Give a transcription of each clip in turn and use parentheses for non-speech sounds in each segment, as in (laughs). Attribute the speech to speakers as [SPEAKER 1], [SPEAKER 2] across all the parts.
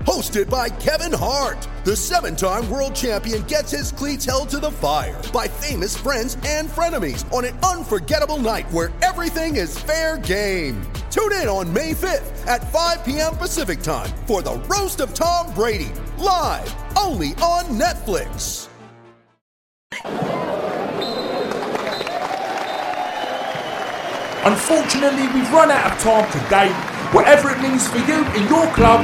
[SPEAKER 1] Hosted by Kevin Hart, the seven time world champion gets his cleats held to the fire by famous friends and frenemies on an unforgettable night where everything is fair game. Tune in on May 5th at 5 p.m. Pacific time for the Roast of Tom Brady, live only on Netflix.
[SPEAKER 2] Unfortunately, we've run out of time today. Whatever it means for you in your club,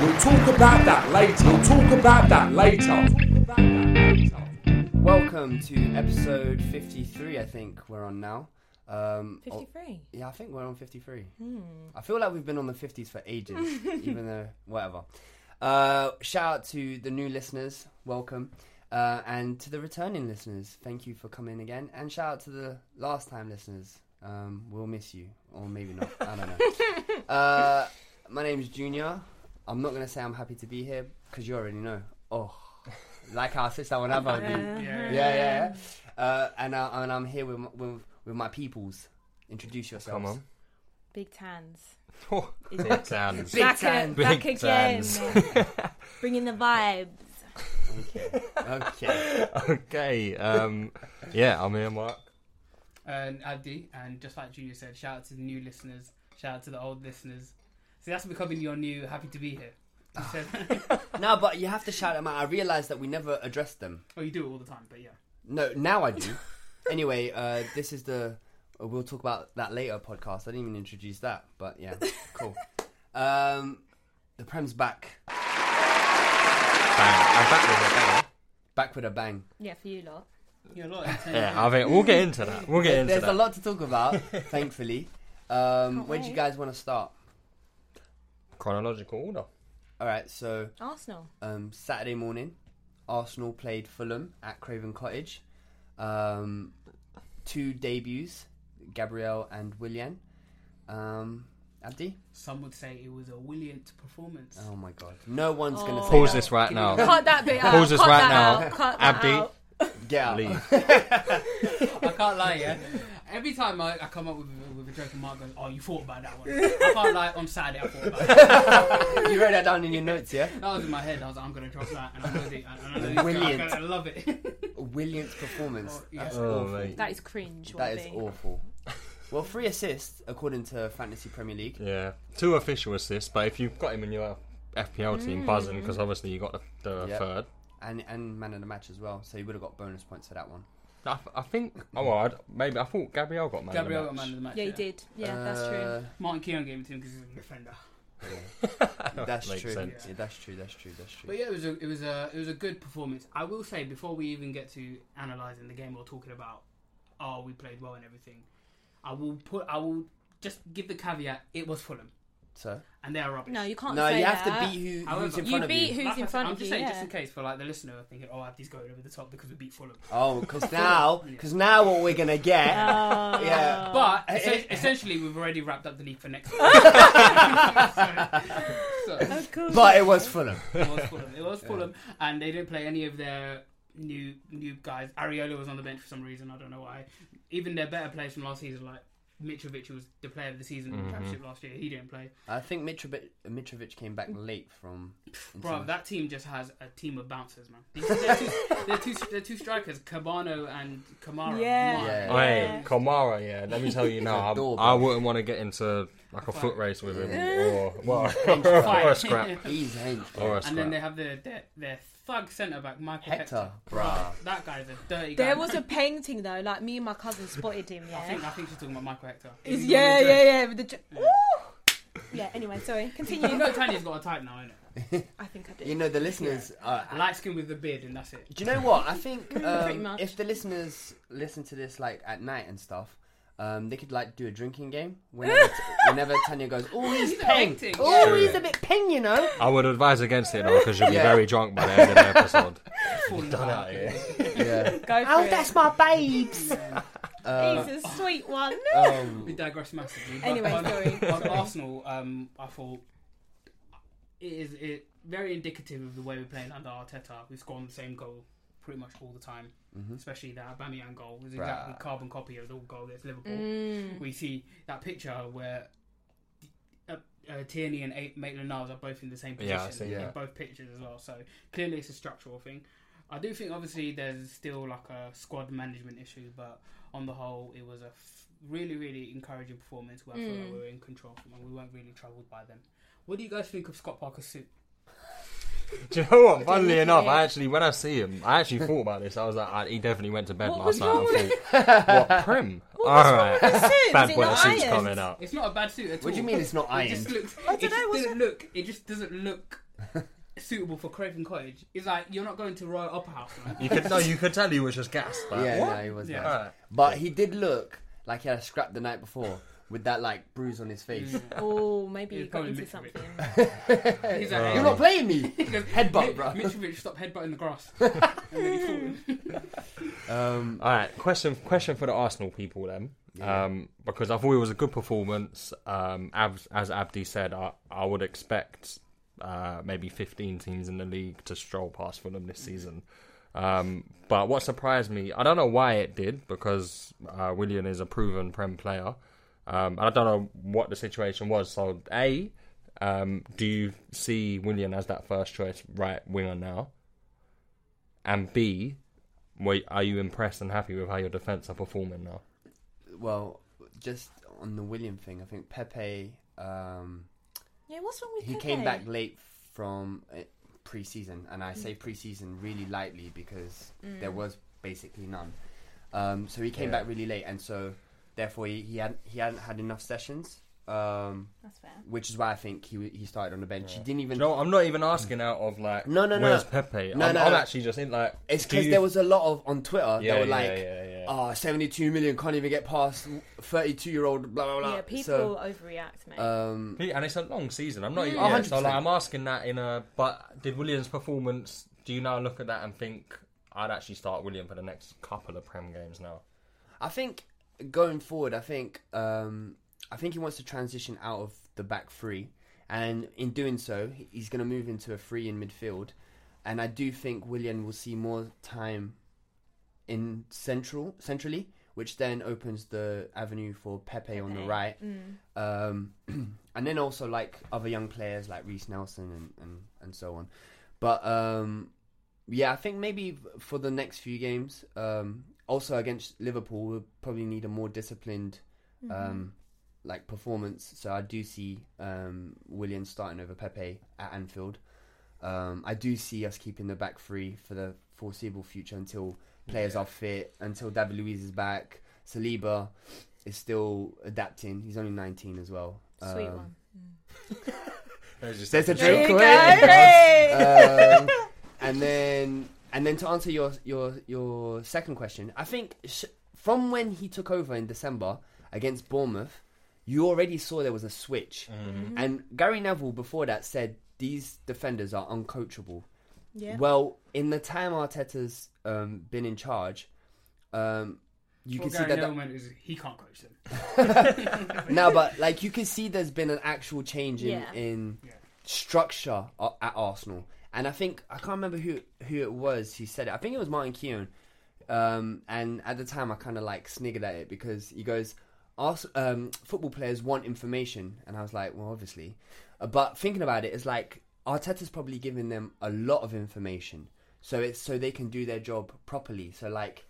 [SPEAKER 2] we'll talk about that later. We'll talk about that later.
[SPEAKER 3] Welcome to episode 53, I think we're on now. Um, or-
[SPEAKER 4] 53?
[SPEAKER 3] yeah, I think we're on 53. I feel like we've been on the 50s for ages, even though, whatever. Uh, shout out to the new listeners, welcome. Uh, and to the returning listeners, thank you for coming again. And shout out to the last time listeners, um, we'll miss you, or maybe not, I don't know. Uh, my name's Junior. I'm not going to say I'm happy to be here because you already know. Oh, like our sister, whenever. yeah, yeah, yeah. Uh, and, uh, and I'm here with, my- with, with my peoples. Introduce yourselves.
[SPEAKER 5] Come on.
[SPEAKER 4] Big tans.
[SPEAKER 5] Big tans.
[SPEAKER 4] back a-
[SPEAKER 3] tans.
[SPEAKER 4] back
[SPEAKER 5] Big
[SPEAKER 4] again.
[SPEAKER 5] tans.
[SPEAKER 4] Bringing the vibes.
[SPEAKER 3] Okay.
[SPEAKER 5] okay. Um, yeah, I'm here, Mark.
[SPEAKER 6] and Abdi, and just like Junior said, shout out to the new listeners, shout out to the old listeners. See, that's becoming your new happy to be here. You said,
[SPEAKER 3] no, but you have to shout them out. I realised that we never addressed them.
[SPEAKER 6] well, you do it all the time, but yeah.
[SPEAKER 3] No, now I
[SPEAKER 6] (laughs)
[SPEAKER 3] do. anyway, uh, this is the. uh, We'll talk about that later podcast. I didn't even introduce that, but yeah, cool. Um, the Prem's back.
[SPEAKER 5] Bang. I'm back with it. bang.
[SPEAKER 3] Back with a bang.
[SPEAKER 4] Yeah, for you lot.
[SPEAKER 6] You're a lot of attention.
[SPEAKER 5] Yeah, I think we'll get into that. We'll get into
[SPEAKER 3] There's
[SPEAKER 5] that.
[SPEAKER 3] a lot to talk about, thankfully. Um, where do you
[SPEAKER 4] wait.
[SPEAKER 3] guys want to start?
[SPEAKER 5] Chronological order.
[SPEAKER 3] All right, so
[SPEAKER 4] Arsenal.
[SPEAKER 3] um, Saturday morning, Arsenal played Fulham at Craven Cottage. Um, two debuts, Gabriel and Willian. Um, Abdi?
[SPEAKER 6] Some would say it was a brilliant performance.
[SPEAKER 3] Oh my god. No one's
[SPEAKER 4] Oh.
[SPEAKER 3] going to say
[SPEAKER 5] Pause
[SPEAKER 3] that.
[SPEAKER 5] this right now.
[SPEAKER 4] Cut that bit out.
[SPEAKER 5] Pause this
[SPEAKER 4] cut
[SPEAKER 5] right
[SPEAKER 4] that
[SPEAKER 5] now.
[SPEAKER 4] Out, cut that
[SPEAKER 5] Abdi,
[SPEAKER 4] out.
[SPEAKER 3] Get out. (laughs)
[SPEAKER 5] leave.
[SPEAKER 6] I can't lie, yeah. Every time I, I come up with, with a joke, and Mark goes, "Oh, you thought about that one." I can't lie. On Saturday, I thought about it.
[SPEAKER 3] (laughs) you wrote that down in your notes, yeah?
[SPEAKER 6] That was in my head. I was like, "I'm gonna drop that," and I'm gonna do. And I'm (laughs) gonna do
[SPEAKER 3] Brilliant.
[SPEAKER 6] it. I love it.
[SPEAKER 3] (laughs) William's performance. That's
[SPEAKER 6] yeah.
[SPEAKER 5] Oh,
[SPEAKER 3] awful.
[SPEAKER 5] mate.
[SPEAKER 4] That is cringe.
[SPEAKER 3] That
[SPEAKER 4] Wabi.
[SPEAKER 3] is awful. Well, three assists according to Fantasy Premier League.
[SPEAKER 5] Yeah. Two official assists, but if you've got him in your FPL
[SPEAKER 6] Mm.
[SPEAKER 5] team buzzing, because obviously you got the, the
[SPEAKER 3] Yep.
[SPEAKER 5] third.
[SPEAKER 3] And and man of the match as well, so he would have got bonus points for that one.
[SPEAKER 5] I, th- I think. Oh, well, I'd, maybe I thought Gabriel got man. of the
[SPEAKER 6] Gabriel got
[SPEAKER 5] match.
[SPEAKER 6] man of the match.
[SPEAKER 4] Yeah, you did. Yeah, that's
[SPEAKER 3] Uh,
[SPEAKER 4] true.
[SPEAKER 6] Martin Keown gave it to him because he's a
[SPEAKER 5] (laughs)
[SPEAKER 6] defender.
[SPEAKER 3] That's
[SPEAKER 5] Makes
[SPEAKER 3] true.
[SPEAKER 5] sense.
[SPEAKER 3] Yeah, that's true. That's true. That's true.
[SPEAKER 6] But yeah, it was a it was a it was a good performance. I will say before we even get to analysing the game or talking about oh we played well and everything, I will put I will just give the caveat it was Fulham
[SPEAKER 3] So
[SPEAKER 6] and they are rubbish.
[SPEAKER 4] No, you can't
[SPEAKER 3] no,
[SPEAKER 4] say
[SPEAKER 3] you
[SPEAKER 4] that.
[SPEAKER 3] have to beat who, who's
[SPEAKER 6] However-
[SPEAKER 3] in
[SPEAKER 4] You
[SPEAKER 3] front
[SPEAKER 4] beat
[SPEAKER 3] of you.
[SPEAKER 4] who's in
[SPEAKER 6] I
[SPEAKER 4] front
[SPEAKER 6] am
[SPEAKER 4] of
[SPEAKER 6] just
[SPEAKER 4] you.
[SPEAKER 6] saying,
[SPEAKER 4] yeah.
[SPEAKER 6] just in case for like the listener thinking, oh, Abdi's going over the top because we
[SPEAKER 4] (laughs)
[SPEAKER 6] beat Fulham. (laughs)
[SPEAKER 3] Oh, because now, because now what we're gonna get?
[SPEAKER 4] Oh.
[SPEAKER 3] yeah.
[SPEAKER 6] But essen- essentially, we've already wrapped up the league
[SPEAKER 4] (laughs)
[SPEAKER 6] for next. Week. (laughs) so, so
[SPEAKER 3] But it
[SPEAKER 5] (laughs)
[SPEAKER 3] was Fulham.
[SPEAKER 6] it was Fulham. It was
[SPEAKER 3] (laughs)
[SPEAKER 6] Fulham, and they didn't play any of their new new guys. Ariola was on the bench for some reason. I don't know why. Even their better players from last season, like Mitrovic was the player of the season
[SPEAKER 3] Mm-hmm.
[SPEAKER 6] in the championship last year. He didn't play.
[SPEAKER 3] I think Mitrovic, Mitrovic came back late from.
[SPEAKER 6] Bro, that team just has a team of bouncers,
[SPEAKER 3] (laughs)
[SPEAKER 6] man. These- They're two, they're two, they're two strikers, Cabano and Kamara.
[SPEAKER 4] Yeah.
[SPEAKER 6] Mine.
[SPEAKER 3] Yeah.
[SPEAKER 5] Hey, Kamara, yeah. Let me tell you
[SPEAKER 3] (laughs)
[SPEAKER 5] now,
[SPEAKER 3] Adorable.
[SPEAKER 5] I, I wouldn't want to get into like a foot race with him or, well, (laughs) or a scrap.
[SPEAKER 3] He's hench,
[SPEAKER 4] (laughs)
[SPEAKER 5] Or
[SPEAKER 3] bro.
[SPEAKER 5] a
[SPEAKER 6] (laughs) And then they
[SPEAKER 5] scrap.
[SPEAKER 6] have their their, their thug centre back Michael
[SPEAKER 3] Hector,
[SPEAKER 6] Hector.
[SPEAKER 3] bruh.
[SPEAKER 6] That guy's a dirty guy.
[SPEAKER 4] There was a painting though, like me and my cousin spotted him.
[SPEAKER 6] I think
[SPEAKER 4] Yeah.
[SPEAKER 6] I think she's talking about Michael Hector.
[SPEAKER 4] Is- yeah, yeah, yeah. With the j- Ooh! Yeah. Anyway, sorry.
[SPEAKER 6] You
[SPEAKER 4] Continue.
[SPEAKER 6] know Tanya's got a type now, innit?
[SPEAKER 4] I think I
[SPEAKER 3] (laughs) You
[SPEAKER 4] did.
[SPEAKER 3] know, the listeners. Uh,
[SPEAKER 6] Light skin with the beard, and that's it.
[SPEAKER 3] do you know what? I think
[SPEAKER 4] (laughs) Pretty
[SPEAKER 3] um,
[SPEAKER 4] much.
[SPEAKER 3] if the listeners listen to this like at night and stuff, um, they could like do a drinking game whenever,
[SPEAKER 4] (laughs)
[SPEAKER 3] t- whenever Tanya goes, "Oh, he's
[SPEAKER 6] He's
[SPEAKER 3] peng.
[SPEAKER 6] acting."
[SPEAKER 3] Oh,
[SPEAKER 5] True.
[SPEAKER 3] he's a bit peng, you know."
[SPEAKER 5] I would advise against it though, because you'll be
[SPEAKER 3] Yeah.
[SPEAKER 5] very drunk by the end of the
[SPEAKER 3] (laughs)
[SPEAKER 5] episode.
[SPEAKER 6] Falling apart.
[SPEAKER 3] yeah.
[SPEAKER 4] Go for
[SPEAKER 3] Oh,
[SPEAKER 4] it.
[SPEAKER 3] that's my babes. Uh,
[SPEAKER 4] He's a sweet one.
[SPEAKER 3] um,
[SPEAKER 4] (laughs)
[SPEAKER 6] We digress massively. but
[SPEAKER 4] Anyway,
[SPEAKER 6] on,
[SPEAKER 4] sorry.
[SPEAKER 6] on Arsenal, um, I thought it is it very indicative of the way we're playing under Arteta. We've scored on the same goal pretty much all the time,
[SPEAKER 3] mm-hmm.
[SPEAKER 6] especially that Aubameyang goal is exactly carbon copy of the goal against Liverpool.
[SPEAKER 4] Uh, Mm.
[SPEAKER 6] We see that picture where uh, uh, Tierney and A- Maitland-Niles are both in the same position
[SPEAKER 5] Yeah, I see,
[SPEAKER 6] in
[SPEAKER 5] yeah.
[SPEAKER 6] both pictures as well. So clearly, it's a structural thing. I do think obviously there's still like a squad management issue, but on the whole, it was a f- really really encouraging performance where I feel like we were in control from and we weren't really troubled by them. What do you guys think of Scott Parker's suit?
[SPEAKER 5] (laughs) Do you know what? Funnily enough, I actually, when I see him, I actually thought about this. I was like, I, he definitely went to bed
[SPEAKER 4] What
[SPEAKER 5] last
[SPEAKER 4] was
[SPEAKER 5] night.
[SPEAKER 4] wrong
[SPEAKER 5] I thought,
[SPEAKER 4] (laughs)
[SPEAKER 5] what prim? All right,
[SPEAKER 4] suit? Was
[SPEAKER 5] bad
[SPEAKER 4] it
[SPEAKER 5] boy, the
[SPEAKER 4] not
[SPEAKER 5] suit's
[SPEAKER 4] ironed?
[SPEAKER 5] coming out.
[SPEAKER 6] It's not a bad suit at all.
[SPEAKER 3] what do you mean it's not
[SPEAKER 6] (laughs) It
[SPEAKER 3] iron?
[SPEAKER 6] just looks. It
[SPEAKER 4] know,
[SPEAKER 6] just
[SPEAKER 4] was
[SPEAKER 6] doesn't look. It just doesn't
[SPEAKER 3] (laughs)
[SPEAKER 6] look suitable for Craven Cottage. It's like you're not going to Royal Opera House, man.
[SPEAKER 5] You could, no, you could tell he was just gassed. Like,
[SPEAKER 3] Yeah,
[SPEAKER 5] what?
[SPEAKER 3] no, he was
[SPEAKER 6] Yeah.
[SPEAKER 3] nice.
[SPEAKER 5] Alright.
[SPEAKER 3] But he did look like he had a scrap the night before with that like bruise on his face.
[SPEAKER 4] Oh, maybe
[SPEAKER 6] It's
[SPEAKER 4] you got
[SPEAKER 6] probably
[SPEAKER 4] into
[SPEAKER 6] Mitrovic.
[SPEAKER 4] something.
[SPEAKER 6] He's like,
[SPEAKER 3] You're not playing me. Headbutt, bro.
[SPEAKER 6] Mitrovic, stop headbutting the grass.
[SPEAKER 3] Um,
[SPEAKER 5] All right, question question for the Arsenal people then, um, because I thought it was a good performance. Um, as, as Abdi said, I, I would expect uh, maybe 15 teams in the league to stroll past Fulham this season. Um, but what surprised me, I don't know why it did, because uh, William is a proven Prem player. Um, and I don't know what the situation was. So, A, um, do you see William as that first choice right winger now? And B, Wait, are you impressed and happy with how your defense are performing now?
[SPEAKER 3] well, just on the William thing, I think Pepe. Um,
[SPEAKER 4] Yeah, what's wrong with
[SPEAKER 3] he
[SPEAKER 4] Pepe?
[SPEAKER 3] came back late from uh, pre-season, and
[SPEAKER 4] Mm.
[SPEAKER 3] I say pre-season really lightly because there was basically none. Um, so he came back really late, and so therefore he, he hadn't he hadn't had enough sessions. Um,
[SPEAKER 4] That's fair.
[SPEAKER 3] which is why I think he w- he started on the bench. He didn't even.
[SPEAKER 5] No, I'm not even asking out of like,
[SPEAKER 3] No, no, no.
[SPEAKER 5] where's Pepe?
[SPEAKER 3] No,
[SPEAKER 5] I'm,
[SPEAKER 3] no,
[SPEAKER 5] I'm
[SPEAKER 3] no.
[SPEAKER 5] actually just in like,
[SPEAKER 3] It's
[SPEAKER 5] do
[SPEAKER 3] because
[SPEAKER 5] you-
[SPEAKER 3] there was a lot of on Twitter.
[SPEAKER 5] Yeah,
[SPEAKER 3] they were
[SPEAKER 5] yeah,
[SPEAKER 3] like,
[SPEAKER 5] yeah, yeah.
[SPEAKER 3] "Oh, 72 million can't even get past 32 year old." Blah blah blah.
[SPEAKER 4] Yeah, people
[SPEAKER 3] So,
[SPEAKER 4] overreact, mate.
[SPEAKER 3] um,
[SPEAKER 5] and it's a long season. I'm not even.
[SPEAKER 3] Oh,
[SPEAKER 5] yeah, so
[SPEAKER 3] 100%.
[SPEAKER 5] like, I'm asking that in a. But did Williams' performance? Do you now look at that and think I'd actually start William for the next couple of Prem games now?
[SPEAKER 3] I think going forward, I think um, I think he wants to transition out of the back three, and in doing so, he's going to move into a three in midfield, and I do think Willian will see more time in central centrally, which then opens the avenue for Pepe, on the right, um, (clears throat) and then also like other young players like Reese Nelson and, and and so on, but. Um, yeah, I think maybe for the next few games, um, also against Liverpool, we'll probably need a more disciplined um, like performance. So I do see um, William starting over Pepe at Anfield. Um, I do see us keeping the back three for the foreseeable future until players are fit, until David Luiz is back. Saliba is still adapting. He's only 19 as well.
[SPEAKER 4] Sweet
[SPEAKER 3] Um,
[SPEAKER 4] one.
[SPEAKER 3] There's
[SPEAKER 4] There
[SPEAKER 3] a joke.
[SPEAKER 4] you go.
[SPEAKER 3] already.
[SPEAKER 4] Hey! (laughs)
[SPEAKER 3] Um, and then and then to answer your your your second question, I think sh- from when he took over in December against Bournemouth, you already saw there was a switch.
[SPEAKER 6] Mm-hmm.
[SPEAKER 4] Mm-hmm.
[SPEAKER 3] And Gary Neville before that said these defenders are uncoachable.
[SPEAKER 4] Yeah.
[SPEAKER 3] Well, in the time Arteta's um, been in charge, um, (laughs) you
[SPEAKER 6] What
[SPEAKER 3] can see
[SPEAKER 6] Gary
[SPEAKER 3] that. that
[SPEAKER 6] Neville meant is he can't coach them.
[SPEAKER 3] (laughs) no, but like you can see, there's been an actual change in
[SPEAKER 4] Yeah.
[SPEAKER 3] in structure a- at Arsenal, and I think I can't remember who who it was who said it. I think it was Martin Keown, um, and at the time I kind of like sniggered at it because he goes, Ars- um, football players want information, and I was like, well, obviously. Uh, but thinking about it, it's like Arteta's probably giving them a lot of information, so it's so they can do their job properly. So like,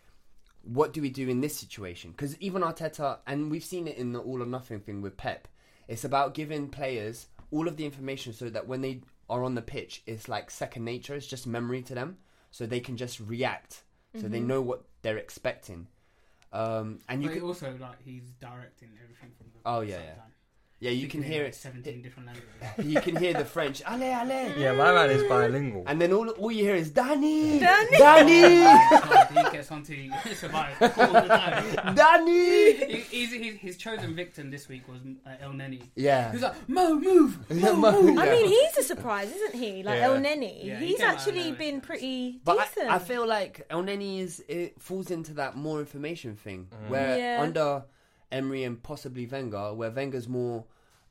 [SPEAKER 3] what do we do in this situation? Because even Arteta, and we've seen it in the all or nothing thing with Pep, it's about giving players all of the information so that when they are on the pitch, it's like second nature, it's just memory to them, so they can just react, so they know what they're expecting. Um, and you
[SPEAKER 6] but
[SPEAKER 3] can
[SPEAKER 6] also like he's directing everything from the.
[SPEAKER 3] Oh, yeah,
[SPEAKER 6] same
[SPEAKER 3] yeah.
[SPEAKER 6] time.
[SPEAKER 3] yeah, you can hear
[SPEAKER 6] like,
[SPEAKER 3] it.
[SPEAKER 6] Seventeen different
[SPEAKER 3] (laughs)
[SPEAKER 6] languages.
[SPEAKER 3] You can hear
[SPEAKER 6] (laughs)
[SPEAKER 3] the French, allez, allez,
[SPEAKER 5] Yeah, my man is bilingual.
[SPEAKER 3] and then all all you hear is Danny,
[SPEAKER 4] Danny!
[SPEAKER 3] Danny,
[SPEAKER 6] (laughs) So (laughs) he gets onto survive all the
[SPEAKER 3] (laughs)
[SPEAKER 6] time.
[SPEAKER 3] Danny.
[SPEAKER 6] (laughs) He- He's, he's, his chosen victim this week was uh, El Neni.
[SPEAKER 3] Yeah.
[SPEAKER 6] He was like, Mo, move!
[SPEAKER 3] Yeah, Mo,
[SPEAKER 4] I
[SPEAKER 3] yeah.
[SPEAKER 4] mean, he's a surprise, isn't he? Like El Nenny,
[SPEAKER 6] Yeah, he
[SPEAKER 4] he's
[SPEAKER 6] came out
[SPEAKER 4] actually
[SPEAKER 6] now,
[SPEAKER 4] been
[SPEAKER 6] yeah.
[SPEAKER 4] pretty
[SPEAKER 3] But
[SPEAKER 4] decent.
[SPEAKER 3] I, I feel like El Neni is it falls into that more information thing
[SPEAKER 6] Mm.
[SPEAKER 3] where
[SPEAKER 4] Yeah.
[SPEAKER 3] under Emery and possibly Wenger, where Wenger's more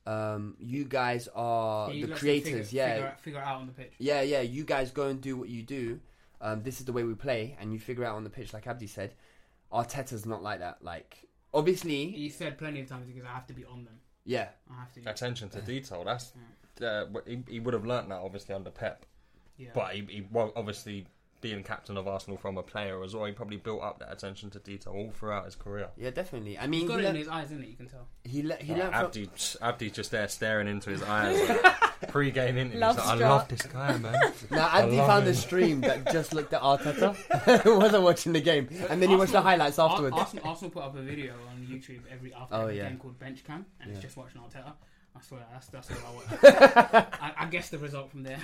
[SPEAKER 3] um, you guys are
[SPEAKER 6] He
[SPEAKER 3] Oh, the
[SPEAKER 6] lets them
[SPEAKER 3] creators,
[SPEAKER 6] figure,
[SPEAKER 3] yeah,
[SPEAKER 6] Figure out, figure it out on the pitch.
[SPEAKER 3] yeah, yeah. You guys go and do what you do. Um, this is the way we play, and you figure out on the pitch, like Abdi said. Arteta's not like that. Like obviously,
[SPEAKER 6] He said plenty of times because I have to be on them.
[SPEAKER 3] yeah,
[SPEAKER 6] I have to.
[SPEAKER 5] Attention to detail. That's uh, wh- he, he would have learnt that obviously under Pep,
[SPEAKER 6] Yeah.
[SPEAKER 5] but he, he won't obviously being captain of Arsenal from a player as well. He probably built up that attention to detail all throughout his career.
[SPEAKER 3] yeah, definitely. I mean,
[SPEAKER 6] he's
[SPEAKER 3] he,
[SPEAKER 6] got it in
[SPEAKER 3] learnt-
[SPEAKER 6] his eyes, isn't it? You can tell.
[SPEAKER 3] he, le- he
[SPEAKER 5] Like,
[SPEAKER 3] learnt from-
[SPEAKER 5] Abdi, Abdi's just there staring into his eyes.
[SPEAKER 3] (laughs)
[SPEAKER 5] Like, pre-game interviews,
[SPEAKER 4] Love
[SPEAKER 5] like, I
[SPEAKER 4] struck.
[SPEAKER 5] love this guy, man.
[SPEAKER 3] Now,
[SPEAKER 6] (laughs)
[SPEAKER 3] Andy
[SPEAKER 5] love
[SPEAKER 3] found
[SPEAKER 5] it.
[SPEAKER 3] a stream that just looked at Arteta. (laughs) wasn't watching the game, and then he watched the
[SPEAKER 6] Arsenal-
[SPEAKER 3] highlights
[SPEAKER 6] Ar-
[SPEAKER 3] afterwards.
[SPEAKER 6] Arsenal, Arsenal put up a video on YouTube every after
[SPEAKER 3] Oh,
[SPEAKER 6] every
[SPEAKER 3] yeah.
[SPEAKER 6] game called Bench Cam, and
[SPEAKER 3] Yeah.
[SPEAKER 6] it's just watching Arteta. I swear, that's that's all I watch.
[SPEAKER 3] (laughs)
[SPEAKER 6] I, I guess the result from there.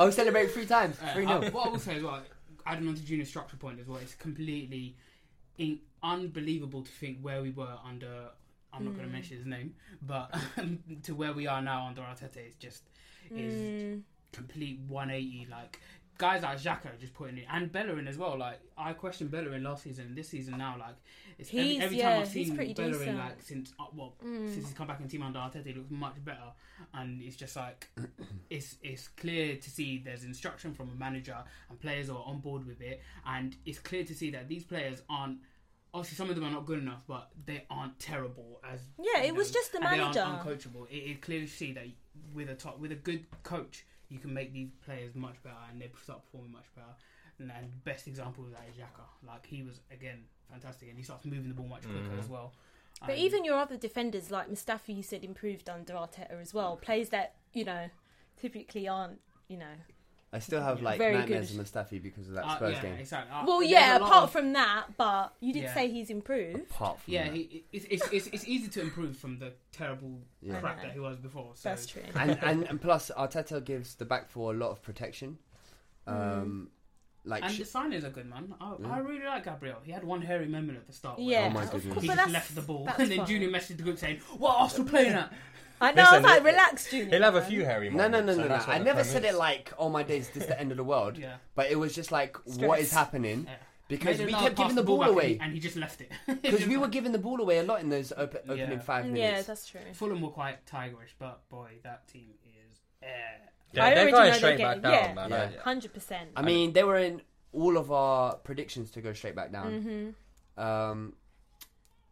[SPEAKER 3] Oh, he celebrated three times.
[SPEAKER 6] Uh,
[SPEAKER 3] (laughs) Three
[SPEAKER 6] I-
[SPEAKER 3] nil.
[SPEAKER 6] what I will say as well, adding on to Junior's structure point as well, it's completely in- unbelievable to think where we were under. I'm not going to mention his name, but (laughs) to where we are now under Arteta is just is
[SPEAKER 4] Mm.
[SPEAKER 6] complete 180. Like guys like Xhaka just putting in and Bellerin as well. Like I questioned Bellerin last season, this season now. Like it's
[SPEAKER 4] He's-
[SPEAKER 6] every, every
[SPEAKER 4] yeah,
[SPEAKER 6] time I've
[SPEAKER 4] he's
[SPEAKER 6] seen
[SPEAKER 4] pretty
[SPEAKER 6] Bellerin
[SPEAKER 4] decent. Mm.
[SPEAKER 6] like since uh, well since he's come back in team under Arteta, he looks much better. And it's just like it's it's clear to see there's instruction from a manager and players are on board with it and it's clear to see that these players aren't obviously some of them are not good enough but they aren't terrible as
[SPEAKER 4] Yeah,
[SPEAKER 6] you
[SPEAKER 4] it was just the
[SPEAKER 6] and they aren't
[SPEAKER 4] manager.
[SPEAKER 6] uncoachable it, it clearly see that with a top with a good coach you can make these players much better and they start performing much better and, and best example of that is Xhaka like he was again fantastic and he starts moving the ball much quicker
[SPEAKER 3] Mm.
[SPEAKER 6] as well
[SPEAKER 4] But
[SPEAKER 6] And-
[SPEAKER 4] even your other defenders, like Mustafi, you said improved under Arteta as well. Plays that you know typically aren't you know.
[SPEAKER 3] I still have like
[SPEAKER 4] Very
[SPEAKER 3] nightmares
[SPEAKER 4] good.
[SPEAKER 3] of Mustafi because of that
[SPEAKER 6] uh,
[SPEAKER 3] Spurs
[SPEAKER 6] yeah,
[SPEAKER 3] game.
[SPEAKER 6] exactly. Uh,
[SPEAKER 4] Well,
[SPEAKER 6] there's
[SPEAKER 4] yeah.
[SPEAKER 6] a lot
[SPEAKER 4] Apart
[SPEAKER 6] of-
[SPEAKER 4] from that, but you did
[SPEAKER 6] Yeah.
[SPEAKER 4] say he's improved.
[SPEAKER 3] Apart from
[SPEAKER 6] Yeah,
[SPEAKER 3] that.
[SPEAKER 6] he, it's, it's, it's, it's easy to improve from the terrible
[SPEAKER 3] Yeah.
[SPEAKER 6] crap that he was before. So. oh,
[SPEAKER 4] That's true.
[SPEAKER 3] and, and and plus Arteta gives the back four a lot of protection. Um, like
[SPEAKER 6] And
[SPEAKER 3] sh-
[SPEAKER 6] the signings are good, man. I, I really like Gabriel. He had one hairy moment at the start. where
[SPEAKER 4] Yeah,
[SPEAKER 3] Oh my
[SPEAKER 4] of
[SPEAKER 3] goodness.
[SPEAKER 4] course,
[SPEAKER 6] He
[SPEAKER 4] but
[SPEAKER 6] just
[SPEAKER 4] that's-
[SPEAKER 6] left the ball,
[SPEAKER 4] that's
[SPEAKER 6] (laughs) and then
[SPEAKER 4] fine.
[SPEAKER 6] Junior messaged the group saying, "What Arsenal playing at?"
[SPEAKER 4] I know. I was
[SPEAKER 5] Listen,
[SPEAKER 4] like, relax, Junior.
[SPEAKER 5] He'll have a
[SPEAKER 4] man.
[SPEAKER 5] few hairy
[SPEAKER 3] no
[SPEAKER 5] moments.
[SPEAKER 3] no no
[SPEAKER 5] so
[SPEAKER 3] no no.
[SPEAKER 5] that's what
[SPEAKER 3] I
[SPEAKER 5] the
[SPEAKER 3] never
[SPEAKER 5] premise-
[SPEAKER 3] said it like oh my days, this is the end of the world.
[SPEAKER 6] Yeah.
[SPEAKER 3] But it was just like what
[SPEAKER 4] Stress.
[SPEAKER 3] is happening
[SPEAKER 6] Yeah.
[SPEAKER 3] because
[SPEAKER 6] Made
[SPEAKER 3] we
[SPEAKER 6] another
[SPEAKER 3] kept
[SPEAKER 6] pass
[SPEAKER 3] giving the ball
[SPEAKER 6] back,
[SPEAKER 3] away
[SPEAKER 6] and he, and he just left it. (laughs)
[SPEAKER 3] because we were giving the ball away a lot in those op-
[SPEAKER 6] Yeah.
[SPEAKER 3] opening five minutes.
[SPEAKER 4] Yeah, that's true.
[SPEAKER 6] Fulham were quite tigerish, but boy, that team is. air.
[SPEAKER 5] Yeah,
[SPEAKER 4] I
[SPEAKER 5] they're
[SPEAKER 4] already
[SPEAKER 5] going
[SPEAKER 4] know
[SPEAKER 5] straight
[SPEAKER 4] they're
[SPEAKER 5] back down,
[SPEAKER 4] getting- yeah.
[SPEAKER 5] man.
[SPEAKER 3] Yeah.
[SPEAKER 5] I-
[SPEAKER 4] Hundred percent.
[SPEAKER 3] I mean, they were in all of our predictions to go straight back down. Um,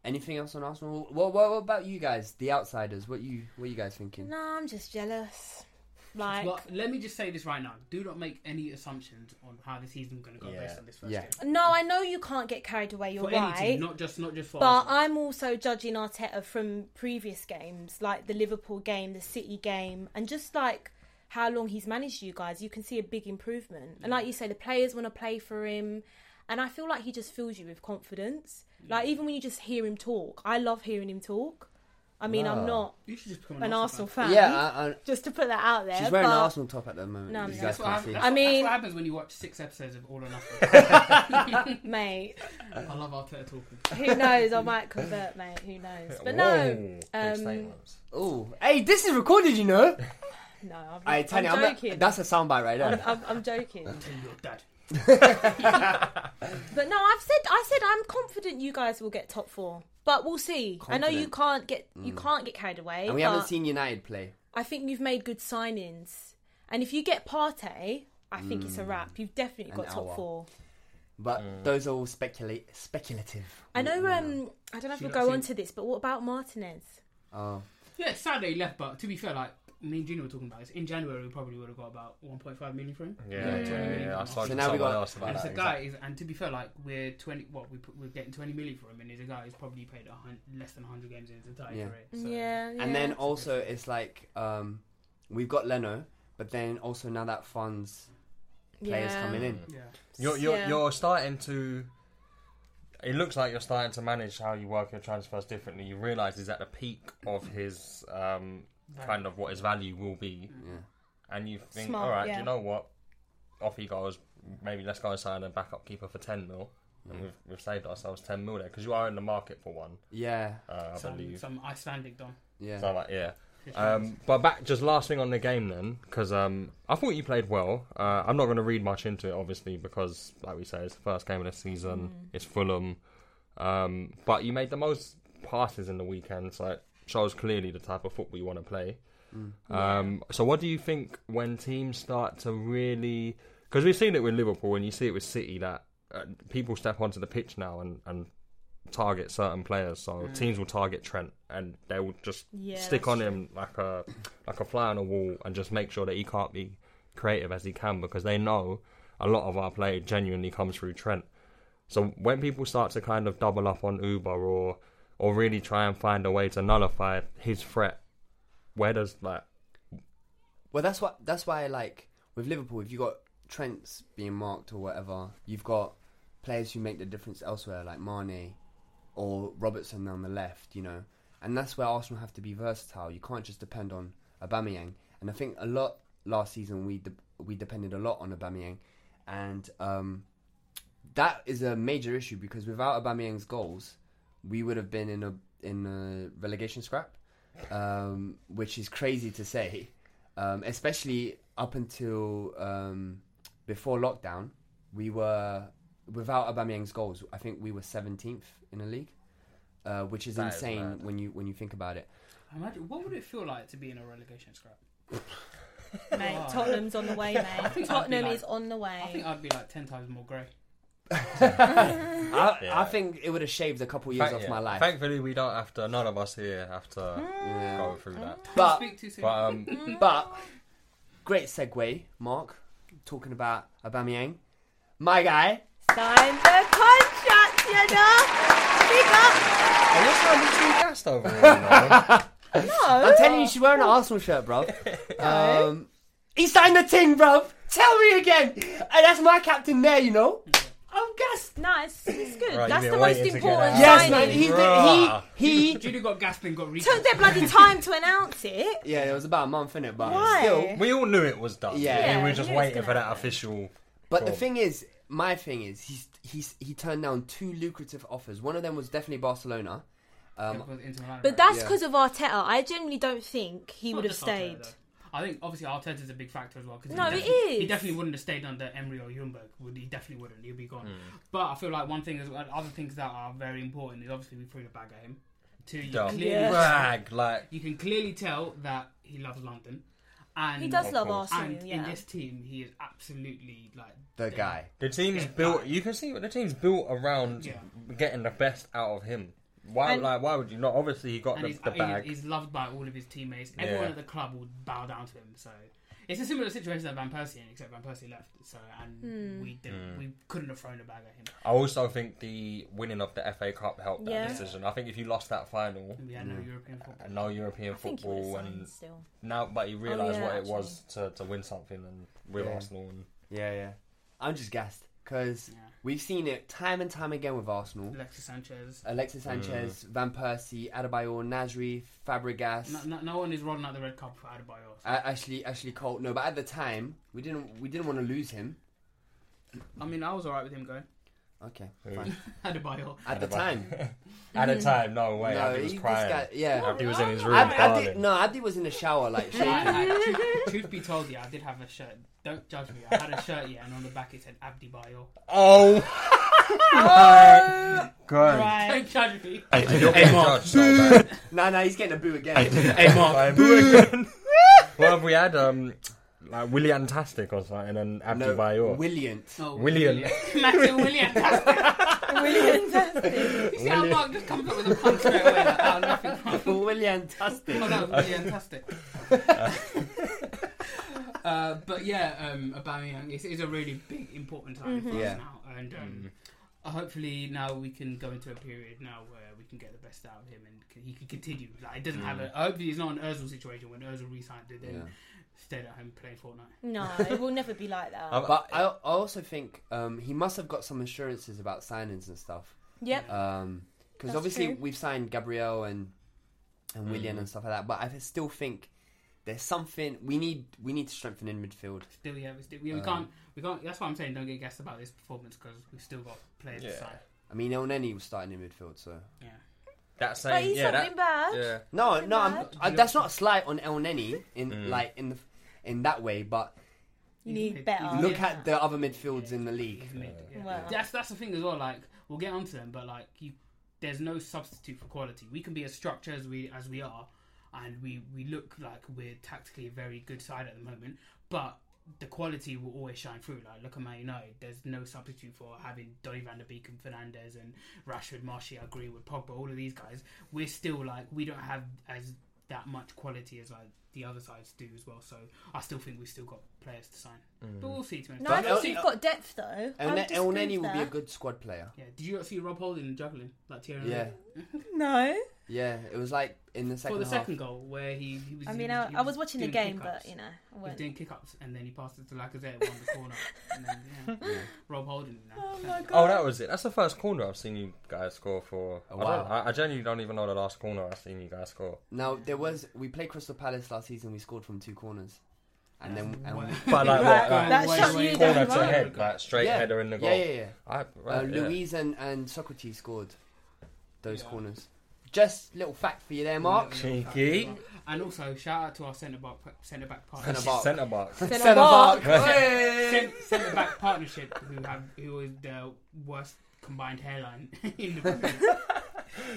[SPEAKER 3] anything else on Arsenal? What, what, what about you guys, the outsiders? What you what you guys thinking?
[SPEAKER 4] No, I'm just jealous. Like,
[SPEAKER 6] Well, let me just say this right now: do not make any assumptions on how the season's going to go
[SPEAKER 5] Yeah.
[SPEAKER 6] based on this first
[SPEAKER 3] Yeah.
[SPEAKER 6] game.
[SPEAKER 4] no, I know you can't get carried away. You're
[SPEAKER 6] For
[SPEAKER 4] right.
[SPEAKER 6] any team, not just not just for.
[SPEAKER 4] But
[SPEAKER 6] Arsenal.
[SPEAKER 4] I'm also judging Arteta from previous games, like the Liverpool game, the City game, and just like how long he's managed you guys, you can see a big improvement. And like you say, the players want to play for him. And I feel like he just fills you with confidence. Like, even when you just hear him talk, I love hearing him talk. I mean,
[SPEAKER 3] Ah.
[SPEAKER 4] I'm not
[SPEAKER 6] you should just become an,
[SPEAKER 4] an Arsenal fan.
[SPEAKER 3] Yeah, I, I,
[SPEAKER 4] Just to put that out there.
[SPEAKER 3] she's wearing
[SPEAKER 4] but
[SPEAKER 3] an Arsenal top at the moment.
[SPEAKER 4] No,
[SPEAKER 3] you
[SPEAKER 4] no.
[SPEAKER 3] guys
[SPEAKER 6] That's what,
[SPEAKER 3] can't
[SPEAKER 6] happens,
[SPEAKER 3] see.
[SPEAKER 6] that's,
[SPEAKER 4] I mean-
[SPEAKER 6] what happens when you watch six episodes of All or Nothing.
[SPEAKER 4] (laughs)
[SPEAKER 6] (laughs)
[SPEAKER 4] Mate,
[SPEAKER 6] I love Arteta talking.
[SPEAKER 4] (laughs) who knows? I might convert, mate. Who knows? But
[SPEAKER 3] (laughs)
[SPEAKER 5] Whoa,
[SPEAKER 4] no.
[SPEAKER 5] big
[SPEAKER 4] Um,
[SPEAKER 5] statements.
[SPEAKER 3] Oh, hey, this is recorded,
[SPEAKER 4] (laughs)
[SPEAKER 3] you know.
[SPEAKER 4] no, I'm,
[SPEAKER 3] Hey,
[SPEAKER 4] I'm
[SPEAKER 3] Tanya, I'm not-
[SPEAKER 4] joking.
[SPEAKER 3] that's a soundbite right (laughs) there.
[SPEAKER 4] I'm, I'm joking.
[SPEAKER 6] Until you're dead.
[SPEAKER 4] But no, I've said I said I'm confident you guys will get top four. But we'll see. I know you
[SPEAKER 3] Confident. Mm.
[SPEAKER 4] can't get you can't get carried away.
[SPEAKER 3] and we
[SPEAKER 4] but
[SPEAKER 3] haven't seen United play.
[SPEAKER 4] I think you've made good
[SPEAKER 3] Mm.
[SPEAKER 4] signings, and if you get Partey, I think it's a wrap. You've definitely got
[SPEAKER 3] An
[SPEAKER 4] top
[SPEAKER 3] hour.
[SPEAKER 4] four.
[SPEAKER 3] But those are all speculate speculative.
[SPEAKER 4] I know.
[SPEAKER 3] Mm,
[SPEAKER 4] Um, I don't know if we'll go on to this, but what about Martinez?
[SPEAKER 3] Oh,
[SPEAKER 6] Yeah, it's sad that he left, but to be fair, like me and Junior were talking about this. In January, we probably would have got about 1.5 million for him.
[SPEAKER 5] Yeah, yeah,
[SPEAKER 6] 20
[SPEAKER 5] yeah.
[SPEAKER 6] million.
[SPEAKER 5] yeah. I saw
[SPEAKER 3] Hmm. So
[SPEAKER 5] so
[SPEAKER 3] now we
[SPEAKER 5] someone
[SPEAKER 3] got-
[SPEAKER 5] else about
[SPEAKER 6] And
[SPEAKER 5] that.
[SPEAKER 6] it's a
[SPEAKER 3] exactly.
[SPEAKER 6] guy, is, and to be fair, like we're twenty. What we put, we're getting twenty million for him, and he's a guy who's probably played a hun- less than hundred games in his entire
[SPEAKER 3] Yeah.
[SPEAKER 6] career. So.
[SPEAKER 4] yeah, yeah.
[SPEAKER 3] and then also it's like um, we've got Leno, but then also now that funds players
[SPEAKER 4] Yeah.
[SPEAKER 3] coming in.
[SPEAKER 6] Yeah.
[SPEAKER 5] You're you're,
[SPEAKER 4] Yeah.
[SPEAKER 5] you're starting to. It looks like you're starting to manage how you work your transfers differently. You realise he's at the peak of his um, kind of what his value will be, and you think,
[SPEAKER 4] Smart,
[SPEAKER 5] all right,
[SPEAKER 4] yeah.
[SPEAKER 5] you know what? Off he goes. Maybe let's go and sign a backup keeper for ten mil, and we've, we've saved ourselves ten mil there because you are in the market for one,
[SPEAKER 3] Yeah,
[SPEAKER 5] uh, I
[SPEAKER 6] Some,
[SPEAKER 5] believe.
[SPEAKER 6] some Icelandic don.
[SPEAKER 3] yeah.
[SPEAKER 5] So like, yeah. Um, but back, just last thing on the game then, because um, I thought you played well. Uh, I'm not going to read much into it, obviously, because like we say, it's the first game of the season. It's Fulham, um, but you made the most passes in the weekend, so it shows clearly the type of football you want to play. Um, so, what do you think when teams start to really? Because we've seen it with Liverpool, and you see it with City that uh, people step onto the pitch now and, and target certain players. So teams will target Trent, and they will just
[SPEAKER 4] Mm. Yeah,
[SPEAKER 5] stick
[SPEAKER 4] that's
[SPEAKER 5] on him like a like a fly on a wall, and just make sure that he can't be creative as he can because they know a lot of our play genuinely comes through Trent. So when people start to kind of double up on Uber or or really try and find a way to nullify his threat, where does like
[SPEAKER 3] Well, that's what that's why like with Liverpool, if you got Trent's being marked or whatever, you've got players who make the difference elsewhere, like Mane or Robertson down the left, you know. And that's where Arsenal have to be versatile. You can't just depend on Aubameyang. And I think a lot last season we de- we depended a lot on Aubameyang, and um, that is a major issue because without Aubameyang's goals, we would have been in a in a relegation scrap, um, which is crazy to say, um, especially up until um, before lockdown. We were without Aubameyang's goals. I think we were 17th in the league, uh, which is
[SPEAKER 5] That is
[SPEAKER 3] insane
[SPEAKER 5] mad.
[SPEAKER 3] when you when you think about it.
[SPEAKER 6] Imagine what would it feel like to be in a relegation scrap?
[SPEAKER 4] mate, Tottenham's on the way,
[SPEAKER 6] (laughs)
[SPEAKER 4] mate.
[SPEAKER 6] think I'd be
[SPEAKER 4] Tottenham
[SPEAKER 6] like-
[SPEAKER 4] is on the way.
[SPEAKER 6] I think I'd be like ten times more grey.
[SPEAKER 3] I, I think it would have shaved a couple years
[SPEAKER 5] Thank-
[SPEAKER 3] off
[SPEAKER 5] yeah.
[SPEAKER 3] my life. Hmm.
[SPEAKER 5] Thankfully, we don't have to. None of us here have to go through that.
[SPEAKER 3] but
[SPEAKER 6] Speak too soon.
[SPEAKER 5] But um,
[SPEAKER 3] But great segue, Mark, talking about Aubameyang, my guy.
[SPEAKER 4] Sign the contract, you know. Big up.
[SPEAKER 5] are you sounding too gassed over here?
[SPEAKER 3] (laughs)
[SPEAKER 5] now?
[SPEAKER 4] No.
[SPEAKER 3] I'm telling you, she's
[SPEAKER 4] (laughs)
[SPEAKER 3] wearing an Arsenal shirt, bro. um, he signed the thing, bro. Tell me again. And that's my captain there, you know. I'm gassed.
[SPEAKER 4] Nice. It's good.
[SPEAKER 5] Right,
[SPEAKER 4] That's
[SPEAKER 5] you've
[SPEAKER 4] the
[SPEAKER 5] been
[SPEAKER 4] most
[SPEAKER 5] waiting to get
[SPEAKER 4] important
[SPEAKER 5] out.
[SPEAKER 3] Yes,
[SPEAKER 4] signing.
[SPEAKER 3] man. He,
[SPEAKER 5] Bruh. (laughs)
[SPEAKER 3] he, he.
[SPEAKER 6] Judy got gasped and got re.
[SPEAKER 4] Took their bloody time to announce it.
[SPEAKER 3] Yeah, it was about a month in it, but
[SPEAKER 4] Why?
[SPEAKER 3] still.
[SPEAKER 5] we all knew it was done.
[SPEAKER 3] Yeah.
[SPEAKER 5] we
[SPEAKER 4] Yeah,
[SPEAKER 5] were just
[SPEAKER 4] I knew it was
[SPEAKER 5] waiting for
[SPEAKER 4] gonna
[SPEAKER 5] that official.
[SPEAKER 3] But the
[SPEAKER 5] Cool.
[SPEAKER 3] thing is, my thing is, he's he's he turned down two lucrative offers. One of them was definitely Barcelona.
[SPEAKER 4] But that's
[SPEAKER 3] Yeah.
[SPEAKER 4] because of Arteta. I genuinely don't think he would have stayed.
[SPEAKER 6] I think obviously Arteta's a big factor as well. Cause he
[SPEAKER 4] No, it
[SPEAKER 6] definitely- He
[SPEAKER 4] is.
[SPEAKER 6] definitely wouldn't have stayed under Emery or Jumberg. Would he definitely wouldn't? He'd be gone.
[SPEAKER 5] Hmm.
[SPEAKER 6] But I feel like one thing is uh, other things that are very important is obviously we threw the bag at him. Two, you
[SPEAKER 5] Dog.
[SPEAKER 6] clearly
[SPEAKER 5] Brag like
[SPEAKER 6] you can clearly tell that he loves London, and
[SPEAKER 4] He does love
[SPEAKER 5] course.
[SPEAKER 4] Arsenal,
[SPEAKER 6] And in
[SPEAKER 4] yeah.
[SPEAKER 6] this team, he is absolutely like
[SPEAKER 3] The guy.
[SPEAKER 5] the team's
[SPEAKER 6] Yeah.
[SPEAKER 5] built. You can see what the team's built around
[SPEAKER 6] Yeah.
[SPEAKER 5] getting the best out of him. Why?
[SPEAKER 4] And-
[SPEAKER 5] like, why would you not? Obviously, he got
[SPEAKER 6] and
[SPEAKER 5] the,
[SPEAKER 6] he's,
[SPEAKER 5] the bag.
[SPEAKER 6] he's loved by all of his teammates. Everyone
[SPEAKER 5] Yeah.
[SPEAKER 6] at the club will bow down to him. So it's a similar situation that Van Persie, in, except Van Persie left. So and
[SPEAKER 4] Hmm.
[SPEAKER 6] we didn't,
[SPEAKER 5] Hmm.
[SPEAKER 6] we couldn't have thrown the bag at him.
[SPEAKER 5] I also think the winning of the FA Cup helped that
[SPEAKER 4] Yeah.
[SPEAKER 5] decision. I think if you lost that final
[SPEAKER 6] We had no European football.
[SPEAKER 5] and no European
[SPEAKER 4] I think he would have
[SPEAKER 5] football,
[SPEAKER 4] signed
[SPEAKER 5] and
[SPEAKER 4] still.
[SPEAKER 6] (laughs)
[SPEAKER 5] now, but he
[SPEAKER 4] Oh,
[SPEAKER 5] realised
[SPEAKER 4] yeah,
[SPEAKER 5] what
[SPEAKER 4] actually.
[SPEAKER 5] it was to, to win something and with
[SPEAKER 3] Yeah.
[SPEAKER 5] Arsenal. And,
[SPEAKER 3] Yeah, yeah. I'm just gassed because
[SPEAKER 6] Yeah.
[SPEAKER 3] we've seen it time and time again with Arsenal.
[SPEAKER 6] Alexis Sanchez.
[SPEAKER 5] Mm.
[SPEAKER 3] Alexis Sanchez, Van Persie, Adebayor, Nasri, Fabregas,
[SPEAKER 6] No, no, no one is rolling out the red card for Adebayor. So.
[SPEAKER 3] A- Ashley, Ashley Cole. No, but at the time we didn't we didn't want to lose him.
[SPEAKER 6] I mean, I was alright with him going
[SPEAKER 3] Okay, fine.
[SPEAKER 6] (laughs) Adebayor.
[SPEAKER 3] At
[SPEAKER 5] (laughs)
[SPEAKER 3] the time,
[SPEAKER 5] At
[SPEAKER 4] Mm-hmm.
[SPEAKER 5] a time, no way.
[SPEAKER 3] no,
[SPEAKER 5] Abdi
[SPEAKER 3] he-
[SPEAKER 5] was
[SPEAKER 3] this
[SPEAKER 5] crying.
[SPEAKER 3] guy- yeah.
[SPEAKER 5] Abdi was in his room.
[SPEAKER 3] Ab- Abdi,
[SPEAKER 5] darling.
[SPEAKER 3] no, Abdi was in the
[SPEAKER 6] (laughs)
[SPEAKER 3] shower like shaking.
[SPEAKER 6] I, I, truth, truth be told, yeah, I did have a shirt. Don't judge me. I had a shirt, yeah, and on the back it said Abdi Bayor.
[SPEAKER 5] (laughs) Oh my god!
[SPEAKER 6] Don't judge me.
[SPEAKER 5] (laughs) You're getting judged so bad. (laughs)
[SPEAKER 3] no, no, he's getting a boo again.
[SPEAKER 5] Hey, Mark. what have we had? Um, like William Tastic or something, and Abdi
[SPEAKER 3] No,
[SPEAKER 5] Bayor.
[SPEAKER 3] Williant.
[SPEAKER 6] No,
[SPEAKER 5] William.
[SPEAKER 6] Matthew William. (laughs)
[SPEAKER 4] (laughs) William
[SPEAKER 6] You see how Mark just comes up with a pun straight away. Like, oh, nothing wrong.
[SPEAKER 3] William
[SPEAKER 6] Oh,
[SPEAKER 3] Tastic.
[SPEAKER 6] that
[SPEAKER 3] (laughs)
[SPEAKER 6] was really fantastic. uh, but yeah, um, Aubameyang is, is a really big, important time for
[SPEAKER 3] Yeah. Mm-hmm.
[SPEAKER 6] us now, and um, uh, hopefully now we can go into a period now where we can get the best out of him and c he can continue. Like, it doesn't have a. Hopefully, it's not an Özil situation when Özil resigned and then
[SPEAKER 3] Mm. Yeah.
[SPEAKER 6] stayed at home playing Fortnite.
[SPEAKER 4] No, it will never be like that.
[SPEAKER 3] But I, I also think um, he must have got some assurances about signings and stuff.
[SPEAKER 4] yep.
[SPEAKER 3] Because
[SPEAKER 4] That's
[SPEAKER 3] Um, obviously
[SPEAKER 4] true.
[SPEAKER 3] we've signed Gabriel and and William
[SPEAKER 5] Mm.
[SPEAKER 3] and stuff like that. But I still think there's something we need. We need to strengthen in midfield.
[SPEAKER 6] Still, yeah, we, still, we, we can't, we can't. That's why I'm saying don't get gassed about this performance because we've still got players to sign.
[SPEAKER 3] I mean, El Nenny was starting in midfield, so
[SPEAKER 6] Yeah.
[SPEAKER 5] That same,
[SPEAKER 4] But Oh, he's
[SPEAKER 5] yeah,
[SPEAKER 4] not
[SPEAKER 5] that,
[SPEAKER 4] been bad.
[SPEAKER 5] yeah.
[SPEAKER 3] no, no, I'm,
[SPEAKER 4] bad.
[SPEAKER 3] I, that's not a slight on El Nenny in
[SPEAKER 5] Mm.
[SPEAKER 3] like in the in that way. But
[SPEAKER 4] You need better.
[SPEAKER 3] look at the other midfields in the league.
[SPEAKER 6] Yeah.
[SPEAKER 4] Wow.
[SPEAKER 6] That's that's the thing as well. Like we'll get onto them, but like you, there's no substitute for quality. We can be as structured as we as we are, and we we look like we're tactically a very good side at the moment. But the quality will always shine through. Like look at Man United. There's no substitute for having Donny van der Beek and Fernandez and Rashford, Martial, Greenwood, Pogba. All of these guys. We're still like we don't have as that much quality as like the other sides do as well. So I still think we've still got players to sign. But we'll see. To be honest.
[SPEAKER 4] No, I
[SPEAKER 3] But
[SPEAKER 4] think
[SPEAKER 3] El-
[SPEAKER 4] you've got depth though. I
[SPEAKER 3] El,
[SPEAKER 4] would
[SPEAKER 3] Ne- El
[SPEAKER 4] disagree
[SPEAKER 3] Nenny
[SPEAKER 4] with
[SPEAKER 3] will be a
[SPEAKER 4] that.
[SPEAKER 3] good squad player.
[SPEAKER 6] Yeah, did you not see Rob Holding juggling like Thierry?
[SPEAKER 3] Yeah,
[SPEAKER 6] Henry?
[SPEAKER 4] No,
[SPEAKER 3] yeah. It was like in the
[SPEAKER 6] For
[SPEAKER 3] second
[SPEAKER 6] the
[SPEAKER 3] half.
[SPEAKER 6] second goal, where he, he was.
[SPEAKER 4] I
[SPEAKER 6] he
[SPEAKER 4] mean
[SPEAKER 6] was-
[SPEAKER 4] I,
[SPEAKER 6] he
[SPEAKER 4] I was watching the
[SPEAKER 6] doing
[SPEAKER 4] game,
[SPEAKER 6] kick-ups.
[SPEAKER 4] but you know, I
[SPEAKER 6] He was
[SPEAKER 4] went.
[SPEAKER 6] doing kick ups and then he passed it to Lacazette on the
[SPEAKER 4] (laughs)
[SPEAKER 6] corner. And then, yeah. Rob Holding. Now.
[SPEAKER 4] Oh my god!
[SPEAKER 5] Oh, that was it. That's the first corner I've seen you guys score for. I,
[SPEAKER 3] wow.
[SPEAKER 5] don't, I, I genuinely don't even know the last corner I've seen you guys
[SPEAKER 3] (laughs)
[SPEAKER 5] score.
[SPEAKER 3] Now there was we played Crystal Palace last season. We scored from two corners, and then and we,
[SPEAKER 5] But
[SPEAKER 4] Right,
[SPEAKER 5] like, what, like
[SPEAKER 4] that
[SPEAKER 6] wait,
[SPEAKER 4] shot
[SPEAKER 6] wait,
[SPEAKER 4] you
[SPEAKER 6] wait.
[SPEAKER 5] corner
[SPEAKER 4] down
[SPEAKER 5] to
[SPEAKER 4] low.
[SPEAKER 5] head, like straight
[SPEAKER 3] Yeah.
[SPEAKER 5] header in the
[SPEAKER 3] Yeah,
[SPEAKER 5] goal.
[SPEAKER 3] yeah, yeah.
[SPEAKER 5] I,
[SPEAKER 3] uh,
[SPEAKER 5] right, yeah.
[SPEAKER 3] Louise and, and Socrates scored those
[SPEAKER 6] Yeah.
[SPEAKER 3] corners. Just little fact for you there, Mark.
[SPEAKER 5] Cheeky.
[SPEAKER 6] And also, shout out to our centre back centre back
[SPEAKER 3] Centre
[SPEAKER 6] partnership.
[SPEAKER 3] back.
[SPEAKER 5] Centre (laughs)
[SPEAKER 4] Centre back.
[SPEAKER 5] back.
[SPEAKER 3] Centre back.
[SPEAKER 6] Centre back partnership who have who is the worst combined hairline (laughs) in the
[SPEAKER 4] (laughs)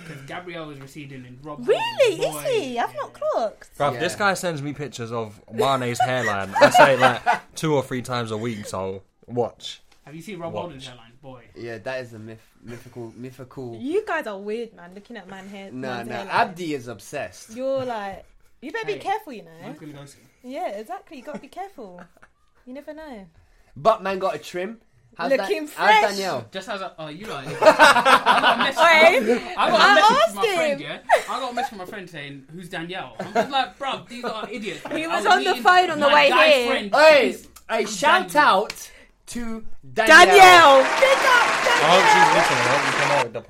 [SPEAKER 6] Because Gabriel was receding and Rob.
[SPEAKER 4] Really?
[SPEAKER 6] Holding, Oh, boy,
[SPEAKER 4] Is he? I've
[SPEAKER 6] yeah.
[SPEAKER 4] not clocked.
[SPEAKER 5] Bruv,
[SPEAKER 3] Yeah.
[SPEAKER 5] this guy sends me pictures of Mane's hairline. I say it like two or three times a week, so watch.
[SPEAKER 6] Have you seen Rob
[SPEAKER 5] Watch.
[SPEAKER 6] Holding's hairline, boy?
[SPEAKER 3] Yeah, that is a myth, mythical, mythical.
[SPEAKER 4] You guys are weird, man. Looking at man hair.
[SPEAKER 3] No,
[SPEAKER 4] man's
[SPEAKER 3] no.
[SPEAKER 4] hairline.
[SPEAKER 3] Abdi is obsessed.
[SPEAKER 4] You're like, you better be
[SPEAKER 6] Hey.
[SPEAKER 4] careful, you know.
[SPEAKER 6] I'm gonna go see.
[SPEAKER 4] Yeah, exactly. You got to be careful. You never know.
[SPEAKER 3] But man got a trim. How's
[SPEAKER 4] Looking
[SPEAKER 3] that,
[SPEAKER 4] fresh.
[SPEAKER 3] How's Danielle?
[SPEAKER 6] Just as a, oh, you like,
[SPEAKER 4] (laughs)
[SPEAKER 6] I got a message,
[SPEAKER 4] Oi,
[SPEAKER 6] I got a
[SPEAKER 4] I
[SPEAKER 6] message from my
[SPEAKER 4] asked
[SPEAKER 6] friend,
[SPEAKER 4] him.
[SPEAKER 6] yeah? I got a message from my friend saying, who's Danielle? I'm just like, bruv, these are idiots.
[SPEAKER 4] He
[SPEAKER 6] I
[SPEAKER 4] was on the
[SPEAKER 6] meeting
[SPEAKER 4] phone on the
[SPEAKER 6] my
[SPEAKER 4] way
[SPEAKER 6] guy
[SPEAKER 4] here.
[SPEAKER 6] friend.
[SPEAKER 3] Hey,
[SPEAKER 6] He's-
[SPEAKER 3] hey! Shout
[SPEAKER 6] Danielle.
[SPEAKER 3] out to Danielle.
[SPEAKER 4] Danielle, pick up
[SPEAKER 5] I hope
[SPEAKER 4] Danielle.
[SPEAKER 5] she's listening. I hope you come out with the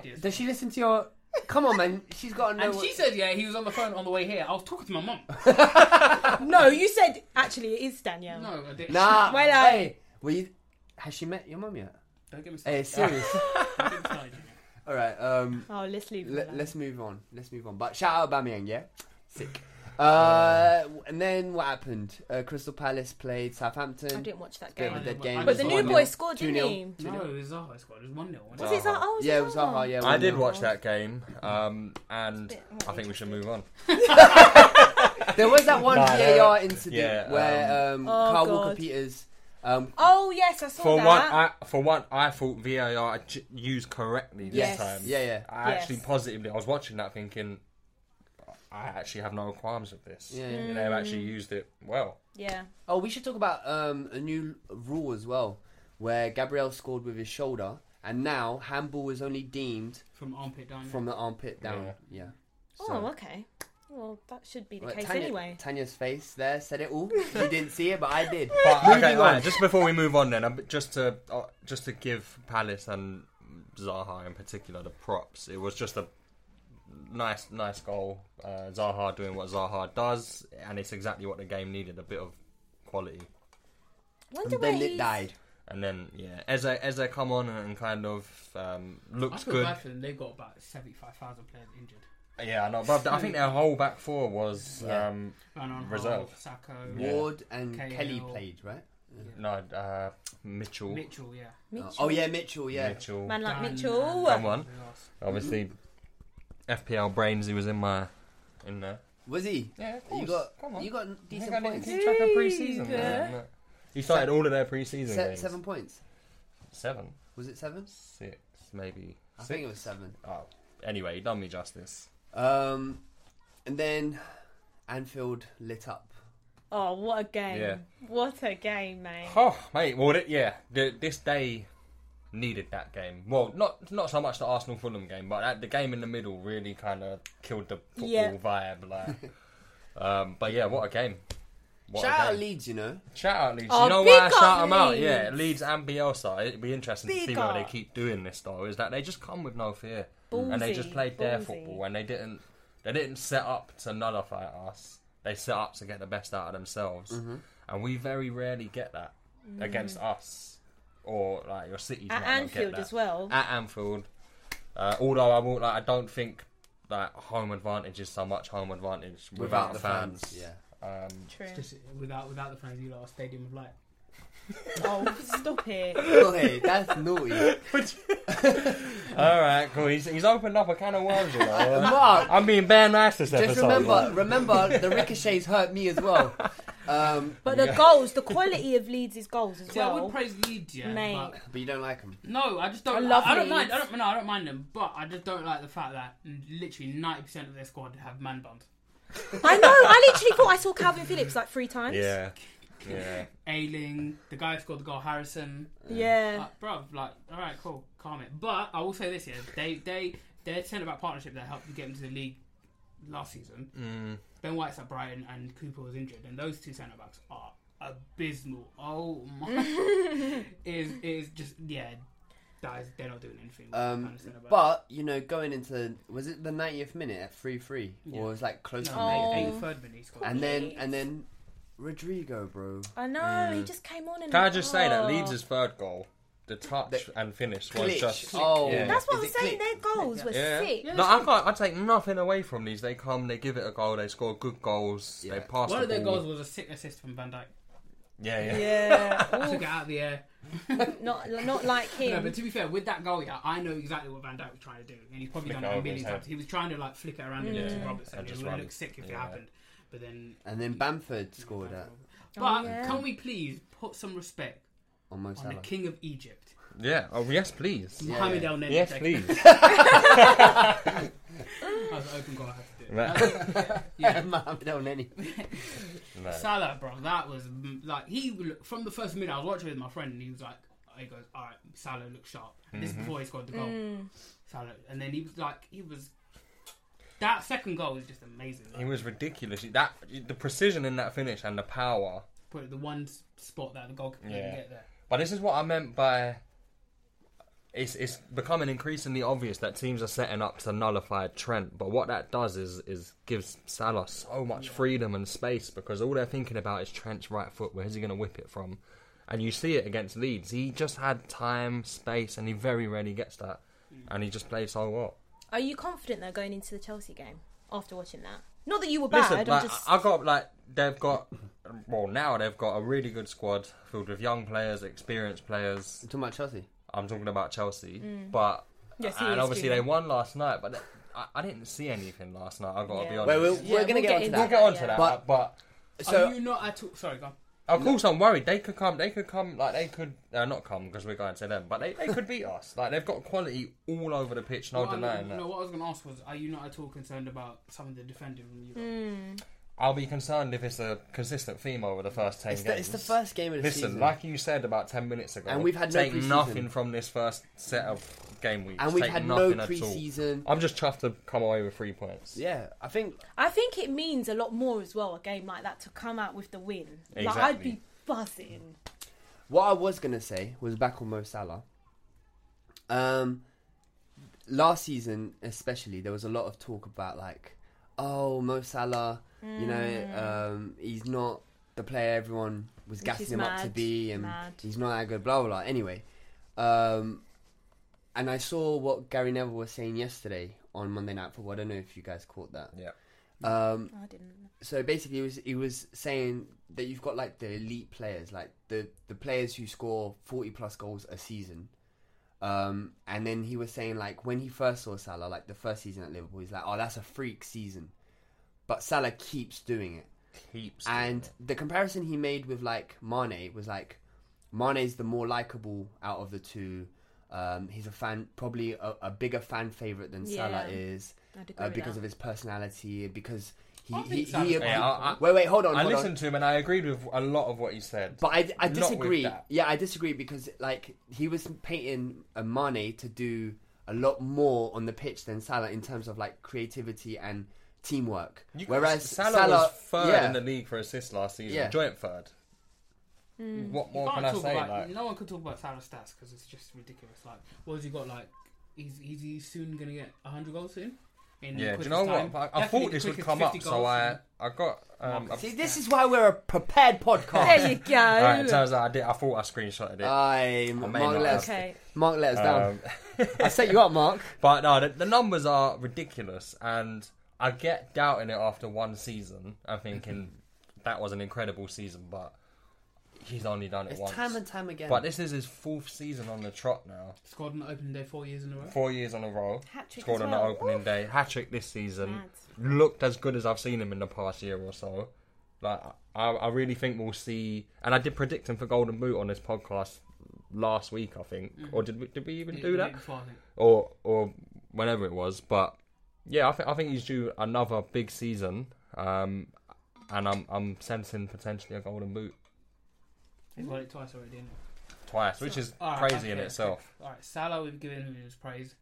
[SPEAKER 5] podcast.
[SPEAKER 3] Yeah. Does she listen to your? Come on, man. She's got to know.
[SPEAKER 6] And
[SPEAKER 3] what-
[SPEAKER 6] she said, yeah, he was on the phone on the way here. I was talking to my mum.
[SPEAKER 4] No, you said actually it is Danielle.
[SPEAKER 6] No, I didn't.
[SPEAKER 3] Nah.
[SPEAKER 4] Wait, like-
[SPEAKER 3] hey, were you, has she met your mum yet?
[SPEAKER 6] (laughs) Don't get me
[SPEAKER 3] Hey,
[SPEAKER 4] (laughs)
[SPEAKER 6] started.
[SPEAKER 3] serious.
[SPEAKER 6] Don't get me
[SPEAKER 5] (laughs)
[SPEAKER 6] started, you know.
[SPEAKER 3] All right. Um,
[SPEAKER 4] Oh, let's leave. it
[SPEAKER 3] let,
[SPEAKER 4] alone.
[SPEAKER 3] us move on. Let's move on. But shout out Bamiyang, yeah. Sick. Uh, and then what happened? Uh, Crystal Palace played Southampton.
[SPEAKER 4] I didn't watch that
[SPEAKER 3] Bit of
[SPEAKER 4] game.
[SPEAKER 3] a dead
[SPEAKER 6] But
[SPEAKER 3] game.
[SPEAKER 4] But the new
[SPEAKER 6] One-nil.
[SPEAKER 4] boy scored, didn't
[SPEAKER 3] 2-0.
[SPEAKER 4] he?
[SPEAKER 6] No, it was Zaha squad. It was 1 0.
[SPEAKER 4] Was it Zaha? Oh,
[SPEAKER 3] Yeah, it was Zaha. Yeah,
[SPEAKER 5] I did
[SPEAKER 3] one-nil.
[SPEAKER 5] watch that game, um, and I think we should move on.
[SPEAKER 3] There was that one
[SPEAKER 5] Nah,
[SPEAKER 3] VAR
[SPEAKER 5] uh,
[SPEAKER 3] incident
[SPEAKER 5] yeah,
[SPEAKER 3] where um,
[SPEAKER 4] Oh,
[SPEAKER 3] Carl Walker
[SPEAKER 4] God.
[SPEAKER 3] Peters. Um,
[SPEAKER 4] Oh yes, I saw
[SPEAKER 5] For
[SPEAKER 4] that.
[SPEAKER 5] one, I, for one, I thought VAR j- used correctly this
[SPEAKER 4] Yes.
[SPEAKER 5] time.
[SPEAKER 3] yeah, yeah,
[SPEAKER 5] I actually
[SPEAKER 4] Yes.
[SPEAKER 5] positively, I was watching that thinking, I actually have no qualms with this.
[SPEAKER 3] yeah, yeah.
[SPEAKER 5] They've actually used it well.
[SPEAKER 4] Yeah.
[SPEAKER 3] Oh, we should talk about um, a new rule as well, where Gabriel scored with his shoulder, and now handball is only deemed
[SPEAKER 6] From armpit down.
[SPEAKER 3] from the armpit down. Yeah.
[SPEAKER 4] Oh, okay. Well, that should be the
[SPEAKER 3] Right,
[SPEAKER 4] case
[SPEAKER 3] Tanya-
[SPEAKER 4] anyway.
[SPEAKER 3] Tanya's face there said it all. you didn't see it, but
[SPEAKER 5] (laughs)
[SPEAKER 3] I did.
[SPEAKER 5] But,
[SPEAKER 3] Moving
[SPEAKER 5] okay,
[SPEAKER 3] on.
[SPEAKER 5] right, just before we move on, then, um, just to uh, just to give Palace and Zaha in particular the props. It was just a nice, nice goal. Uh, Zaha doing what Zaha does, and it's exactly what the game needed—a bit of quality.
[SPEAKER 4] Wonder
[SPEAKER 3] And then
[SPEAKER 4] where
[SPEAKER 3] it
[SPEAKER 4] he's-
[SPEAKER 3] died.
[SPEAKER 5] And then, yeah, Eze Eze come on and kind of um,
[SPEAKER 6] I
[SPEAKER 5] looks
[SPEAKER 6] feel
[SPEAKER 5] good.
[SPEAKER 6] bad for them. They've got about 75,000 players injured.
[SPEAKER 5] Yeah, I know. But I think their whole back four was
[SPEAKER 3] Yeah.
[SPEAKER 5] um,
[SPEAKER 6] Van Aanholt,
[SPEAKER 5] Reserve.
[SPEAKER 6] Sacco,
[SPEAKER 5] Yeah.
[SPEAKER 3] Ward and
[SPEAKER 6] Cahill.
[SPEAKER 3] Kelly played, right?
[SPEAKER 5] no uh, Mitchell,
[SPEAKER 6] Mitchell, yeah.
[SPEAKER 4] Mitchell.
[SPEAKER 3] Oh yeah, Mitchell. Yeah.
[SPEAKER 5] Mitchell.
[SPEAKER 4] Man like
[SPEAKER 6] Dan
[SPEAKER 4] Mitchell.
[SPEAKER 5] Come on.
[SPEAKER 6] Who else?
[SPEAKER 5] Obviously, FPL brains. He was in my in there.
[SPEAKER 3] Was he?
[SPEAKER 5] Yeah, of
[SPEAKER 3] You
[SPEAKER 5] course.
[SPEAKER 3] got
[SPEAKER 5] Come on.
[SPEAKER 3] you got decent points.
[SPEAKER 5] Keep track of preseason. man. Look. He started all of their preseason
[SPEAKER 3] Se-
[SPEAKER 5] games.
[SPEAKER 3] seven points.
[SPEAKER 5] Seven,
[SPEAKER 3] Was it seven?
[SPEAKER 5] six, maybe.
[SPEAKER 3] I think it was seven.
[SPEAKER 5] Oh, anyway, he done me justice.
[SPEAKER 3] Um, and then Anfield lit up.
[SPEAKER 4] Oh, what a game!
[SPEAKER 5] Yeah.
[SPEAKER 4] What a game, mate.
[SPEAKER 5] Oh, mate. Well, th- yeah. th this day needed that game. Well, not not so much the Arsenal Fulham game, but that, the game in the middle really kind of killed the football
[SPEAKER 4] Yeah.
[SPEAKER 5] vibe. Like, (laughs) um, but yeah, what a game. What
[SPEAKER 3] Shout
[SPEAKER 5] a
[SPEAKER 3] out
[SPEAKER 5] game.
[SPEAKER 3] Leeds, you know.
[SPEAKER 5] Shout out Leeds.
[SPEAKER 4] Oh,
[SPEAKER 5] you know
[SPEAKER 4] big
[SPEAKER 5] why I shout
[SPEAKER 4] up
[SPEAKER 5] them out?
[SPEAKER 4] Leeds.
[SPEAKER 5] Yeah, Leeds and Bielsa. It'd be interesting to
[SPEAKER 4] Big
[SPEAKER 5] see whether they
[SPEAKER 4] up.
[SPEAKER 5] keep doing this though. Is that they just come with no fear and they just
[SPEAKER 4] Ballsy,
[SPEAKER 5] played their
[SPEAKER 4] ballsy.
[SPEAKER 5] football and they didn't they didn't set up to nullify us. They set up to get the best out of themselves,
[SPEAKER 4] Mm-hmm.
[SPEAKER 5] and we very rarely get that against us or like your cities
[SPEAKER 4] At
[SPEAKER 5] might not get
[SPEAKER 4] Anfield
[SPEAKER 5] that.
[SPEAKER 4] as well.
[SPEAKER 5] At Anfield, uh, although I will, like, I don't think that home advantage is so much home advantage without, the fans.
[SPEAKER 3] Yeah.
[SPEAKER 5] (laughs)
[SPEAKER 4] True.
[SPEAKER 6] Just without without the fans, you lot are a stadium of light.
[SPEAKER 4] Oh, stop it.
[SPEAKER 3] Boy,
[SPEAKER 5] (laughs)
[SPEAKER 3] that's naughty.
[SPEAKER 5] All right, cool. He's, he's opened up a can of worms. You know.
[SPEAKER 3] (laughs) Mark,
[SPEAKER 5] I'm being bare nice this
[SPEAKER 3] just
[SPEAKER 5] episode.
[SPEAKER 3] remember, remember the ricochets hurt me
[SPEAKER 5] (laughs)
[SPEAKER 3] as well. Um,
[SPEAKER 4] But the goals, the quality of Leeds' goals as
[SPEAKER 6] See, I
[SPEAKER 4] well.
[SPEAKER 6] would praise Leeds, yeah.
[SPEAKER 4] Mate.
[SPEAKER 6] But
[SPEAKER 3] but you don't like them.
[SPEAKER 6] no, I just don't. I,
[SPEAKER 4] love
[SPEAKER 6] I don't
[SPEAKER 4] Leeds.
[SPEAKER 6] mind. I don't. No, I don't mind them. But I just don't like the fact that literally ninety percent of their squad have man buns.
[SPEAKER 4] I know. I literally thought I saw Calvin Phillips like three times.
[SPEAKER 5] yeah, yeah.
[SPEAKER 6] Ailing, the guy who scored the goal, Harrison.
[SPEAKER 4] Yeah.
[SPEAKER 6] Like, bruv, like, all right, cool, calm it. But I will say this: yeah, they they their centre back partnership that helped you get into the league last season.
[SPEAKER 3] Mm.
[SPEAKER 6] Ben White's at Brighton and Cooper was injured, and those two centre backs are abysmal. Oh my, It is it is just yeah, that is, they're not doing anything. With that
[SPEAKER 3] Um,
[SPEAKER 6] kind of centre back.
[SPEAKER 3] but you know, going into was it the 90th minute at three three, or it was like close to
[SPEAKER 6] no,
[SPEAKER 3] ninety
[SPEAKER 6] eight,
[SPEAKER 3] three,
[SPEAKER 6] eight, third minute scored.
[SPEAKER 3] and then and then Rodrigo, bro.
[SPEAKER 4] I know. He just came on and.
[SPEAKER 5] mm. Can I just say that
[SPEAKER 4] Oh.
[SPEAKER 5] Leeds' third goal, the touch
[SPEAKER 3] The-
[SPEAKER 5] and finish was
[SPEAKER 3] Glitch.
[SPEAKER 5] just.
[SPEAKER 3] oh,
[SPEAKER 5] yeah.
[SPEAKER 4] That's what I'm
[SPEAKER 3] is it
[SPEAKER 4] saying.
[SPEAKER 3] click?
[SPEAKER 4] Their goals were
[SPEAKER 5] Yeah.
[SPEAKER 4] sick.
[SPEAKER 5] No, I can't. I take nothing away from these. They come, they give it a goal, they score good goals,
[SPEAKER 3] Yeah.
[SPEAKER 5] they pass
[SPEAKER 6] One
[SPEAKER 5] the
[SPEAKER 6] of their
[SPEAKER 5] ball.
[SPEAKER 6] goals was a sick assist from Van Dijk.
[SPEAKER 5] Yeah, (laughs) yeah.
[SPEAKER 4] Yeah.
[SPEAKER 6] Took it out of the air.
[SPEAKER 4] (laughs) not not like
[SPEAKER 6] No,
[SPEAKER 4] him.
[SPEAKER 6] but to be fair, with that goal, yeah, I know exactly what Van Dijk was trying to do, and he's probably
[SPEAKER 5] Flick
[SPEAKER 6] done it
[SPEAKER 5] over
[SPEAKER 6] a million
[SPEAKER 5] his head.
[SPEAKER 6] times. He was trying to like flick it around and give it to
[SPEAKER 5] Yeah,
[SPEAKER 6] Robertson.
[SPEAKER 5] and
[SPEAKER 6] It
[SPEAKER 5] just
[SPEAKER 6] would
[SPEAKER 5] run
[SPEAKER 6] look
[SPEAKER 5] it.
[SPEAKER 6] sick if it
[SPEAKER 5] Yeah.
[SPEAKER 6] happened, but then.
[SPEAKER 3] And then Bamford scored that
[SPEAKER 6] But
[SPEAKER 4] yeah.
[SPEAKER 6] can we please put some respect
[SPEAKER 3] on Mo
[SPEAKER 6] on the
[SPEAKER 3] Salah. (laughs)
[SPEAKER 6] King of Egypt,
[SPEAKER 5] Yeah. Oh yes, please.
[SPEAKER 6] Mohamed El Neni?
[SPEAKER 5] Yes,
[SPEAKER 6] Like,
[SPEAKER 5] please. (laughs)
[SPEAKER 6] That was an open goal. I had to do.
[SPEAKER 5] Right.
[SPEAKER 3] Mohamed El Neni.
[SPEAKER 6] Salah, bro, that was mm, like he look- from the first minute. I was watching with my friend, and he was like, he goes, "All right, Salah, look sharp." And This is
[SPEAKER 5] Mm-hmm.
[SPEAKER 6] before he scored the goal, Salah, and then he was like, he was. That second goal was just amazing. Like,
[SPEAKER 5] It was ridiculous. That the precision in that finish and the power.
[SPEAKER 6] put it the one s- spot that the goalkeeper
[SPEAKER 5] Yeah.
[SPEAKER 6] didn't get there.
[SPEAKER 5] But this is what I meant by it's it's becoming increasingly obvious that teams are setting up to nullify Trent. But what that does is is gives Salah so much freedom and space because all they're thinking about is Trent's right foot. Where's he going to whip it from? And you see it against Leeds. He just had time, space, and he very rarely gets that. And he just played so well.
[SPEAKER 4] Are you confident though going into the Chelsea game after watching that? Not that you were bad.
[SPEAKER 5] Listen,
[SPEAKER 4] I'm
[SPEAKER 5] like,
[SPEAKER 4] just.
[SPEAKER 5] I got like they've got well now they've got a really good squad filled with young players, experienced players.
[SPEAKER 3] Talking about Chelsea.
[SPEAKER 5] I'm talking about Chelsea, but
[SPEAKER 4] Mm. Yeah, see
[SPEAKER 5] and
[SPEAKER 4] you
[SPEAKER 5] obviously
[SPEAKER 4] screwed.
[SPEAKER 5] they won last night, but I, I didn't see anything last night. I gotta be
[SPEAKER 4] Yeah.
[SPEAKER 5] honest.
[SPEAKER 3] Well, we'll,
[SPEAKER 5] we'll
[SPEAKER 4] Yeah,
[SPEAKER 3] we're gonna
[SPEAKER 4] we'll
[SPEAKER 3] get
[SPEAKER 4] get
[SPEAKER 3] onto
[SPEAKER 4] into
[SPEAKER 3] that.
[SPEAKER 5] get onto
[SPEAKER 4] yeah.
[SPEAKER 5] that,
[SPEAKER 3] But-
[SPEAKER 5] but,
[SPEAKER 3] So
[SPEAKER 6] Are you not at all? Sorry, go. on.
[SPEAKER 5] of course I'm worried. They could come. They could come. Like they could uh, not come because we're going to them, but they, they could beat us. Like they've got quality all over the pitch. No
[SPEAKER 6] What I-
[SPEAKER 5] denying that.
[SPEAKER 6] no, what I was going to ask was, are you not at all concerned about some of the defending from Europe?
[SPEAKER 5] I'll be concerned if it's a consistent theme over the first ten
[SPEAKER 3] It's
[SPEAKER 5] games.
[SPEAKER 3] the- it's the first game of the
[SPEAKER 5] Listen,
[SPEAKER 3] season.
[SPEAKER 5] like you said about ten minutes ago,
[SPEAKER 3] And we've had no
[SPEAKER 5] take
[SPEAKER 3] pre-season.
[SPEAKER 5] nothing from this first set of game weeks.
[SPEAKER 3] And we've
[SPEAKER 5] Take
[SPEAKER 3] had no
[SPEAKER 5] nothing at all.
[SPEAKER 3] pre-season.
[SPEAKER 5] I'm just chuffed to come away with three points.
[SPEAKER 3] yeah, I think
[SPEAKER 4] I think it means a lot more as well. A game like that to come out with the win. Like I'd
[SPEAKER 5] Exactly.
[SPEAKER 4] be buzzing.
[SPEAKER 3] what I was gonna say was back on Mo Salah. Um, last season especially, there was a lot of talk about like, oh Mo Salah, you
[SPEAKER 4] Mm.
[SPEAKER 3] know, um, he's not the player everyone was gassing
[SPEAKER 4] is
[SPEAKER 3] him up to
[SPEAKER 4] mad,
[SPEAKER 3] be, and
[SPEAKER 4] mad.
[SPEAKER 3] he's not that good. Blah blah. blah. Anyway, um, and I saw what Gary Neville was saying yesterday on Monday Night Football. I don't know if you guys caught that.
[SPEAKER 5] Yeah.
[SPEAKER 3] Um,
[SPEAKER 5] Oh.
[SPEAKER 4] I didn't.
[SPEAKER 3] so basically, he was he was saying that you've got like the elite players, like the the players who score forty plus goals a season. Um, and then he was saying like when he first saw Salah, like the first season at Liverpool, he's like, oh, that's a freak season. but Salah keeps doing it.
[SPEAKER 5] Heaps.
[SPEAKER 3] And the comparison he made with like Mane was like Mane's the more likable out of the two. Um, he's a fan, probably a, a bigger fan favorite than Salah
[SPEAKER 4] Yeah.
[SPEAKER 3] is
[SPEAKER 4] I'd agree
[SPEAKER 3] uh,
[SPEAKER 4] with
[SPEAKER 3] because
[SPEAKER 4] that.
[SPEAKER 3] of his personality and because he
[SPEAKER 6] I
[SPEAKER 3] he,
[SPEAKER 6] think
[SPEAKER 3] he,
[SPEAKER 6] Salah's
[SPEAKER 3] he-
[SPEAKER 6] Yeah,
[SPEAKER 5] I- I-
[SPEAKER 3] wait wait hold on
[SPEAKER 5] I
[SPEAKER 3] hold on.
[SPEAKER 5] listened to him and I agreed with a lot of what he said.
[SPEAKER 3] But I, I
[SPEAKER 5] Not with
[SPEAKER 3] disagree.
[SPEAKER 5] that.
[SPEAKER 3] Yeah, I disagree because like he was painting a Mane to do a lot more on the pitch than Salah in terms of like creativity and teamwork.
[SPEAKER 5] You-
[SPEAKER 3] Whereas
[SPEAKER 5] Salah,
[SPEAKER 3] Salah,
[SPEAKER 5] was third
[SPEAKER 3] yeah,
[SPEAKER 5] in the league for assists last season,
[SPEAKER 3] Yeah.
[SPEAKER 5] joint third. What more
[SPEAKER 6] Hmm. Can't
[SPEAKER 5] can I
[SPEAKER 6] talk
[SPEAKER 5] say?
[SPEAKER 6] about-
[SPEAKER 5] Like,
[SPEAKER 6] no one can talk about Salah's stats because it's just ridiculous. Like, what has he got? Like, he's he's, he's soon gonna get hundred goals soon.
[SPEAKER 5] yeah,
[SPEAKER 6] In
[SPEAKER 5] do you
[SPEAKER 6] quickest
[SPEAKER 5] know
[SPEAKER 6] time.
[SPEAKER 5] what? I, I
[SPEAKER 6] Definitely
[SPEAKER 5] thought this
[SPEAKER 6] the
[SPEAKER 5] would
[SPEAKER 6] quickest
[SPEAKER 5] come up,
[SPEAKER 6] 50
[SPEAKER 5] so
[SPEAKER 6] goals
[SPEAKER 5] I
[SPEAKER 6] in-
[SPEAKER 5] I got um, a,
[SPEAKER 3] See, this is why we're a prepared podcast.
[SPEAKER 4] There you go.
[SPEAKER 5] Alright, it turns out I did. I thought I screenshotted it.
[SPEAKER 3] (laughs) Uh, I'm
[SPEAKER 5] I may
[SPEAKER 3] Mark.
[SPEAKER 5] not
[SPEAKER 3] Let us,
[SPEAKER 5] have.
[SPEAKER 4] Okay.
[SPEAKER 3] Mark, let us down.
[SPEAKER 5] Um,
[SPEAKER 3] (laughs) I set you up, Mark.
[SPEAKER 5] But no, the, the numbers are ridiculous, and I get doubting it after one season. I'm thinking
[SPEAKER 3] Mm-hmm.
[SPEAKER 5] that was an incredible season, but he's only done it
[SPEAKER 3] It's
[SPEAKER 5] once.
[SPEAKER 3] time and time again.
[SPEAKER 5] But this is his fourth season on the trot now.
[SPEAKER 6] Scored on the opening day four years in a row.
[SPEAKER 5] Four years on a roll.
[SPEAKER 4] Hat-trick
[SPEAKER 5] scored
[SPEAKER 4] as
[SPEAKER 5] on
[SPEAKER 4] well.
[SPEAKER 5] the opening
[SPEAKER 4] Oof.
[SPEAKER 5] day. Hat trick this season. Looked as good as I've seen him in the past year or so. Like I, I really think we'll see. And I did predict him for Golden Boot on this podcast last week. I think,
[SPEAKER 3] Mm-hmm.
[SPEAKER 5] or did we, did we even do that?
[SPEAKER 6] Before, I think.
[SPEAKER 5] or or whenever it was. But yeah, I, th- I think he's due another big season, um, and I'm I'm sensing potentially a golden boot
[SPEAKER 6] He's won it twice already. Isn't it?
[SPEAKER 5] twice, which is
[SPEAKER 6] All right,
[SPEAKER 5] crazy in
[SPEAKER 6] Ah, okay.
[SPEAKER 5] itself.
[SPEAKER 6] All right, Salah, we've given him his praise.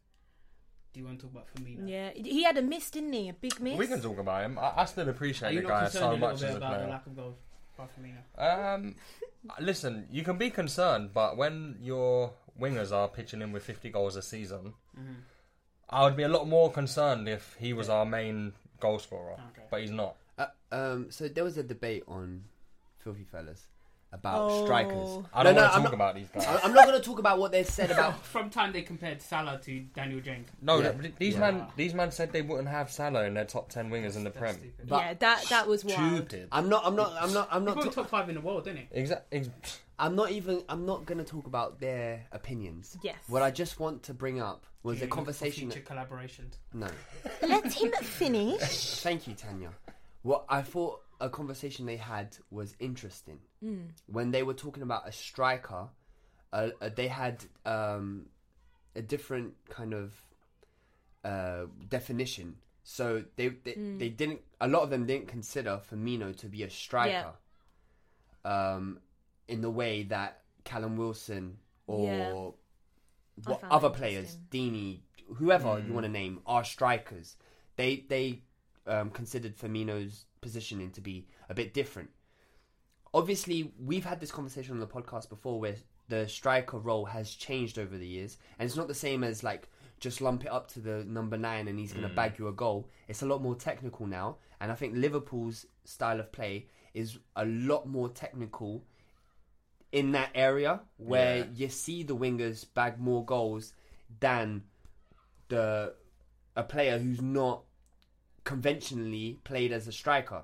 [SPEAKER 6] Do you want to talk about Firmino?
[SPEAKER 4] Yeah, he had a miss, didn't he? A big miss.
[SPEAKER 5] We can talk about him. I, I still
[SPEAKER 6] Are
[SPEAKER 5] appreciate
[SPEAKER 6] you
[SPEAKER 5] the
[SPEAKER 6] not
[SPEAKER 5] guy
[SPEAKER 6] concerned
[SPEAKER 5] so
[SPEAKER 6] a little
[SPEAKER 5] much
[SPEAKER 6] bit
[SPEAKER 5] as a
[SPEAKER 6] about the
[SPEAKER 5] player.
[SPEAKER 6] lack of goals by Firmino?
[SPEAKER 5] Um, (laughs) listen, you can be concerned, but when your wingers are pitching in with 50 goals a season,
[SPEAKER 3] Mm-hmm.
[SPEAKER 5] I would be a lot more concerned if he was our main goal scorer.
[SPEAKER 6] Okay.
[SPEAKER 5] But he's not.
[SPEAKER 3] Uh, um, so there was a debate on Filthy Fellas about
[SPEAKER 4] Oh.
[SPEAKER 3] strikers.
[SPEAKER 5] I don't want
[SPEAKER 3] No, no,
[SPEAKER 5] to
[SPEAKER 3] I'm
[SPEAKER 5] talk
[SPEAKER 3] not-
[SPEAKER 5] about these guys.
[SPEAKER 3] I- I'm not going to talk about what they said (laughs) about
[SPEAKER 6] (laughs) From time they compared Salah to Daniel James.
[SPEAKER 5] No,
[SPEAKER 3] Yeah.
[SPEAKER 5] th- these
[SPEAKER 3] Yeah.
[SPEAKER 5] man, these man said they wouldn't have Salah in their top ten wingers in the
[SPEAKER 6] That's
[SPEAKER 5] Prem.
[SPEAKER 6] stupid.
[SPEAKER 4] yeah, that that was wild.
[SPEAKER 5] Stupid.
[SPEAKER 3] I'm not. I'm not. I'm not. I'm
[SPEAKER 6] He's
[SPEAKER 3] not.
[SPEAKER 6] probably
[SPEAKER 3] ta-
[SPEAKER 6] top five in the world, didn't he?
[SPEAKER 5] Exactly.
[SPEAKER 3] I'm not even. I'm not gonna talk about their opinions.
[SPEAKER 4] Yes.
[SPEAKER 3] What I just want to bring up was
[SPEAKER 6] Yeah,
[SPEAKER 3] a conversation.
[SPEAKER 6] For future collaborations.
[SPEAKER 3] No,
[SPEAKER 4] Let him finish.
[SPEAKER 3] (laughs) thank you, Tanya. What I thought a conversation they had was interesting. When they were talking about a striker, uh, uh, they had um, a different kind of uh, definition. So they they, they didn't. A lot of them didn't consider Firmino to be a striker. Um, in the way that Callum Wilson or
[SPEAKER 4] Yeah. I
[SPEAKER 3] what
[SPEAKER 4] found that
[SPEAKER 3] other players, Deeney, whoever you want to name, are strikers. They they um, considered Firmino's positioning to be a bit different. Obviously, we've had this conversation on the podcast before, where the striker role has changed over the years, and it's not the same as like just lump it up to the number nine and he's going to bag you a goal. It's a lot more technical now, and I think Liverpool's style of play is a lot more technical in that area where
[SPEAKER 5] Yeah.
[SPEAKER 3] you see the wingers bag more goals than the a player who's not conventionally played as a striker,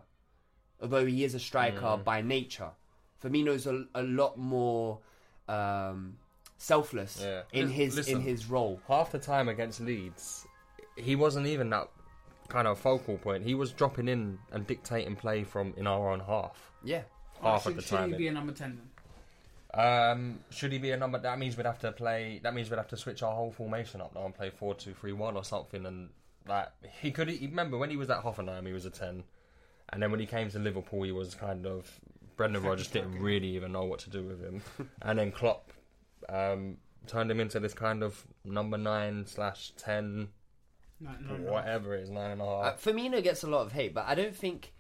[SPEAKER 3] although he is a striker
[SPEAKER 5] Mm.
[SPEAKER 3] by nature. Firmino's a, a lot more um, selfless
[SPEAKER 5] Yeah.
[SPEAKER 3] in
[SPEAKER 5] Lis-
[SPEAKER 3] his
[SPEAKER 5] listen.
[SPEAKER 3] in his role.
[SPEAKER 5] Half the time against Leeds, he wasn't even that kind of focal point. He was dropping in and dictating play from in our own half.
[SPEAKER 3] Yeah,
[SPEAKER 5] Half
[SPEAKER 6] should,
[SPEAKER 5] of the
[SPEAKER 6] should
[SPEAKER 5] time.
[SPEAKER 6] Oh, he be a number ten then?
[SPEAKER 5] um, should he be a number? That means we'd have to play. That means we'd have to switch our whole formation up now and play four two three one or something. And like he could he- remember when he was at Hoffenheim, he was a ten, and then when he came to Liverpool, he was kind of Brendan Rodgers didn't really even know what to do with him, (laughs) and then Klopp um, turned him into this kind of number nine slash ten,
[SPEAKER 6] No, no, no.
[SPEAKER 5] whatever it is, nine and a
[SPEAKER 3] uh,
[SPEAKER 5] half.
[SPEAKER 3] Firmino gets a lot of hate, but I don't think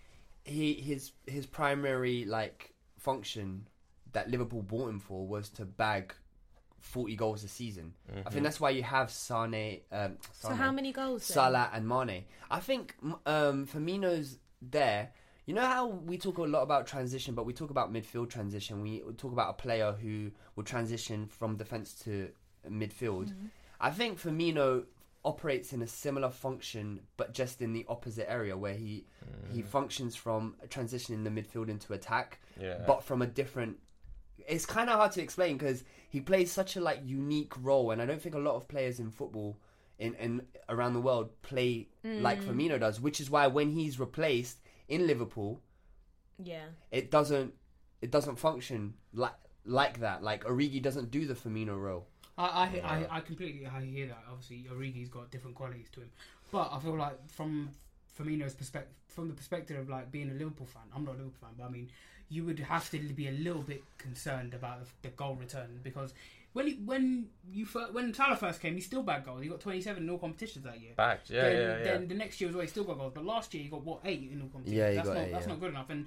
[SPEAKER 3] he his his primary like function that Liverpool bought him for was to bag. 40 goals a season. I think that's why you have Sane. Um,
[SPEAKER 4] So how many goals? then?
[SPEAKER 3] Salah and Mane. I think m- um, Firmino's there. You know how we talk a lot about transition, but we talk about midfield transition. We talk about a player who will transition from defense to midfield. I think Firmino operates in a similar function, but just in the opposite area, where he he functions from transitioning the midfield into attack,
[SPEAKER 5] Yeah.
[SPEAKER 3] but from a different it's kind of hard to explain because he plays such a like unique role, and I don't think a lot of players in football in, in around the world play
[SPEAKER 6] Mm.
[SPEAKER 3] like Firmino does, which is why when he's replaced in Liverpool,
[SPEAKER 4] Yeah.
[SPEAKER 3] it doesn't it doesn't function like like that. Like Origi doesn't do the Firmino role.
[SPEAKER 6] I, I, I, I completely I hear that. Obviously, Origi's got different qualities to him, but I feel like from Firmino's perspective, from the perspective of like being a Liverpool fan, I'm not a Liverpool fan, but I mean, you would have to be a little bit concerned about the, the goal return because when he, when you fir- when Salah first came, he still bagged goals. He got 27 in all competitions that year.
[SPEAKER 5] Bagged, yeah,
[SPEAKER 6] then,
[SPEAKER 5] yeah, yeah.
[SPEAKER 6] Then the next year was where he still got goals, but last year he got what eight in all competitions.
[SPEAKER 3] Yeah, he
[SPEAKER 6] that's
[SPEAKER 3] got
[SPEAKER 6] not
[SPEAKER 3] eight,
[SPEAKER 6] that's
[SPEAKER 3] yeah.
[SPEAKER 6] not good enough. And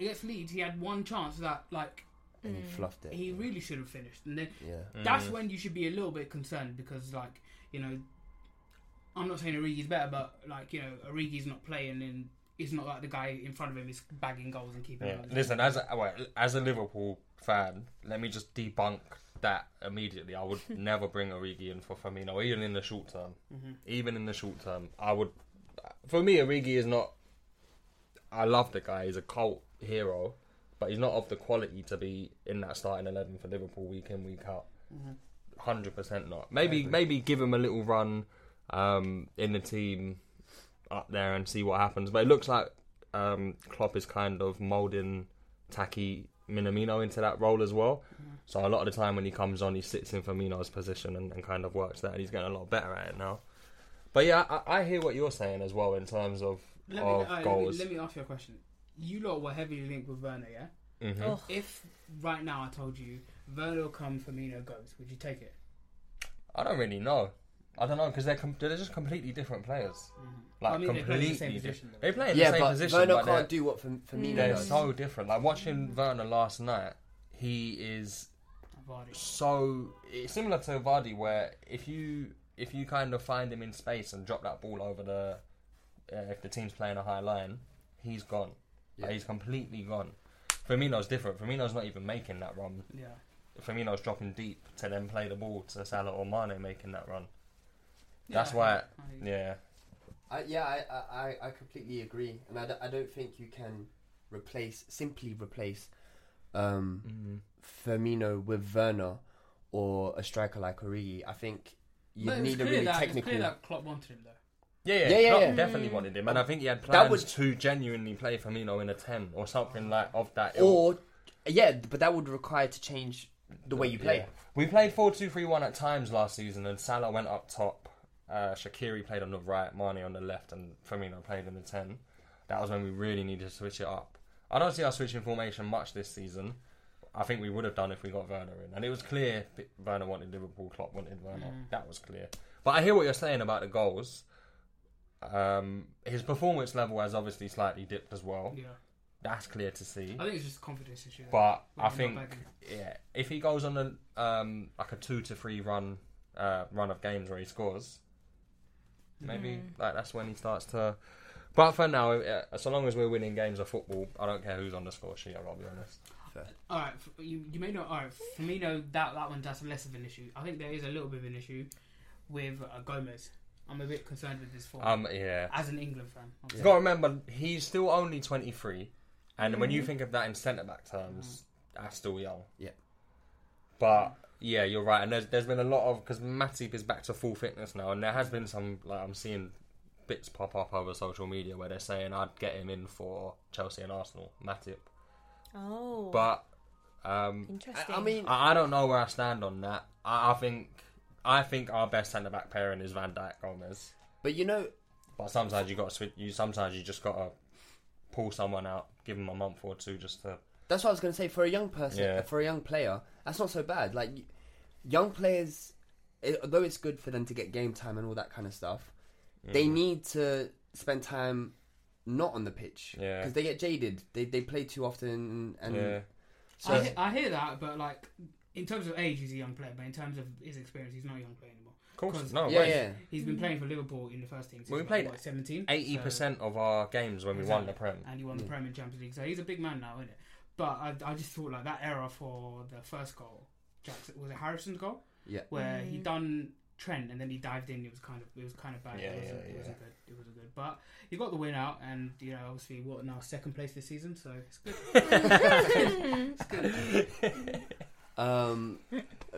[SPEAKER 6] against Leeds, he had one chance that like
[SPEAKER 3] And he fluffed it.
[SPEAKER 6] Mm. he really should have finished. And then
[SPEAKER 3] Yeah.
[SPEAKER 5] Mm.
[SPEAKER 6] that's when you should be a little bit concerned because, like, you know, I'm not saying Origi's better, but like, you know, Origi's not playing and it's not like the guy in front of him is bagging goals and keeping.
[SPEAKER 5] Yeah.
[SPEAKER 6] it on.
[SPEAKER 5] Listen, as a, well, as a Liverpool fan, let me just debunk that immediately. I would never bring Origi in for Firmino, even in the short term. Even in the short term, I would. For me, Origi is not. I love the guy. He's a cult hero, but he's not of the quality to be in that starting eleven for Liverpool week in week out. 100 percent not. Maybe maybe give him a little run um, in the team up there and see what happens. But it looks like um, Klopp is kind of moulding Taki Minamino into that role as well. So a lot of the time when he comes on, he sits in Firmino's position and, and kind of works that. And he's getting a lot better at it now. But yeah, I, I hear what you're saying as well in terms of
[SPEAKER 6] Let me,
[SPEAKER 5] of
[SPEAKER 6] uh, let, me,
[SPEAKER 5] goals.
[SPEAKER 6] let me ask you a question. You lot were heavily linked with Werner, yeah?
[SPEAKER 5] mm-hmm. Hmm?
[SPEAKER 4] Oh.
[SPEAKER 6] If right now I told you Werner will come, Firmino goes, would you take it?
[SPEAKER 5] I don't really know. I don't know because they're com- they're just completely different players. Like
[SPEAKER 6] I mean, they play in the
[SPEAKER 5] completely
[SPEAKER 6] same
[SPEAKER 5] diff-
[SPEAKER 6] position, though.
[SPEAKER 5] They play in the
[SPEAKER 3] yeah,
[SPEAKER 5] same
[SPEAKER 3] but
[SPEAKER 5] position.
[SPEAKER 3] Werner
[SPEAKER 5] but they're-
[SPEAKER 3] can't do what Fir- Firmino
[SPEAKER 5] They're
[SPEAKER 3] does.
[SPEAKER 5] so different. Like watching Werner last night, he is
[SPEAKER 6] Vardy.
[SPEAKER 5] so it's similar to Vardy, where if you if you kind of find him in space and drop that ball over the uh, if the team's playing a high line, he's gone. Like, he's completely gone. Firmino's different. Firmino's not even making that run.
[SPEAKER 6] Yeah.
[SPEAKER 5] Firmino's dropping deep to then play the ball to Salah or Mane making that run. That's why, yeah.
[SPEAKER 3] I, yeah, I, I, I- I completely agree, and I, d- I don't think you can replace simply replace um,
[SPEAKER 6] Mm-hmm.
[SPEAKER 3] Firmino with Werner or a striker like Origi. I think you
[SPEAKER 6] But it was
[SPEAKER 3] need a
[SPEAKER 6] clear
[SPEAKER 3] really
[SPEAKER 6] that,
[SPEAKER 3] technical.
[SPEAKER 6] It's clear that Klopp wanted him, though.
[SPEAKER 5] Yeah,
[SPEAKER 3] Yeah,
[SPEAKER 5] yeah,
[SPEAKER 3] yeah,
[SPEAKER 5] Klopp
[SPEAKER 3] yeah.
[SPEAKER 5] definitely wanted him, and I think he had plans
[SPEAKER 3] would-
[SPEAKER 5] to genuinely play Firmino in a ten or something like of that. ilk.
[SPEAKER 3] or yeah, but that would require to change the way you play.
[SPEAKER 5] Yeah. We played 4 2 3 1 at times last season, and Salah went up top. Uh, Shakiri played on the right, Mane on the left, and Firmino played in the 10. That was when we really needed to switch it up. I don't see us switching formation much this season. I think we would have done if we got Werner in. And it was clear that Werner wanted Liverpool, Klopp wanted Werner.
[SPEAKER 3] Mm.
[SPEAKER 5] That was clear. But I hear what you're saying about the goals. Um, his performance level has obviously slightly dipped as well.
[SPEAKER 6] Yeah.
[SPEAKER 5] That's clear to see.
[SPEAKER 6] I think it's just a confidence issue. though.
[SPEAKER 5] But
[SPEAKER 6] We're
[SPEAKER 5] I
[SPEAKER 6] not
[SPEAKER 5] think
[SPEAKER 6] bagging.
[SPEAKER 5] yeah, if he goes on a um, like a two to three run uh, run of games where he scores, maybe like that's when he starts to. But for now, uh, so long as we're winning games of football, I don't care who's on the score sheet. I'll be honest.
[SPEAKER 6] All right, f- you, you may not. All right, Firmino, that that one that's less of an issue. I think there is a little bit of an issue with uh, Gomez. I'm a bit concerned with this form
[SPEAKER 5] Um, yeah.
[SPEAKER 6] as an England fan. obviously.
[SPEAKER 5] You've got to remember he's still only twenty three, and when you think of that in centre back terms, that's still young.
[SPEAKER 3] Yeah.
[SPEAKER 5] But yeah, you're right. And there's there's been a lot of because Matip is back to full fitness now, and there has been some like I'm seeing bits pop up over social media where they're saying I'd get him in for Chelsea and Arsenal, Matip.
[SPEAKER 4] Oh.
[SPEAKER 5] But um,
[SPEAKER 4] interesting.
[SPEAKER 3] I mean,
[SPEAKER 5] I, I don't know where I stand on that. I, I think I think our best centre back pairing is Van Dijk Gomez.
[SPEAKER 3] but you know,
[SPEAKER 5] But sometimes you got to switch. You sometimes you just got to pull someone out, give them a month or two just to.
[SPEAKER 3] That's what I was going to say. For a young person,
[SPEAKER 5] Yeah.
[SPEAKER 3] for a young player, that's not so bad. Like y- young players, it, although it's good for them to get game time and all that kind of stuff,
[SPEAKER 5] Mm.
[SPEAKER 3] they need to spend time not on the pitch because
[SPEAKER 5] Yeah.
[SPEAKER 3] they get jaded. They they play too often and (laughs)
[SPEAKER 5] Yeah.
[SPEAKER 3] so
[SPEAKER 6] I, he- I hear that, but like in terms of age, he's a young player. But in terms of his experience, he's not a young player anymore. Of
[SPEAKER 5] course, no.
[SPEAKER 3] yeah,
[SPEAKER 5] way.
[SPEAKER 3] yeah. Mm.
[SPEAKER 6] He's been playing for Liverpool in the first team. Since
[SPEAKER 5] Well, we
[SPEAKER 6] like,
[SPEAKER 5] played
[SPEAKER 6] what, 17.
[SPEAKER 5] Eighty percent of our games when we won the prem.
[SPEAKER 6] and he won the Prem and Champions League. So he's a big man now, isn't it? But I, I just thought like that error for the first goal, Jackson was it Harrison's goal?
[SPEAKER 3] Yeah.
[SPEAKER 6] where he done Trent and then he dived in. It was kind of it was kind of bad.
[SPEAKER 5] Yeah,
[SPEAKER 6] it, wasn't,
[SPEAKER 5] yeah,
[SPEAKER 6] it wasn't good. It wasn't good. But he got the win out, and you know obviously what now second place this season, so it's good.
[SPEAKER 4] Hmm.
[SPEAKER 3] Um,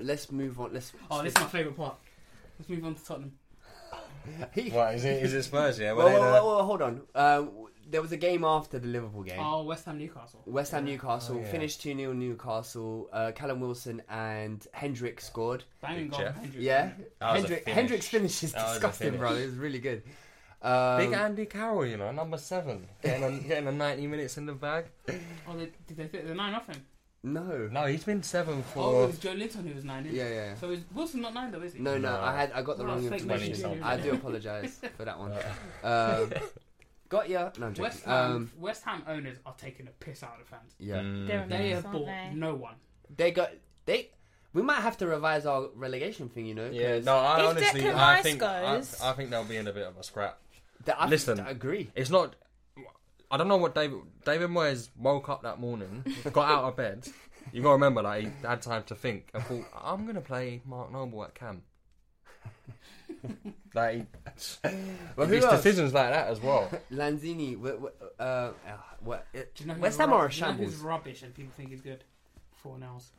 [SPEAKER 3] let's move on. Let's Um,
[SPEAKER 6] Oh, this is my favourite part. Let's move on to Tottenham.
[SPEAKER 3] (laughs)
[SPEAKER 5] (laughs)
[SPEAKER 3] He-
[SPEAKER 5] What is it? Is it Spurs? Yeah. Well,
[SPEAKER 3] Well,
[SPEAKER 5] they,
[SPEAKER 3] well,
[SPEAKER 5] uh,
[SPEAKER 3] well, well, hold on. Uh, there was a game after the Liverpool game.
[SPEAKER 6] Oh, West Ham Newcastle.
[SPEAKER 3] West Ham Newcastle
[SPEAKER 5] Oh,
[SPEAKER 3] finished 2 0 Newcastle. Uh, Callum Wilson and Hendrick scored.
[SPEAKER 6] Banging goal.
[SPEAKER 5] Jeff.
[SPEAKER 6] Hendrick.
[SPEAKER 3] Yeah.
[SPEAKER 5] That was a
[SPEAKER 3] Hendrick,
[SPEAKER 5] finish.
[SPEAKER 3] Hendrick's finish is
[SPEAKER 5] That was a
[SPEAKER 3] disgusting,
[SPEAKER 5] finish.
[SPEAKER 3] bro. It was really good. Um,
[SPEAKER 5] Big Andy Carroll, you know, number seven, getting a, getting a 90 minutes in the bag.
[SPEAKER 6] Oh, they, did they fit the nine off him?
[SPEAKER 3] no.
[SPEAKER 5] No, he's been seven
[SPEAKER 6] Oh, it
[SPEAKER 5] for
[SPEAKER 6] was Joe Linton who was nine. Didn't
[SPEAKER 3] Yeah,
[SPEAKER 6] it?
[SPEAKER 3] yeah.
[SPEAKER 6] So is Wilson not nine though, is he?
[SPEAKER 3] No, no,
[SPEAKER 5] No.
[SPEAKER 3] I had I got the
[SPEAKER 6] No,
[SPEAKER 3] wrong
[SPEAKER 6] Oh, fake
[SPEAKER 5] news,
[SPEAKER 3] information.
[SPEAKER 5] you
[SPEAKER 3] I
[SPEAKER 6] do.
[SPEAKER 3] do apologise for
[SPEAKER 5] (laughs)
[SPEAKER 3] that one. Um, got ya. No, I'm joking.
[SPEAKER 6] West Ham,
[SPEAKER 3] um,
[SPEAKER 6] West Ham owners are taking a piss out of the fans.
[SPEAKER 3] yeah,
[SPEAKER 5] Mm.
[SPEAKER 4] They're
[SPEAKER 6] They
[SPEAKER 4] amazing,
[SPEAKER 6] have bought
[SPEAKER 4] Mm. aren't they?
[SPEAKER 6] no one.
[SPEAKER 3] they got they. We might have to revise our relegation thing, you know.
[SPEAKER 5] Yeah,
[SPEAKER 3] 'cause
[SPEAKER 5] no, I
[SPEAKER 4] If
[SPEAKER 5] honestly,
[SPEAKER 4] Declan
[SPEAKER 5] I
[SPEAKER 4] Rice
[SPEAKER 5] think, I,
[SPEAKER 4] goes-
[SPEAKER 5] I think they'll be in a bit of a scrap.
[SPEAKER 3] th- I
[SPEAKER 5] Listen.
[SPEAKER 3] I agree.
[SPEAKER 5] It's not. I don't know what David David Moyes woke up that morning, (laughs) got out of bed. You gotta remember, like he had time to think and thought, I'm gonna play Mark Noble at
[SPEAKER 3] (laughs)
[SPEAKER 5] Cam. like, he-
[SPEAKER 3] Well,
[SPEAKER 5] his
[SPEAKER 3] who else?
[SPEAKER 5] decisions like that as well.
[SPEAKER 3] Lanzini. What? What? Uh, uh, what
[SPEAKER 6] Do you know who's
[SPEAKER 3] West Ham
[SPEAKER 6] rub-
[SPEAKER 3] are a
[SPEAKER 6] do you know who's
[SPEAKER 3] shambles.
[SPEAKER 6] rubbish and people think he's good. Four nails.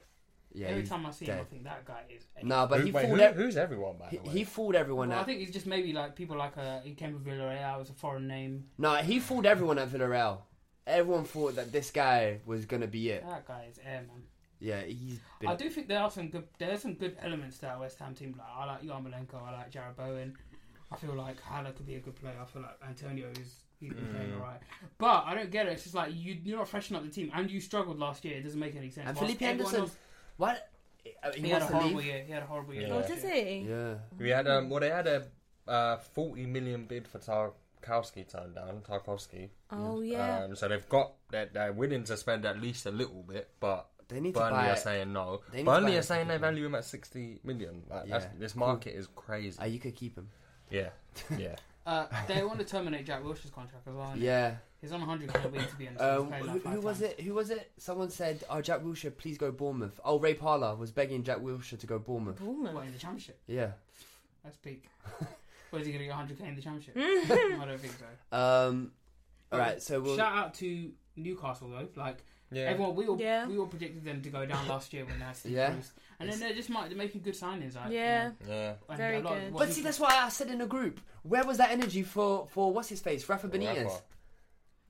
[SPEAKER 3] Yeah,
[SPEAKER 6] Every
[SPEAKER 3] he's
[SPEAKER 6] time I see him,
[SPEAKER 3] dead.
[SPEAKER 6] I think that guy is. a-
[SPEAKER 3] No, but
[SPEAKER 5] Who-
[SPEAKER 3] he
[SPEAKER 5] wait,
[SPEAKER 3] fooled.
[SPEAKER 5] who-
[SPEAKER 3] ev-
[SPEAKER 5] who's everyone by the
[SPEAKER 3] he,
[SPEAKER 5] way?
[SPEAKER 3] he fooled everyone.
[SPEAKER 6] Well, I
[SPEAKER 3] At,
[SPEAKER 6] think it's just maybe like people like uh, he came from Villarreal. It was a foreign name.
[SPEAKER 3] no, he fooled everyone at Villarreal. Everyone thought that this guy was gonna be it.
[SPEAKER 6] That guy is air man.
[SPEAKER 3] Yeah, he's. Been,
[SPEAKER 6] I do think there are some good. There are some good elements to that West Ham team. Like I like Yarmolenko. I like Jared Bowen. I feel like Haller could be a good player. I feel like Antonio is he's been playing alright. But I don't get it. It's just like you, you're not freshening up the team, and you struggled last year. It doesn't make any sense.
[SPEAKER 3] And
[SPEAKER 6] Whilst
[SPEAKER 3] Felipe
[SPEAKER 6] everyone
[SPEAKER 3] Anderson.
[SPEAKER 6] else-
[SPEAKER 3] What? Uh, He,
[SPEAKER 6] He had a
[SPEAKER 3] wants to
[SPEAKER 6] horrible
[SPEAKER 3] leave.
[SPEAKER 6] year. He had a horrible year.
[SPEAKER 5] Yeah.
[SPEAKER 4] Oh,
[SPEAKER 6] last
[SPEAKER 4] does
[SPEAKER 6] year.
[SPEAKER 4] he?
[SPEAKER 3] Yeah.
[SPEAKER 5] We had um, well, they had a uh, forty million bid for Tarkowski turned down. Tarkowski.
[SPEAKER 4] Oh yeah.
[SPEAKER 5] Um, so they've got they're, they're willing to spend at least a little bit, but
[SPEAKER 3] They need to
[SPEAKER 5] Burnley
[SPEAKER 3] buy-
[SPEAKER 5] are saying no.
[SPEAKER 3] they need to
[SPEAKER 5] Burnley
[SPEAKER 3] buy
[SPEAKER 5] are saying they
[SPEAKER 3] people.
[SPEAKER 5] value him at sixty million. Like,
[SPEAKER 3] Yeah.
[SPEAKER 5] that's, this market is crazy.
[SPEAKER 3] Uh, you could keep him. (laughs)
[SPEAKER 5] yeah, yeah.
[SPEAKER 6] Uh, they want to terminate Jack Wilshere's contract as well. aren't they?
[SPEAKER 3] Yeah.
[SPEAKER 6] He's on 100 quid a week to be honest.
[SPEAKER 3] Um,
[SPEAKER 6] He's played
[SPEAKER 3] who,
[SPEAKER 6] like five
[SPEAKER 3] who was
[SPEAKER 6] times.
[SPEAKER 3] it? Who was it? Someone said, "Oh, Jack Wilshere, please go Bournemouth." Oh, Ray Parler was begging Jack Wilshere to go Bournemouth.
[SPEAKER 4] Bournemouth.
[SPEAKER 6] What in the championship?
[SPEAKER 3] Yeah.
[SPEAKER 6] That's
[SPEAKER 3] (laughs)
[SPEAKER 6] peak. Where's he going to get 100k in the championship? I don't think so.
[SPEAKER 3] Um. All right. So Uh, we'll.
[SPEAKER 6] Shout out to Newcastle though. Like
[SPEAKER 5] Yeah.
[SPEAKER 6] everyone, we all
[SPEAKER 4] Yeah.
[SPEAKER 6] we all predicted them to go down last year when they had Steve
[SPEAKER 3] Yeah.
[SPEAKER 6] Bruce, and then they're just might, they're making good signings. Like,
[SPEAKER 4] Yeah.
[SPEAKER 6] you know,
[SPEAKER 5] yeah.
[SPEAKER 6] and
[SPEAKER 4] Very
[SPEAKER 6] a lot of
[SPEAKER 4] good.
[SPEAKER 6] what
[SPEAKER 3] but
[SPEAKER 6] he-
[SPEAKER 3] see, that's why I said in the group. Where was that energy for? For what's his face, Rafa Benitez?
[SPEAKER 5] Rafa.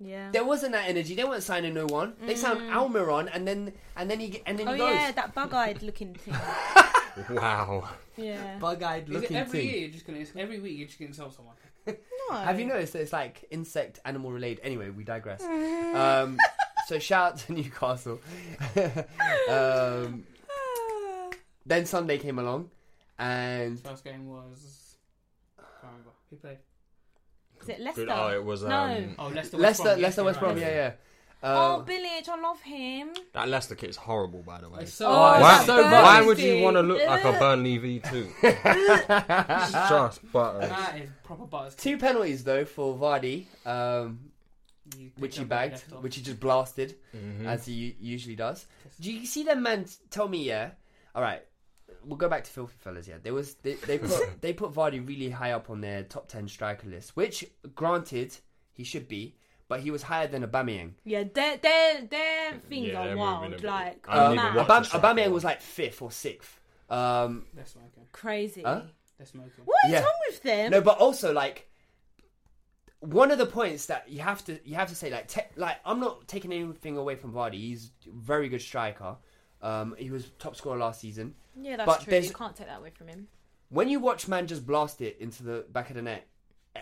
[SPEAKER 4] Yeah.
[SPEAKER 3] There wasn't that energy. They weren't signing no one. They signed Almiron, and then and then he g- and then
[SPEAKER 4] Mm. Oh
[SPEAKER 3] he goes.
[SPEAKER 4] yeah, that bug-eyed looking thing.
[SPEAKER 5] Wow.
[SPEAKER 4] Yeah.
[SPEAKER 6] Is
[SPEAKER 3] Bug-eyed
[SPEAKER 6] it
[SPEAKER 3] looking
[SPEAKER 6] every
[SPEAKER 3] thing.
[SPEAKER 6] year you're just gonna it's every week you're just gonna sell someone.
[SPEAKER 3] Have you noticed that it's like insect, animal related? Anyway,
[SPEAKER 4] (laughs)
[SPEAKER 3] we digress.
[SPEAKER 4] Hmm.
[SPEAKER 3] um, so shout out to (laughs) Newcastle. um,
[SPEAKER 4] Ah.
[SPEAKER 3] then Sunday came along, and
[SPEAKER 6] First game was I can't remember who played.
[SPEAKER 4] Is it Leicester?
[SPEAKER 5] oh, it was,
[SPEAKER 4] no.
[SPEAKER 5] um,
[SPEAKER 6] Oh, Leicester. West
[SPEAKER 3] Leicester,
[SPEAKER 6] Brom.
[SPEAKER 3] Leicester,
[SPEAKER 6] Yes,
[SPEAKER 3] West
[SPEAKER 6] you're
[SPEAKER 3] Brom,
[SPEAKER 6] right.
[SPEAKER 3] yeah, yeah.
[SPEAKER 4] oh,
[SPEAKER 3] Um,
[SPEAKER 4] Billich, I love him.
[SPEAKER 5] That Leicester kit is horrible, by the way.
[SPEAKER 6] It's so
[SPEAKER 4] Oh,
[SPEAKER 3] it's
[SPEAKER 5] why,
[SPEAKER 3] so
[SPEAKER 5] why
[SPEAKER 3] bad.
[SPEAKER 5] would you
[SPEAKER 4] Nasty.
[SPEAKER 5] want to look like a Burnley V two? Just butter.
[SPEAKER 6] that is proper butters.
[SPEAKER 3] two penalties though for Vardy, um,
[SPEAKER 6] You picked
[SPEAKER 3] which he
[SPEAKER 6] up where you
[SPEAKER 3] bagged,
[SPEAKER 6] left off.
[SPEAKER 3] which he just blasted,
[SPEAKER 5] Mm-hmm.
[SPEAKER 3] as he u- usually does. Do you see them man tell me yeah? All right, we'll go back to filthy fellas. Yeah, there was they,
[SPEAKER 5] (laughs)
[SPEAKER 3] they put they put Vardy really high up on their top ten striker list, which granted he should be, but he was higher than Aubameyang.
[SPEAKER 4] Yeah, their their their things
[SPEAKER 5] Yeah,
[SPEAKER 4] are
[SPEAKER 5] they're moving
[SPEAKER 4] wild,
[SPEAKER 5] them.
[SPEAKER 4] like
[SPEAKER 5] I don't
[SPEAKER 3] Um,
[SPEAKER 5] even
[SPEAKER 4] mad.
[SPEAKER 5] watch
[SPEAKER 3] Aubame-
[SPEAKER 5] the striker.
[SPEAKER 3] Aubameyang was like fifth or sixth. Um,
[SPEAKER 6] They're smoking.
[SPEAKER 4] crazy.
[SPEAKER 3] Huh?
[SPEAKER 6] They're smoking.
[SPEAKER 4] What is
[SPEAKER 3] Yeah.
[SPEAKER 4] wrong with them?
[SPEAKER 3] No, but also like one of the points that you have to you have to say like te- like I'm not taking anything away from Vardy. He's a very good striker. Um, he was top scorer last season.
[SPEAKER 4] yeah, that's
[SPEAKER 3] but
[SPEAKER 4] true.
[SPEAKER 3] there's-
[SPEAKER 4] You can't take that away from him.
[SPEAKER 3] When you watch man just blast it into the back of the net, eh,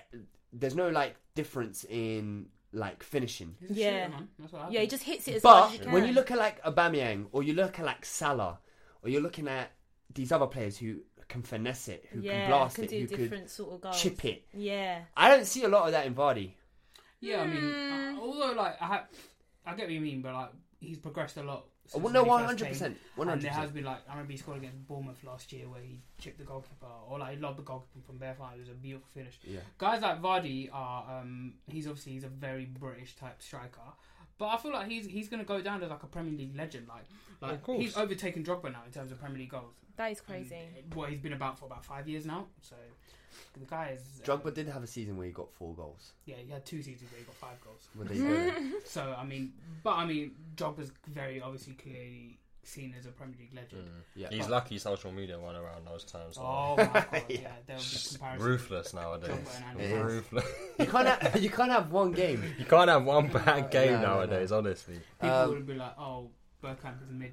[SPEAKER 3] there's no like difference in like finishing.
[SPEAKER 6] He's a
[SPEAKER 4] Yeah.
[SPEAKER 6] shooter, man. That's what
[SPEAKER 4] Yeah, he
[SPEAKER 6] happened.
[SPEAKER 4] just hits it as hard as
[SPEAKER 3] But
[SPEAKER 4] he can.
[SPEAKER 3] when you look at like Aubameyang or you look at like Salah or you're looking at these other players who can finesse it, who
[SPEAKER 4] yeah,
[SPEAKER 3] can blast
[SPEAKER 4] can
[SPEAKER 3] it,
[SPEAKER 4] do
[SPEAKER 3] who
[SPEAKER 4] different
[SPEAKER 3] could
[SPEAKER 4] sort of goals.
[SPEAKER 3] chip it.
[SPEAKER 4] Yeah,
[SPEAKER 3] I don't see a lot of that in Vardy.
[SPEAKER 6] Yeah, I mean, uh, although like I, ha- I get what you mean, but like he's progressed a lot. since
[SPEAKER 3] well, no,
[SPEAKER 6] when he first
[SPEAKER 3] 100%,
[SPEAKER 6] came. And there
[SPEAKER 3] 100%.
[SPEAKER 6] has been like I remember he scored against Bournemouth last year where he chipped the goalkeeper, or like he lobbed the goalkeeper from their far. It was a beautiful finish.
[SPEAKER 3] Yeah.
[SPEAKER 6] Guys like Vardy are, um, he's obviously he's a very British type striker, but I feel like he's he's gonna go down as like a Premier League legend. Like, like
[SPEAKER 5] course.
[SPEAKER 6] he's overtaken Drogba now in terms of Premier League goals.
[SPEAKER 4] that
[SPEAKER 3] Mm.
[SPEAKER 4] is crazy.
[SPEAKER 6] Well, he's been about for about five years now, so the guy is. uh,
[SPEAKER 3] Drogba did have a season where he got four goals.
[SPEAKER 6] Yeah, he had two seasons where he got five goals.
[SPEAKER 4] (laughs)
[SPEAKER 3] Well, there you go then.
[SPEAKER 6] So I mean, but I mean, Drogba's very obviously clearly seen as a Premier League legend.
[SPEAKER 3] Yeah.
[SPEAKER 5] He's lucky social media went around those times.
[SPEAKER 6] Oh my god, yeah. there would be comparisons.
[SPEAKER 5] Ruthless nowadays.
[SPEAKER 6] Jumbo and Andy.
[SPEAKER 5] Ruthless.
[SPEAKER 3] You can't have, (laughs) you can't have one game.
[SPEAKER 5] you can't have one bad game
[SPEAKER 3] no, no.
[SPEAKER 5] nowadays, honestly.
[SPEAKER 6] People
[SPEAKER 4] Um,
[SPEAKER 6] would be like, "Oh, Burkamp is mid."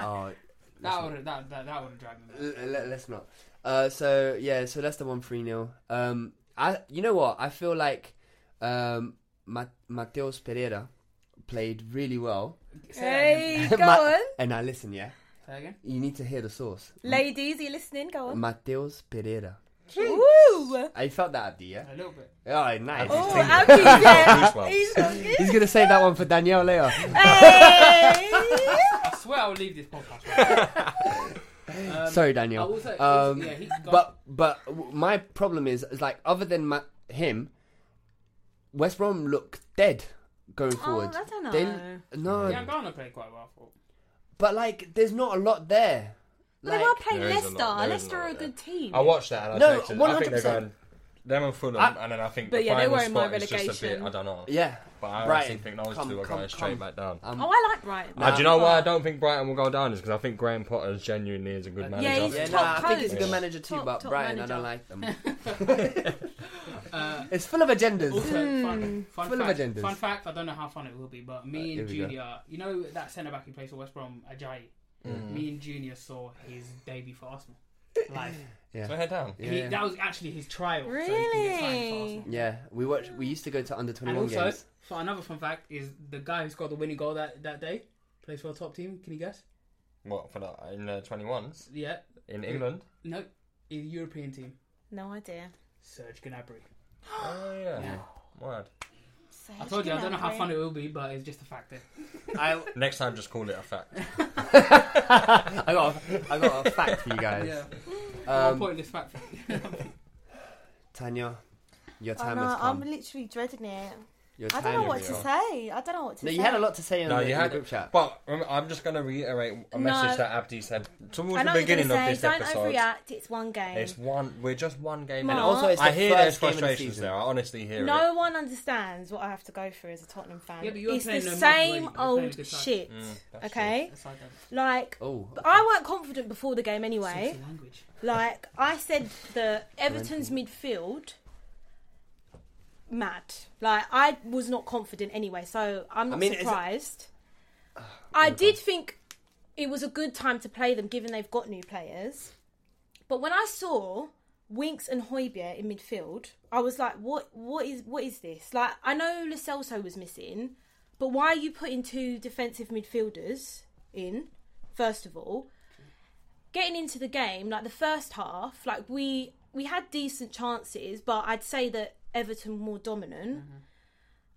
[SPEAKER 3] Oh,
[SPEAKER 6] That would that that, that would have dragged me. back.
[SPEAKER 3] L- let, us not. Uh, so yeah, so Leicester won three 0 Um, I you know what I feel like, um, Ma- Mateos Pereira played really well.
[SPEAKER 6] Say that again.
[SPEAKER 4] Hey, go
[SPEAKER 3] (laughs) Ma-
[SPEAKER 4] on.
[SPEAKER 3] And now listen, yeah,
[SPEAKER 6] Say that again.
[SPEAKER 3] you need to hear the source.
[SPEAKER 4] Ladies, are you listening? Go on.
[SPEAKER 3] Mateos Pereira. (laughs)
[SPEAKER 4] Ooh.
[SPEAKER 3] I felt that Abdi, yeah.
[SPEAKER 6] A little bit.
[SPEAKER 3] Oh, nice.
[SPEAKER 4] Oh, Abby's there.
[SPEAKER 3] (laughs)
[SPEAKER 5] Goosebumps.
[SPEAKER 4] He's got
[SPEAKER 3] He's gonna save that one for Danielle later.
[SPEAKER 4] Hey.
[SPEAKER 6] I swear I'll leave this podcast. Um,
[SPEAKER 3] Sorry,
[SPEAKER 6] I
[SPEAKER 3] Danielle.
[SPEAKER 6] will say-
[SPEAKER 3] Um,
[SPEAKER 6] yeah, he got-
[SPEAKER 3] but but w- my problem is is like other than my, him, West Brom look dead going forward.
[SPEAKER 4] I don't
[SPEAKER 3] They-
[SPEAKER 4] know. (laughs)
[SPEAKER 3] no,
[SPEAKER 6] Yeah, Ghana played quite well. I thought.
[SPEAKER 3] but like there's not a lot there.
[SPEAKER 4] Well,
[SPEAKER 3] Like,
[SPEAKER 4] they are playing
[SPEAKER 5] There is a
[SPEAKER 4] Leicester.
[SPEAKER 5] lot- there is a
[SPEAKER 4] Leicester
[SPEAKER 5] lot
[SPEAKER 4] are a
[SPEAKER 5] there.
[SPEAKER 4] good team.
[SPEAKER 5] I watched that and I
[SPEAKER 3] No,
[SPEAKER 5] texted. I think they're
[SPEAKER 3] 100%.
[SPEAKER 5] going. Them and Fulham,
[SPEAKER 3] I-
[SPEAKER 5] and then I think
[SPEAKER 4] But
[SPEAKER 5] the
[SPEAKER 4] yeah, they
[SPEAKER 5] final
[SPEAKER 4] were in my
[SPEAKER 5] spot is just a bit.
[SPEAKER 4] relegation.
[SPEAKER 5] I don't know.
[SPEAKER 3] yeah,
[SPEAKER 5] But I
[SPEAKER 3] Brighton,
[SPEAKER 5] actually think those
[SPEAKER 3] come,
[SPEAKER 5] two are
[SPEAKER 3] come,
[SPEAKER 5] going straight
[SPEAKER 3] come. Um,
[SPEAKER 5] back down.
[SPEAKER 4] oh, I like Brighton.
[SPEAKER 5] Uh, do you know why I don't think Brighton will go down is because I think Graham Potter genuinely is a good manager.
[SPEAKER 4] yeah, he's
[SPEAKER 3] Yeah, no,
[SPEAKER 4] Top
[SPEAKER 3] I think he's a
[SPEAKER 4] coach.
[SPEAKER 3] good manager too,
[SPEAKER 4] Top-
[SPEAKER 3] but
[SPEAKER 4] top
[SPEAKER 3] Brighton,
[SPEAKER 4] manager.
[SPEAKER 3] I don't like
[SPEAKER 4] (laughs)
[SPEAKER 3] them. it's full of
[SPEAKER 6] Uh, Also,
[SPEAKER 3] agendas.
[SPEAKER 4] Hmm.
[SPEAKER 6] fun, fun,
[SPEAKER 3] Full of
[SPEAKER 6] fact,
[SPEAKER 3] agendas.
[SPEAKER 6] fun fact, I don't know how fun it will be, but
[SPEAKER 3] Right,
[SPEAKER 6] me
[SPEAKER 3] here
[SPEAKER 6] and
[SPEAKER 3] we go.
[SPEAKER 6] Junior, you know that centre back who plays for West Brom, Ajayi?
[SPEAKER 5] Mm. Mm-hmm.
[SPEAKER 3] Mm.
[SPEAKER 6] Me and Junior saw his debut for Arsenal. Live.
[SPEAKER 5] So head down.
[SPEAKER 6] He-
[SPEAKER 3] Yeah.
[SPEAKER 6] That was actually his trial. So he can get signed for
[SPEAKER 4] Really?
[SPEAKER 6] Arsenal.
[SPEAKER 3] Yeah, we watch. We used to go to under
[SPEAKER 6] And
[SPEAKER 3] 21
[SPEAKER 6] also,
[SPEAKER 3] games.
[SPEAKER 6] for another fun fact, is the guy who scored the winning goal that, that day plays for a top team. Can you guess?
[SPEAKER 5] What for the in the twenty ones
[SPEAKER 6] Yeah.
[SPEAKER 5] in England?
[SPEAKER 3] (gasps)
[SPEAKER 6] No. He's a European team.
[SPEAKER 4] No idea.
[SPEAKER 6] Serge Gnabry.
[SPEAKER 5] Oh yeah. Mad.
[SPEAKER 6] I told you, I don't know how fun it will be, but it's just a factor.
[SPEAKER 3] I,
[SPEAKER 5] Next time, just call it a fact.
[SPEAKER 3] (laughs) I got a, I got a fact for you guys.
[SPEAKER 6] Yeah. I'll
[SPEAKER 3] Um,
[SPEAKER 6] point this fact. (laughs)
[SPEAKER 3] Tanya, your
[SPEAKER 4] I
[SPEAKER 3] time
[SPEAKER 4] know,
[SPEAKER 3] has
[SPEAKER 4] Uh, I'm
[SPEAKER 3] come.
[SPEAKER 4] literally dreading it.
[SPEAKER 3] Your
[SPEAKER 4] I
[SPEAKER 3] time
[SPEAKER 4] don't know what
[SPEAKER 3] has
[SPEAKER 4] to
[SPEAKER 3] come.
[SPEAKER 4] say. I don't know what to
[SPEAKER 3] No,
[SPEAKER 4] say.
[SPEAKER 3] you had a lot to say in,
[SPEAKER 5] No,
[SPEAKER 3] the,
[SPEAKER 5] you
[SPEAKER 3] in
[SPEAKER 5] had
[SPEAKER 3] the group chat.
[SPEAKER 5] But remember, I'm just going to reiterate
[SPEAKER 4] No.
[SPEAKER 5] a message that Abdi said towards
[SPEAKER 4] I know
[SPEAKER 5] the
[SPEAKER 4] what you're
[SPEAKER 5] beginning
[SPEAKER 4] gonna
[SPEAKER 5] of
[SPEAKER 4] say.
[SPEAKER 5] this
[SPEAKER 4] Don't
[SPEAKER 5] episode.
[SPEAKER 4] overreact. It's one game.
[SPEAKER 5] It's one. We're just one game.
[SPEAKER 4] And
[SPEAKER 5] in.
[SPEAKER 4] also
[SPEAKER 3] it's
[SPEAKER 5] I
[SPEAKER 3] the
[SPEAKER 5] hear there's
[SPEAKER 3] first game of the
[SPEAKER 5] frustrations
[SPEAKER 3] season.
[SPEAKER 5] there. I honestly hear
[SPEAKER 4] no
[SPEAKER 5] it.
[SPEAKER 4] one understands what I have to go through as a Tottenham fan.
[SPEAKER 6] Yeah, but you were
[SPEAKER 4] it's the
[SPEAKER 6] playing them
[SPEAKER 4] same
[SPEAKER 6] monthly. You were playing
[SPEAKER 4] old
[SPEAKER 6] the side.
[SPEAKER 4] shit. okay,
[SPEAKER 6] Aside that,
[SPEAKER 4] like
[SPEAKER 3] Mm, Oh,
[SPEAKER 4] but I weren't confident before the game anyway.
[SPEAKER 6] it's a language.
[SPEAKER 4] Like I said, the Everton's midfield mad. Like I was not confident anyway, so I'm not
[SPEAKER 3] mean, it's-
[SPEAKER 4] surprised. I did think it was a good time to play them, given they've got new players. But when I saw Winks and Hoybier in midfield, I was like, "What? What is? What is this?" Like I know Lo Celso was missing, but why are you putting two defensive midfielders in? First of all, getting into the game, like the first half, like we we had decent chances, but I'd say that Everton were more dominant.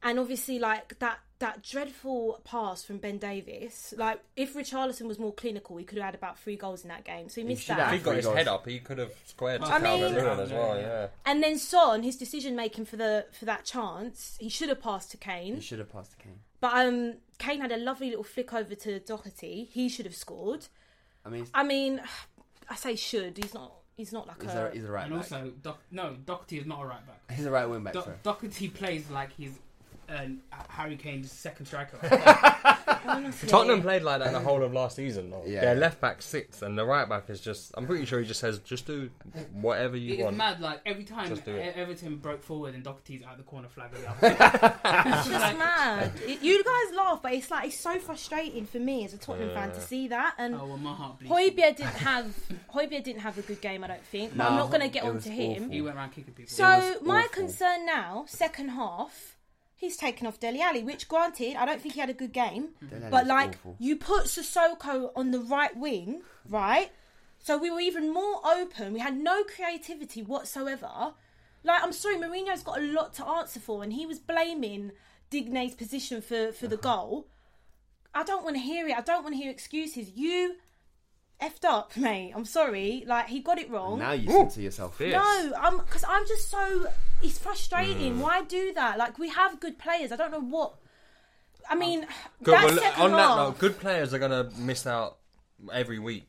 [SPEAKER 4] And obviously, like that that dreadful pass from Ben Davis. Like if Richarlison was more clinical, he could have had about three goals in that game. So he missed
[SPEAKER 3] should
[SPEAKER 4] that.
[SPEAKER 3] have.
[SPEAKER 5] If he got his
[SPEAKER 3] Three
[SPEAKER 5] head
[SPEAKER 3] goals.
[SPEAKER 5] up, he could have squared to
[SPEAKER 6] I
[SPEAKER 5] Calvert
[SPEAKER 4] mean-
[SPEAKER 5] Lewin as well. Yeah.
[SPEAKER 4] And then Son, his decision making for the for that chance, he should have passed to Kane.
[SPEAKER 3] you should have passed the cane.
[SPEAKER 4] But um, Kane had a lovely little flick over to Doherty. He should have scored.
[SPEAKER 3] I mean,
[SPEAKER 4] I mean, (sighs) I say should. He's not. He's not like
[SPEAKER 3] he's
[SPEAKER 4] a.
[SPEAKER 3] a, he's a right
[SPEAKER 6] And
[SPEAKER 3] back.
[SPEAKER 6] also, Doc- no, Doherty is not a right back.
[SPEAKER 3] he's a right wing back.
[SPEAKER 6] Do-
[SPEAKER 3] sorry.
[SPEAKER 6] Doherty plays like he's um, Harry Kane's second striker.
[SPEAKER 4] (laughs)
[SPEAKER 3] (laughs)
[SPEAKER 4] honestly.
[SPEAKER 5] Tottenham played like that the whole of last season. Though.
[SPEAKER 3] Yeah.
[SPEAKER 5] Their left back sits and the right back is just. I'm pretty sure he just says, just do whatever you
[SPEAKER 6] it's
[SPEAKER 5] want.
[SPEAKER 6] mad. Like every time
[SPEAKER 5] Just do it.
[SPEAKER 6] E- Everton broke forward and Doherty's out the corner flag. of the other.
[SPEAKER 4] It's just mad. It- you guys laugh, but it's like it's so frustrating for me as a Tottenham fan to see that. And
[SPEAKER 6] oh, well, my heart bleeds.
[SPEAKER 4] Hoybier didn't have Hoybier didn't have a good game. I don't think. But I'm
[SPEAKER 3] No,
[SPEAKER 4] not going to get
[SPEAKER 3] it
[SPEAKER 4] onto
[SPEAKER 3] was
[SPEAKER 4] him.
[SPEAKER 3] awful.
[SPEAKER 6] He went around kicking people.
[SPEAKER 4] So my
[SPEAKER 3] awful.
[SPEAKER 4] concern now, second half, he's taken off Deli Alley, which granted, I don't think he had a good game.
[SPEAKER 3] Dele
[SPEAKER 4] But
[SPEAKER 3] Alli's
[SPEAKER 4] like
[SPEAKER 3] awful.
[SPEAKER 4] you put Sissoko on the right wing, right? So we were even more open. We had no creativity whatsoever. Like I'm sorry, Mourinho's got a lot to answer for, and he was blaming Digne's position for for the goal. I don't want to hear it. I don't want to hear excuses. You effed up, (laughs) mate. I'm sorry. Like he got it wrong.
[SPEAKER 3] Now you said to yourself,
[SPEAKER 4] No, I'm because I'm just so. It's frustrating. Why do that? Like we have good players. I don't know what. I mean,
[SPEAKER 5] Good,
[SPEAKER 4] that
[SPEAKER 5] well,
[SPEAKER 4] second
[SPEAKER 5] on that
[SPEAKER 4] half.
[SPEAKER 5] note, good players are going to miss out every week.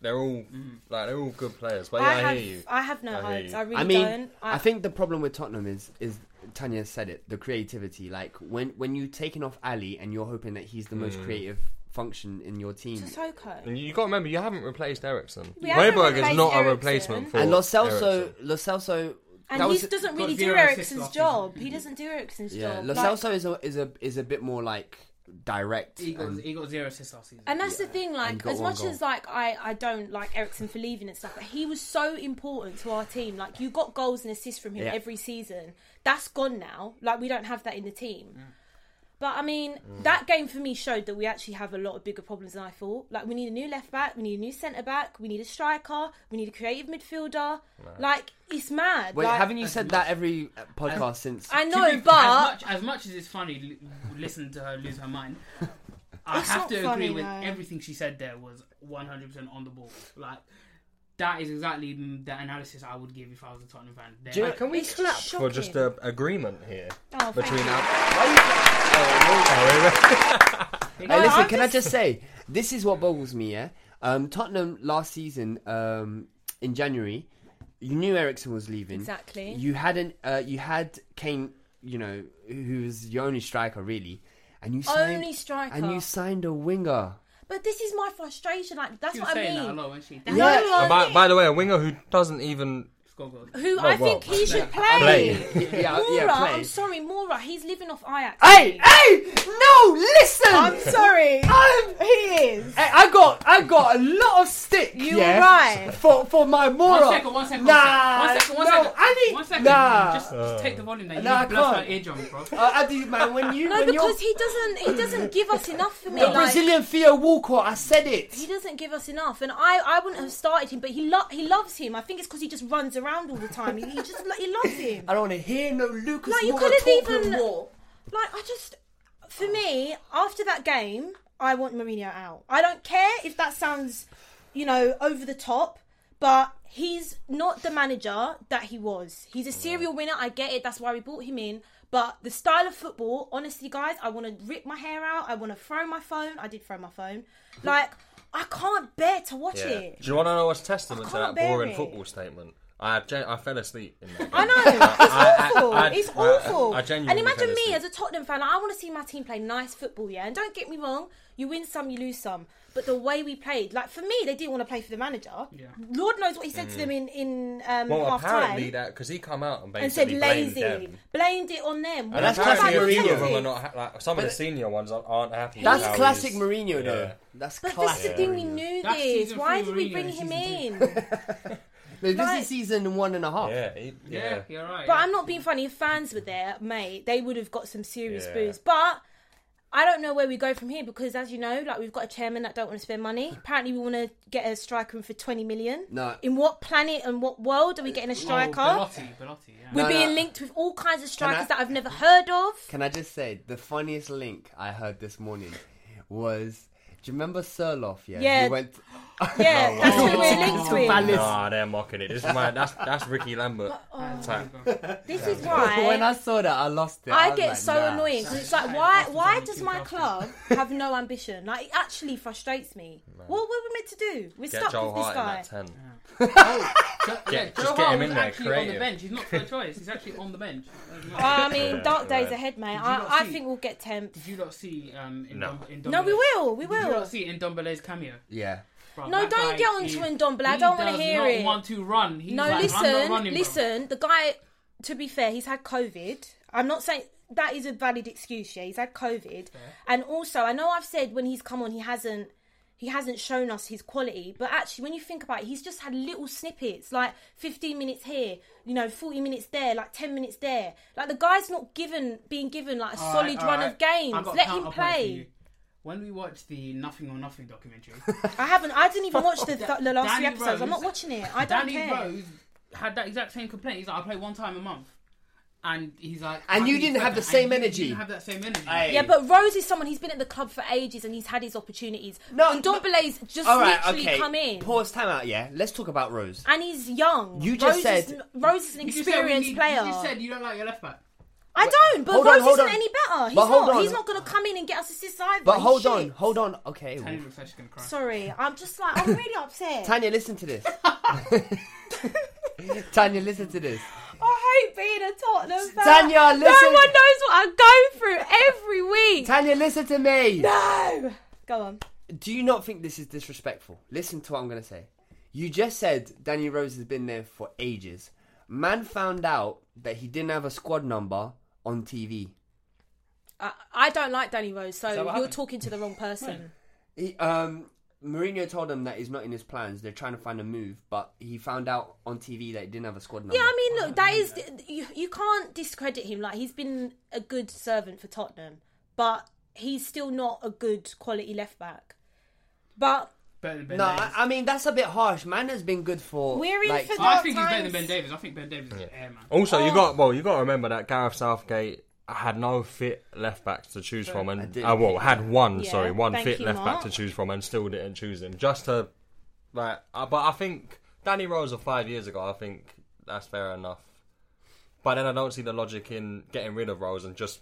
[SPEAKER 5] They're all like they're all good players. But yeah,
[SPEAKER 4] Mm. I,
[SPEAKER 5] I,
[SPEAKER 4] have,
[SPEAKER 5] hear you.
[SPEAKER 4] I have no
[SPEAKER 5] I hear
[SPEAKER 4] hopes.
[SPEAKER 5] you.
[SPEAKER 4] I really
[SPEAKER 3] I mean,
[SPEAKER 4] don't.
[SPEAKER 3] I, think the problem with Tottenham is is Tanya
[SPEAKER 5] Hmm.
[SPEAKER 3] said it, the creativity. Like when when you taking off Ali and you're hoping that he's the most creative function in your team.
[SPEAKER 4] Sissoko.
[SPEAKER 5] And you got to remember, you haven't replaced Ericsson.
[SPEAKER 4] We haven't
[SPEAKER 5] Hoiberg is
[SPEAKER 4] replaced
[SPEAKER 5] not a
[SPEAKER 4] Eriksen.
[SPEAKER 5] replacement for
[SPEAKER 3] And Lo Celso,
[SPEAKER 5] Eriksen.
[SPEAKER 3] Lo Celso,
[SPEAKER 4] And
[SPEAKER 3] that
[SPEAKER 4] he
[SPEAKER 3] was-
[SPEAKER 4] doesn't
[SPEAKER 6] got
[SPEAKER 4] really do
[SPEAKER 6] zero assists
[SPEAKER 4] Ericsson's
[SPEAKER 6] last
[SPEAKER 4] job. He doesn't do Ericsson's
[SPEAKER 3] yeah,
[SPEAKER 4] job.
[SPEAKER 3] Lo
[SPEAKER 4] Like-
[SPEAKER 3] Celso is a, is a is a bit more like direct.
[SPEAKER 6] He got,
[SPEAKER 3] and-
[SPEAKER 6] he got zero assists last season.
[SPEAKER 4] And that's the thing,
[SPEAKER 3] And
[SPEAKER 4] like,
[SPEAKER 3] got
[SPEAKER 4] as
[SPEAKER 3] one
[SPEAKER 4] much
[SPEAKER 3] goal.
[SPEAKER 4] as like I, I don't like Ericsson for leaving and stuff, but he was so important to our team. Like you got goals and assists from him
[SPEAKER 3] Yeah.
[SPEAKER 4] every season. That's gone now. Like we don't have that in the team. But I mean, that game for me showed that we actually have a lot of bigger problems than I thought. Like we need a new left back, we need a new centre back, we need a striker, we need a creative midfielder. Like it's mad.
[SPEAKER 3] Wait,
[SPEAKER 4] like,
[SPEAKER 3] haven't you said that every uh, podcast since?
[SPEAKER 4] I
[SPEAKER 6] To be
[SPEAKER 4] know,
[SPEAKER 6] f-
[SPEAKER 4] but
[SPEAKER 6] as much, as much as it's funny, l- listen to her lose her mind. I
[SPEAKER 4] It's
[SPEAKER 6] have
[SPEAKER 4] not
[SPEAKER 6] to
[SPEAKER 4] funny,
[SPEAKER 6] agree with
[SPEAKER 4] no.
[SPEAKER 6] everything she said. There was 100% on the ball. Like that is exactly mm, the analysis I would give if I was a Tottenham fan. They're
[SPEAKER 3] Do you-
[SPEAKER 6] like-
[SPEAKER 5] Can we
[SPEAKER 4] It's
[SPEAKER 5] clap for
[SPEAKER 4] shocking.
[SPEAKER 5] just an agreement here
[SPEAKER 4] Oh, thank
[SPEAKER 5] between
[SPEAKER 4] you. (laughs)
[SPEAKER 5] our...
[SPEAKER 3] Why are you-
[SPEAKER 5] Oh,
[SPEAKER 3] Hey, listen,
[SPEAKER 4] I'm
[SPEAKER 3] can I just say this is what boggles me? Yeah, um, Tottenham last season um, in January, you knew Ericsson was leaving.
[SPEAKER 4] Exactly.
[SPEAKER 3] You hadn't. Uh, you had Kane. You know, who was your only striker really, and you signed,
[SPEAKER 4] Only striker.
[SPEAKER 3] and you signed a winger.
[SPEAKER 4] but this is my frustration. Like that's
[SPEAKER 6] she was
[SPEAKER 4] what I
[SPEAKER 6] saying
[SPEAKER 4] mean.
[SPEAKER 6] that a lot, wasn't she?
[SPEAKER 4] No,
[SPEAKER 3] Yeah.
[SPEAKER 4] I
[SPEAKER 5] by,
[SPEAKER 4] mean-
[SPEAKER 5] by the way, a winger who doesn't even...
[SPEAKER 6] Score goals.
[SPEAKER 4] who
[SPEAKER 5] No,
[SPEAKER 4] I
[SPEAKER 5] well,
[SPEAKER 4] think he
[SPEAKER 3] (laughs)
[SPEAKER 4] should
[SPEAKER 3] Play.
[SPEAKER 4] play.
[SPEAKER 3] Yeah,
[SPEAKER 4] Mora,
[SPEAKER 3] yeah, play.
[SPEAKER 4] I'm sorry, Mora, he's living off Ajax.
[SPEAKER 3] Hey, hey! No, listen.
[SPEAKER 4] I'm
[SPEAKER 3] (laughs)
[SPEAKER 4] sorry.
[SPEAKER 3] I'm-
[SPEAKER 4] he is.
[SPEAKER 3] Hey, I got I got a lot of stick.
[SPEAKER 4] You were
[SPEAKER 3] yeah,
[SPEAKER 4] right.
[SPEAKER 3] For for my moron.
[SPEAKER 6] One second, one second,
[SPEAKER 3] Nah,
[SPEAKER 6] one second, one second, one
[SPEAKER 3] no,
[SPEAKER 6] second.
[SPEAKER 3] I need
[SPEAKER 6] one second.
[SPEAKER 3] nah.
[SPEAKER 6] Just, just take the volume down. You
[SPEAKER 3] Nah,
[SPEAKER 6] need to blast
[SPEAKER 3] I
[SPEAKER 6] that eardrum, bro.
[SPEAKER 3] Uh, Adi, man, when
[SPEAKER 4] (laughs)
[SPEAKER 3] you
[SPEAKER 4] No,
[SPEAKER 3] when you're
[SPEAKER 4] because he doesn't. He doesn't give us enough for me.
[SPEAKER 3] the
[SPEAKER 4] like,
[SPEAKER 3] Brazilian Theo Walcott, I said it.
[SPEAKER 4] He doesn't give us enough, and I, I wouldn't have started him, but he lo- he loves him. I think it's because he just runs around all the time. He, he just lo- he loves him.
[SPEAKER 3] I don't want to hear no Lucas.
[SPEAKER 4] No, you
[SPEAKER 3] Moura
[SPEAKER 4] could have
[SPEAKER 3] talking
[SPEAKER 4] even-
[SPEAKER 3] more.
[SPEAKER 4] Like I just, for me, after that game, I want Mourinho out. I don't care if that sounds, you know, over the top, but he's not the manager that he was. He's a serial winner. I get it. That's why we brought him in. But the style of football, honestly, guys, I want to rip my hair out. I want to throw my phone. I did throw my phone. Like I can't bear to watch
[SPEAKER 5] Yeah.
[SPEAKER 4] it.
[SPEAKER 5] Do you want to know what's testament to
[SPEAKER 4] can't
[SPEAKER 5] that
[SPEAKER 4] bear
[SPEAKER 5] boring
[SPEAKER 4] it.
[SPEAKER 5] football statement? I, gen- I fell asleep in that
[SPEAKER 4] I
[SPEAKER 5] game.
[SPEAKER 4] know it's awful.
[SPEAKER 5] I- I-
[SPEAKER 4] it's
[SPEAKER 5] I-
[SPEAKER 4] awful.
[SPEAKER 5] I genuinely
[SPEAKER 4] and imagine
[SPEAKER 5] fell
[SPEAKER 4] me
[SPEAKER 5] asleep.
[SPEAKER 4] as a Tottenham fan. like, I want to see my team play nice football, yeah. And don't get me wrong, you win some, you lose some. But the way we played, like for me, they didn't want to play for the manager.
[SPEAKER 6] Yeah.
[SPEAKER 4] Lord knows what he said to them in in um,
[SPEAKER 5] Mm. Well,
[SPEAKER 4] half
[SPEAKER 5] apparently
[SPEAKER 4] time
[SPEAKER 5] that because he come out and basically
[SPEAKER 4] and said
[SPEAKER 5] blamed
[SPEAKER 4] lazy,
[SPEAKER 5] them.
[SPEAKER 4] blamed it on them.
[SPEAKER 5] And
[SPEAKER 4] What
[SPEAKER 3] that's
[SPEAKER 4] about
[SPEAKER 5] apparently
[SPEAKER 3] classic
[SPEAKER 5] a few of
[SPEAKER 4] Chelsea?
[SPEAKER 5] them are not ha- like some of the senior ones aren't- aren't happy. with
[SPEAKER 3] That's
[SPEAKER 5] how
[SPEAKER 3] classic
[SPEAKER 5] he's-
[SPEAKER 3] Mourinho, though.
[SPEAKER 5] Yeah.
[SPEAKER 3] That's
[SPEAKER 4] But that's
[SPEAKER 3] classic.
[SPEAKER 4] the thing. We knew
[SPEAKER 6] That's
[SPEAKER 4] this.
[SPEAKER 6] season
[SPEAKER 4] Why
[SPEAKER 6] three
[SPEAKER 4] did we
[SPEAKER 6] Mourinho,
[SPEAKER 4] bring him in?
[SPEAKER 6] (laughs) season
[SPEAKER 3] No, this
[SPEAKER 4] Like-
[SPEAKER 3] is season one and a half.
[SPEAKER 5] Yeah, he-
[SPEAKER 6] Yeah,
[SPEAKER 5] yeah.
[SPEAKER 6] you're right.
[SPEAKER 4] But I'm not being funny. If fans were there, mate, they would have got some serious
[SPEAKER 5] Yeah.
[SPEAKER 4] booze. But I don't know where we go from here because, as you know, like we've got a chairman that don't want to spend
[SPEAKER 3] (laughs)
[SPEAKER 4] money. Apparently, we want to get a striker in for 20 million.
[SPEAKER 3] No.
[SPEAKER 4] In what planet and what world are we getting a
[SPEAKER 6] Oh,
[SPEAKER 4] striker?
[SPEAKER 6] Belotti, Belotti, yeah.
[SPEAKER 4] We're
[SPEAKER 3] No,
[SPEAKER 4] being
[SPEAKER 3] no.
[SPEAKER 4] linked with all kinds of strikers
[SPEAKER 3] I-
[SPEAKER 4] that I've never heard
[SPEAKER 3] (laughs)
[SPEAKER 4] of.
[SPEAKER 3] Can I just say the funniest link I heard this morning was? Do you remember Sirloff? Yeah.
[SPEAKER 4] Yeah.
[SPEAKER 3] He went. (laughs)
[SPEAKER 4] Yeah, that's who
[SPEAKER 3] wow.
[SPEAKER 4] we're linked with.
[SPEAKER 5] Nah, they're mocking it. This is my that's that's Ricky Lambert. type.
[SPEAKER 4] This is
[SPEAKER 3] When I
[SPEAKER 4] why
[SPEAKER 3] saw that, I lost it.
[SPEAKER 4] I
[SPEAKER 3] was
[SPEAKER 4] get
[SPEAKER 3] like,
[SPEAKER 4] so
[SPEAKER 3] nah.
[SPEAKER 4] annoying because it's like, why, why does my club have no ambition? Like, it actually frustrates
[SPEAKER 3] (laughs)
[SPEAKER 4] me. What were we meant to do? We're
[SPEAKER 5] Get
[SPEAKER 4] stuck
[SPEAKER 5] Joel
[SPEAKER 4] with this
[SPEAKER 5] Hart
[SPEAKER 4] guy.
[SPEAKER 5] in that ten.
[SPEAKER 6] Oh, Jo- yeah,
[SPEAKER 5] Get-
[SPEAKER 6] Joe
[SPEAKER 5] just get
[SPEAKER 6] Hart
[SPEAKER 5] him in
[SPEAKER 6] was
[SPEAKER 5] there,
[SPEAKER 6] actually on
[SPEAKER 5] creative.
[SPEAKER 6] the bench. He's not for choice. He's actually on
[SPEAKER 4] (laughs)
[SPEAKER 6] the bench. (laughs)
[SPEAKER 4] I mean, dark days
[SPEAKER 5] right.
[SPEAKER 4] ahead, mate.
[SPEAKER 6] you
[SPEAKER 4] I,
[SPEAKER 6] not
[SPEAKER 4] I
[SPEAKER 6] see-
[SPEAKER 4] think we'll get tenth.
[SPEAKER 6] Did you not see um, in,
[SPEAKER 5] No.
[SPEAKER 6] Dom- in
[SPEAKER 4] No, we
[SPEAKER 6] Dombele's-
[SPEAKER 4] will. We
[SPEAKER 6] Did you
[SPEAKER 4] will.
[SPEAKER 6] not see in Dombele's cameo?
[SPEAKER 3] Yeah.
[SPEAKER 6] Bruh,
[SPEAKER 4] No,
[SPEAKER 6] that
[SPEAKER 4] don't
[SPEAKER 6] guy
[SPEAKER 4] get on
[SPEAKER 6] is-
[SPEAKER 4] to Ndombele. I
[SPEAKER 6] he
[SPEAKER 4] don't wanna
[SPEAKER 6] does
[SPEAKER 4] hear
[SPEAKER 6] not
[SPEAKER 4] it.
[SPEAKER 6] want to run. He's
[SPEAKER 4] No,
[SPEAKER 6] like, I'm not
[SPEAKER 4] listen,
[SPEAKER 6] running, bruv.
[SPEAKER 4] listen. The guy, to be fair, he's had COVID. I'm not saying that is a valid excuse. Yeah, he's had COVID, and also I know I've said when he's come on, he hasn't. He hasn't shown us his quality, but actually, when you think about it, he's just had little snippets, like 15 minutes here, you know, 40 minutes there, like 10 minutes there. Like the guy's not given, being given like a
[SPEAKER 6] All
[SPEAKER 4] solid
[SPEAKER 6] right, all
[SPEAKER 4] run
[SPEAKER 6] right.
[SPEAKER 4] of games.
[SPEAKER 6] I've got a
[SPEAKER 4] Let him
[SPEAKER 6] counterpoint for you.
[SPEAKER 4] play.
[SPEAKER 6] When we watched the Nothing or Nothing documentary,
[SPEAKER 4] (laughs) I haven't. I didn't even
[SPEAKER 3] (laughs)
[SPEAKER 4] watch the, th- the last
[SPEAKER 6] Danny
[SPEAKER 4] three episodes. I'm
[SPEAKER 6] Rose-
[SPEAKER 4] not watching it. I don't
[SPEAKER 6] Danny
[SPEAKER 4] care.
[SPEAKER 6] Rose had that exact same complaint. He's like, I play one time a month. And he's like,
[SPEAKER 3] And
[SPEAKER 6] "How
[SPEAKER 3] you
[SPEAKER 6] can
[SPEAKER 3] didn't
[SPEAKER 6] expect
[SPEAKER 3] have the
[SPEAKER 6] that?" And
[SPEAKER 3] same
[SPEAKER 6] you
[SPEAKER 3] energy.
[SPEAKER 6] Didn't have that same energy.
[SPEAKER 3] Aye.
[SPEAKER 4] Yeah, but Rose is someone he's been at the club for ages and he's had his opportunities.
[SPEAKER 3] No,
[SPEAKER 4] No, and Dombele's just
[SPEAKER 3] All right.
[SPEAKER 4] literally
[SPEAKER 3] Okay.
[SPEAKER 4] come in,
[SPEAKER 3] Pause. Time out. Yeah. Let's talk about Rose.
[SPEAKER 4] and he's young.
[SPEAKER 3] You just
[SPEAKER 4] Rose
[SPEAKER 3] said-
[SPEAKER 4] is, n- Rose is an
[SPEAKER 6] You just said we
[SPEAKER 4] experienced
[SPEAKER 6] need-
[SPEAKER 4] player.
[SPEAKER 6] You just said you don't like your left back.
[SPEAKER 4] I don't, but
[SPEAKER 3] Hold on,
[SPEAKER 4] Rose
[SPEAKER 3] hold
[SPEAKER 4] isn't
[SPEAKER 3] on.
[SPEAKER 4] any better. He's
[SPEAKER 3] But hold
[SPEAKER 4] not.
[SPEAKER 3] on.
[SPEAKER 4] He's not going to come in and get us assists either.
[SPEAKER 3] But
[SPEAKER 4] He's
[SPEAKER 3] hold
[SPEAKER 4] shit.
[SPEAKER 3] on. Hold on. Okay.
[SPEAKER 6] Danny
[SPEAKER 3] well,
[SPEAKER 6] looks like she's gonna cry.
[SPEAKER 4] Sorry, I'm just like I'm really upset.
[SPEAKER 3] Tanya, listen to this. Tanya, listen to this.
[SPEAKER 4] I hate being a Tottenham fan.
[SPEAKER 3] Tanya, listen-
[SPEAKER 4] No one knows what I go through every week.
[SPEAKER 3] Tanya, listen to me.
[SPEAKER 4] no, go on.
[SPEAKER 3] Do you not think this is disrespectful? Listen to what I'm going to say. You just said Danny Rose has been there for ages. Man found out that he didn't have a squad number on TV.
[SPEAKER 4] I, I don't like Danny Rose, so
[SPEAKER 3] that
[SPEAKER 4] you're
[SPEAKER 3] what happened?
[SPEAKER 4] talking to the wrong person.
[SPEAKER 3] He, um, Mourinho told him that he's not in his plans. They're trying to find a move, but he found out on TV that he didn't have a squad number.
[SPEAKER 4] Yeah, I mean, look, that is you, you can't discredit him. Like he's been a good servant for Tottenham, but he's still not a good quality left back. But
[SPEAKER 6] Better than Ben
[SPEAKER 3] no,
[SPEAKER 6] Davis.
[SPEAKER 3] I, I mean that's a bit harsh. Man has been good for.
[SPEAKER 4] We're in
[SPEAKER 3] like,
[SPEAKER 4] for
[SPEAKER 6] I
[SPEAKER 4] dark
[SPEAKER 6] think he's better than Ben
[SPEAKER 4] times.
[SPEAKER 6] Davis. I think Ben Davis is an airman.
[SPEAKER 5] Also,
[SPEAKER 4] Oh.
[SPEAKER 5] you got well, you got to remember that Gareth Southgate had no fit left backs to choose from, and
[SPEAKER 3] didn't
[SPEAKER 5] uh, well, had one
[SPEAKER 4] Yeah,
[SPEAKER 5] sorry, one
[SPEAKER 4] thank
[SPEAKER 5] fit
[SPEAKER 4] you,
[SPEAKER 5] left back
[SPEAKER 4] Mark.
[SPEAKER 5] to choose from, and still didn't choose him. Just to like, uh, but I think Danny Rose of five years ago, I think that's fair enough. But then I don't see the logic in getting rid of Rose and just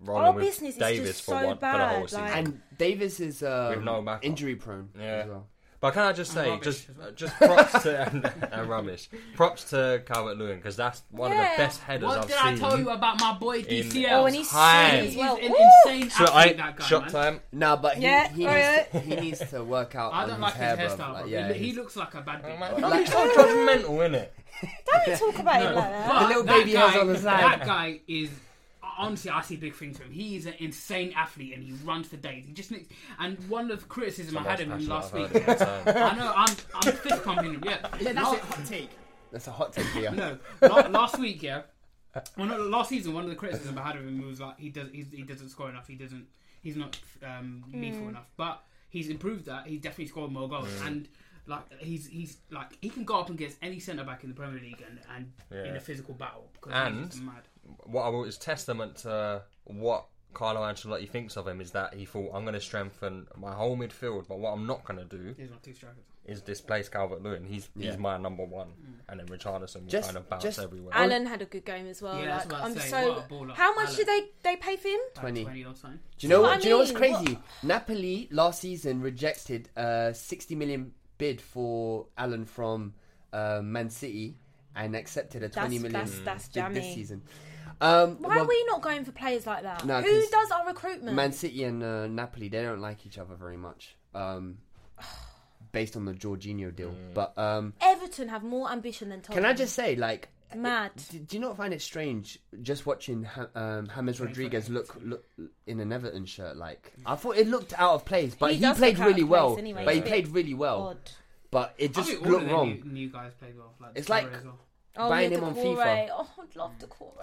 [SPEAKER 5] rolling
[SPEAKER 4] Our
[SPEAKER 5] with
[SPEAKER 4] business is
[SPEAKER 5] Davis
[SPEAKER 4] just
[SPEAKER 5] for
[SPEAKER 4] so
[SPEAKER 5] one for the whole
[SPEAKER 4] bad,
[SPEAKER 5] season.
[SPEAKER 4] like-
[SPEAKER 3] And Davis is um,
[SPEAKER 5] With no backup.
[SPEAKER 3] injury prone.
[SPEAKER 5] Yeah.
[SPEAKER 3] As well.
[SPEAKER 5] But can I just say,
[SPEAKER 6] rubbish
[SPEAKER 5] just
[SPEAKER 6] as well.
[SPEAKER 5] just props
[SPEAKER 3] (laughs)
[SPEAKER 5] to and, and rubbish, props to Calvert Lewin because that's one of
[SPEAKER 4] Yeah.
[SPEAKER 5] the best headers
[SPEAKER 6] What
[SPEAKER 5] I've
[SPEAKER 6] did
[SPEAKER 5] seen.
[SPEAKER 6] I tell you about my boy DCL?
[SPEAKER 5] Oh,
[SPEAKER 4] oh, and he's
[SPEAKER 5] Time.
[SPEAKER 4] seen as
[SPEAKER 6] He's
[SPEAKER 4] well.
[SPEAKER 6] an
[SPEAKER 4] Woo!
[SPEAKER 6] insane
[SPEAKER 5] So
[SPEAKER 6] athlete,
[SPEAKER 5] I
[SPEAKER 6] that guy,
[SPEAKER 5] shot
[SPEAKER 6] man.
[SPEAKER 5] time.
[SPEAKER 3] No, but he,
[SPEAKER 4] Yeah,
[SPEAKER 3] he, needs,
[SPEAKER 4] alright.
[SPEAKER 3] to, he needs to work
[SPEAKER 6] (laughs)
[SPEAKER 3] out.
[SPEAKER 6] I
[SPEAKER 3] on
[SPEAKER 6] don't like his
[SPEAKER 3] hair, bruv.
[SPEAKER 6] hairstyle.
[SPEAKER 3] Like,
[SPEAKER 6] bro.
[SPEAKER 3] yeah,
[SPEAKER 6] he, he
[SPEAKER 3] (laughs) he's-
[SPEAKER 6] looks like a
[SPEAKER 5] Oh,
[SPEAKER 6] bad bitch.
[SPEAKER 5] He's so
[SPEAKER 6] (laughs)
[SPEAKER 5] judgmental, isn't it?
[SPEAKER 4] Don't talk about him like that.
[SPEAKER 6] But
[SPEAKER 3] little
[SPEAKER 6] that
[SPEAKER 3] baby
[SPEAKER 6] guy,
[SPEAKER 3] hairs on the side.
[SPEAKER 6] That guy is honestly, I see big things from him. He is an insane athlete, and he runs for days. He just nicks. And one of the criticism I had of him last week. I know I'm I'm fist pumping him. Yeah, yeah that's it. Hot take.
[SPEAKER 3] (laughs) that's a hot take here.
[SPEAKER 6] No, la- last week, yeah. Well, no, last season, one of the criticism I had of him was like he does he's, he doesn't score enough. He doesn't he's not um,
[SPEAKER 3] Mm.
[SPEAKER 6] lethal enough. But he's improved that. He's definitely scored more goals and. Like he's he's like he can go up against any centre back in the Premier League and, and in a physical battle because he's
[SPEAKER 5] And-
[SPEAKER 6] just mad.
[SPEAKER 5] um, What I will is testament to what Carlo Ancelotti thinks of him is that he thought I'm going to strengthen my whole midfield, but what I'm not going to do
[SPEAKER 6] He's not two strikers.
[SPEAKER 5] is displace Calvert Lewin. He's
[SPEAKER 3] Yeah.
[SPEAKER 5] he's my number one,
[SPEAKER 6] Mm.
[SPEAKER 5] and then Richarlison will
[SPEAKER 3] Just-
[SPEAKER 5] kind of bounce
[SPEAKER 3] just-
[SPEAKER 5] everywhere.
[SPEAKER 4] Alan had a good game as well.
[SPEAKER 6] Yeah, that's
[SPEAKER 4] like,
[SPEAKER 6] what I
[SPEAKER 4] I'm
[SPEAKER 6] was saying.
[SPEAKER 4] so.
[SPEAKER 6] What a baller.
[SPEAKER 4] How much
[SPEAKER 6] Alan.
[SPEAKER 4] did they they pay for him?
[SPEAKER 3] Twenty.
[SPEAKER 6] Twenty or something.
[SPEAKER 3] Do you know
[SPEAKER 4] What
[SPEAKER 3] what?
[SPEAKER 4] I
[SPEAKER 3] Do you know what's
[SPEAKER 4] mean,
[SPEAKER 3] crazy? Napoli last season rejected a 60 million bid for Allen from uh, Man City and accepted a
[SPEAKER 4] That's-
[SPEAKER 3] 20 million
[SPEAKER 4] that's- that's
[SPEAKER 3] bid this
[SPEAKER 4] jammy.
[SPEAKER 3] season. Um,
[SPEAKER 4] Why
[SPEAKER 3] well,
[SPEAKER 4] are we not going for players like that?
[SPEAKER 3] No,
[SPEAKER 4] Who
[SPEAKER 3] 'cause
[SPEAKER 4] does our recruitment?
[SPEAKER 3] Man City and uh, Napoli they don't like each other very much.
[SPEAKER 4] (sighs)
[SPEAKER 3] Um, based on the Jorginho deal,
[SPEAKER 6] Mm.
[SPEAKER 3] but um,
[SPEAKER 4] Everton have more ambition than Tottenham.
[SPEAKER 3] can I just say like.
[SPEAKER 4] Mad.
[SPEAKER 3] Do, do you not find it strange just watching ha- um, James Rodriguez look, look in an Everton shirt? Like I thought it looked out of place, but
[SPEAKER 4] He
[SPEAKER 3] he,
[SPEAKER 4] does
[SPEAKER 3] played
[SPEAKER 4] look out of
[SPEAKER 3] really well.
[SPEAKER 4] place anyway,
[SPEAKER 3] But he
[SPEAKER 4] yeah.
[SPEAKER 3] played really well.
[SPEAKER 4] Odd.
[SPEAKER 3] But it
[SPEAKER 6] I
[SPEAKER 3] just
[SPEAKER 6] think all of
[SPEAKER 3] looked
[SPEAKER 6] the
[SPEAKER 3] wrong.
[SPEAKER 6] New, new guys play well. Like
[SPEAKER 3] It's
[SPEAKER 6] Torre
[SPEAKER 3] like-
[SPEAKER 6] as well.
[SPEAKER 4] Oh,
[SPEAKER 3] buying
[SPEAKER 4] yeah,
[SPEAKER 3] him on
[SPEAKER 4] Decore.
[SPEAKER 3] FIFA.
[SPEAKER 4] Oh, I'd love Decore.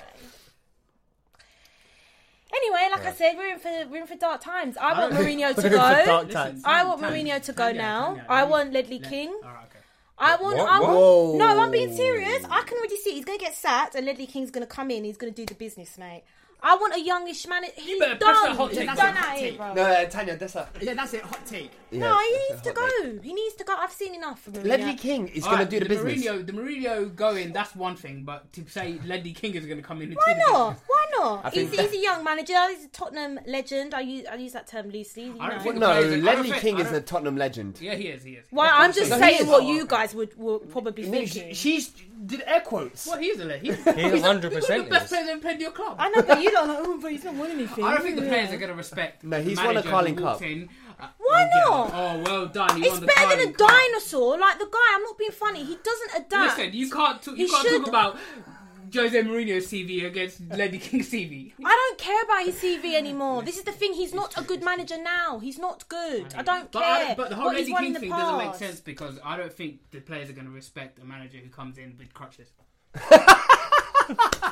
[SPEAKER 4] Anyway, like I said, we're in for we're in for dark times. I
[SPEAKER 3] (laughs)
[SPEAKER 4] want Mourinho to go.
[SPEAKER 7] Dark times.
[SPEAKER 4] I want Mourinho to go now. I want Ledley King.
[SPEAKER 6] All right, okay.
[SPEAKER 4] I want.
[SPEAKER 5] What?
[SPEAKER 4] I want.
[SPEAKER 3] Whoa.
[SPEAKER 4] No, I'm being serious. I can already see it. he's going to get sacked, and Ledley King's going to come in. He's going to do the business, mate. I want a youngish man. He's
[SPEAKER 6] better
[SPEAKER 4] done.
[SPEAKER 6] press that hot
[SPEAKER 4] He's
[SPEAKER 6] take.
[SPEAKER 4] done
[SPEAKER 6] That's a
[SPEAKER 4] out
[SPEAKER 6] hot
[SPEAKER 4] here,
[SPEAKER 6] take.
[SPEAKER 4] bro.
[SPEAKER 3] No, uh, Tanya, that's a.
[SPEAKER 6] Yeah, that's it. Hot take.
[SPEAKER 4] No, he needs to go. He needs to go. I've seen enough of Mourinho.
[SPEAKER 3] Ledley King is going
[SPEAKER 6] Alright,
[SPEAKER 3] to do the, business.
[SPEAKER 6] Mourinho, the Mourinho going, that's one thing, but to say Ledley King is going to come in and
[SPEAKER 4] Why
[SPEAKER 6] do the
[SPEAKER 4] not?
[SPEAKER 6] business.
[SPEAKER 4] Why not?
[SPEAKER 3] think
[SPEAKER 4] He's,
[SPEAKER 3] that-
[SPEAKER 4] he's a young manager. He's a Tottenham legend. I use I use that term loosely. You
[SPEAKER 6] I don't
[SPEAKER 4] know.
[SPEAKER 6] think-
[SPEAKER 3] No,
[SPEAKER 6] I don't
[SPEAKER 3] Ledley
[SPEAKER 6] think-
[SPEAKER 3] King
[SPEAKER 6] I
[SPEAKER 3] is a
[SPEAKER 6] don't-
[SPEAKER 3] Tottenham legend.
[SPEAKER 6] Yeah, he is, he is.
[SPEAKER 4] Well, I'm just
[SPEAKER 3] No, he
[SPEAKER 4] saying
[SPEAKER 3] is.
[SPEAKER 4] what you guys would, would probably be thinking.
[SPEAKER 3] She's did air quotes.
[SPEAKER 6] Well, he is a legend.
[SPEAKER 4] (laughs)
[SPEAKER 6] He's,
[SPEAKER 5] He's
[SPEAKER 6] he's
[SPEAKER 5] 100%
[SPEAKER 6] the best
[SPEAKER 5] is.
[SPEAKER 6] player that ever played in your club.
[SPEAKER 4] I know, but you don't
[SPEAKER 6] (laughs)
[SPEAKER 4] like, oh, but he's not winning anything.
[SPEAKER 6] I don't think the players are going to respect.
[SPEAKER 3] No, he's
[SPEAKER 6] the
[SPEAKER 3] won a
[SPEAKER 6] manager
[SPEAKER 3] Carling
[SPEAKER 6] who walks
[SPEAKER 3] Cup.
[SPEAKER 6] in, uh,
[SPEAKER 4] Why
[SPEAKER 6] and get-
[SPEAKER 4] not?
[SPEAKER 6] Oh, well done. He
[SPEAKER 4] It's
[SPEAKER 6] won the
[SPEAKER 4] better than a
[SPEAKER 6] Carling Cup.
[SPEAKER 4] dinosaur, like the guy. I'm not being funny. He doesn't adapt.
[SPEAKER 6] Listen, you can't, talk, you
[SPEAKER 4] He
[SPEAKER 6] can't
[SPEAKER 4] should-
[SPEAKER 6] talk about Jose Mourinho's CV against Ledley King's CV.
[SPEAKER 4] I don't care about his CV anymore. This is the thing. He's not a good manager now. He's not good. I don't
[SPEAKER 6] But, I
[SPEAKER 4] care.
[SPEAKER 6] don't, but the whole
[SPEAKER 4] what
[SPEAKER 6] Ledley
[SPEAKER 4] he's won in
[SPEAKER 6] King
[SPEAKER 4] the
[SPEAKER 6] thing doesn't make
[SPEAKER 4] past.
[SPEAKER 6] sense because I don't think the players are going to respect a manager who comes in with crutches.
[SPEAKER 3] (laughs)